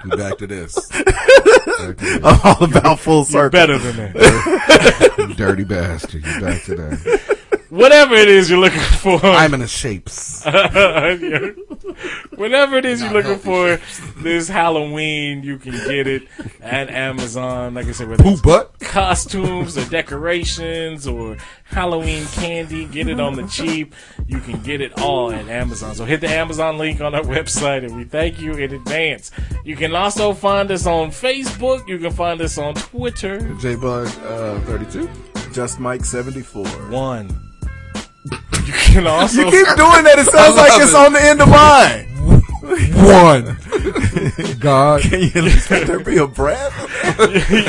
[SPEAKER 9] I'm Back to this. Back to
[SPEAKER 8] I'm all about full
[SPEAKER 10] You're
[SPEAKER 8] circle.
[SPEAKER 10] better than that.
[SPEAKER 9] this. You dirty bastard. You back to that.
[SPEAKER 10] Whatever it is you're looking for.
[SPEAKER 9] I'm in the shapes.
[SPEAKER 10] Whatever it is you're
[SPEAKER 9] Not
[SPEAKER 10] looking for
[SPEAKER 9] healthy
[SPEAKER 10] this Halloween, you can get it at Amazon. Like I said, whether
[SPEAKER 9] Who
[SPEAKER 10] it's
[SPEAKER 9] but?
[SPEAKER 10] costumes or decorations or Halloween candy, get it on the cheap. You can get it all at Amazon. So hit the Amazon link on our website and we thank you in advance. You can also find us on Facebook. You can find us on Twitter.
[SPEAKER 9] J Bug uh, 32.
[SPEAKER 8] Just Mike seventy four.
[SPEAKER 10] One. You can also
[SPEAKER 8] You keep doing that. It sounds
[SPEAKER 9] I
[SPEAKER 8] like
[SPEAKER 9] love
[SPEAKER 8] it's
[SPEAKER 9] it.
[SPEAKER 8] on the end of mine.
[SPEAKER 9] One. God.
[SPEAKER 8] Can you at least let there be a breath?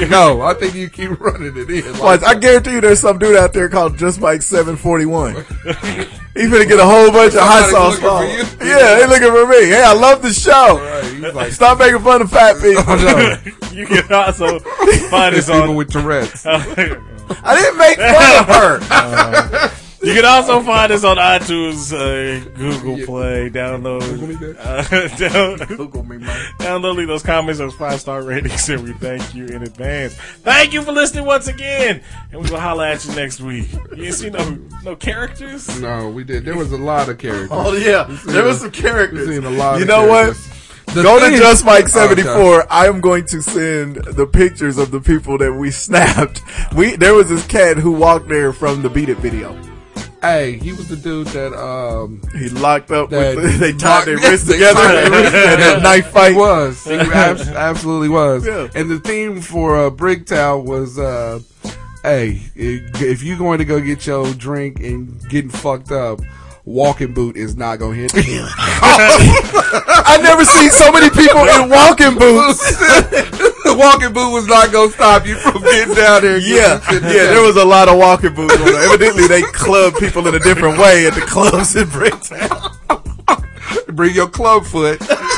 [SPEAKER 9] No, I think you keep running it in. Like,
[SPEAKER 8] Watch, I guarantee you there's some dude out there called Just Mike 741. He's gonna get a whole bunch of hot
[SPEAKER 9] Somebody's
[SPEAKER 8] sauce
[SPEAKER 9] looking
[SPEAKER 8] followers.
[SPEAKER 9] for you.
[SPEAKER 8] Yeah, they looking for me. Hey, I love the show.
[SPEAKER 9] Right, he's like,
[SPEAKER 8] Stop making fun of fat people.
[SPEAKER 9] oh, no.
[SPEAKER 10] you can also find
[SPEAKER 9] It's
[SPEAKER 10] us
[SPEAKER 9] people
[SPEAKER 10] on
[SPEAKER 9] with Tourette's.
[SPEAKER 8] I didn't make fun of her.
[SPEAKER 10] You can also find us on iTunes, uh, Google Play, download, uh, down,
[SPEAKER 8] Google me, man.
[SPEAKER 10] download, leave those comments, those five star ratings, and we thank you in advance. Thank you for listening once again, and we will holler at you next week. You didn't see no no characters.
[SPEAKER 9] No, we did. There was a lot of characters.
[SPEAKER 8] Oh yeah, there was some characters.
[SPEAKER 9] We've seen a lot
[SPEAKER 8] you
[SPEAKER 9] of
[SPEAKER 8] know
[SPEAKER 9] characters.
[SPEAKER 8] what? Go to
[SPEAKER 9] thing-
[SPEAKER 8] Just Mike
[SPEAKER 9] Oh,
[SPEAKER 8] 74. I am going to send the pictures of the people that we snapped. We there was this cat who walked there from the Beat It video.
[SPEAKER 9] Hey, he was the dude that um
[SPEAKER 8] He locked up. With,
[SPEAKER 9] That-
[SPEAKER 8] they tied their
[SPEAKER 9] Yes,
[SPEAKER 8] wrists
[SPEAKER 9] they
[SPEAKER 8] together
[SPEAKER 9] tied their wrists
[SPEAKER 8] and a
[SPEAKER 9] together.
[SPEAKER 8] knife fight.
[SPEAKER 9] He was. He abs- absolutely was.
[SPEAKER 8] Yeah.
[SPEAKER 9] And the theme for uh, Bricktown was, uh, hey, if if you're going to go get your drink and getting fucked up, walking boot is not going to hit you.
[SPEAKER 8] I never seen so many people in walking boots.
[SPEAKER 9] the walking boot was not going to stop you from getting down there. and getting
[SPEAKER 8] Yeah,
[SPEAKER 9] shit
[SPEAKER 8] yeah.
[SPEAKER 9] together.
[SPEAKER 8] There was a lot of walking boots. On there. Evidently, they club people in a different way at the clubs in Bricktown.
[SPEAKER 9] Bring your club foot.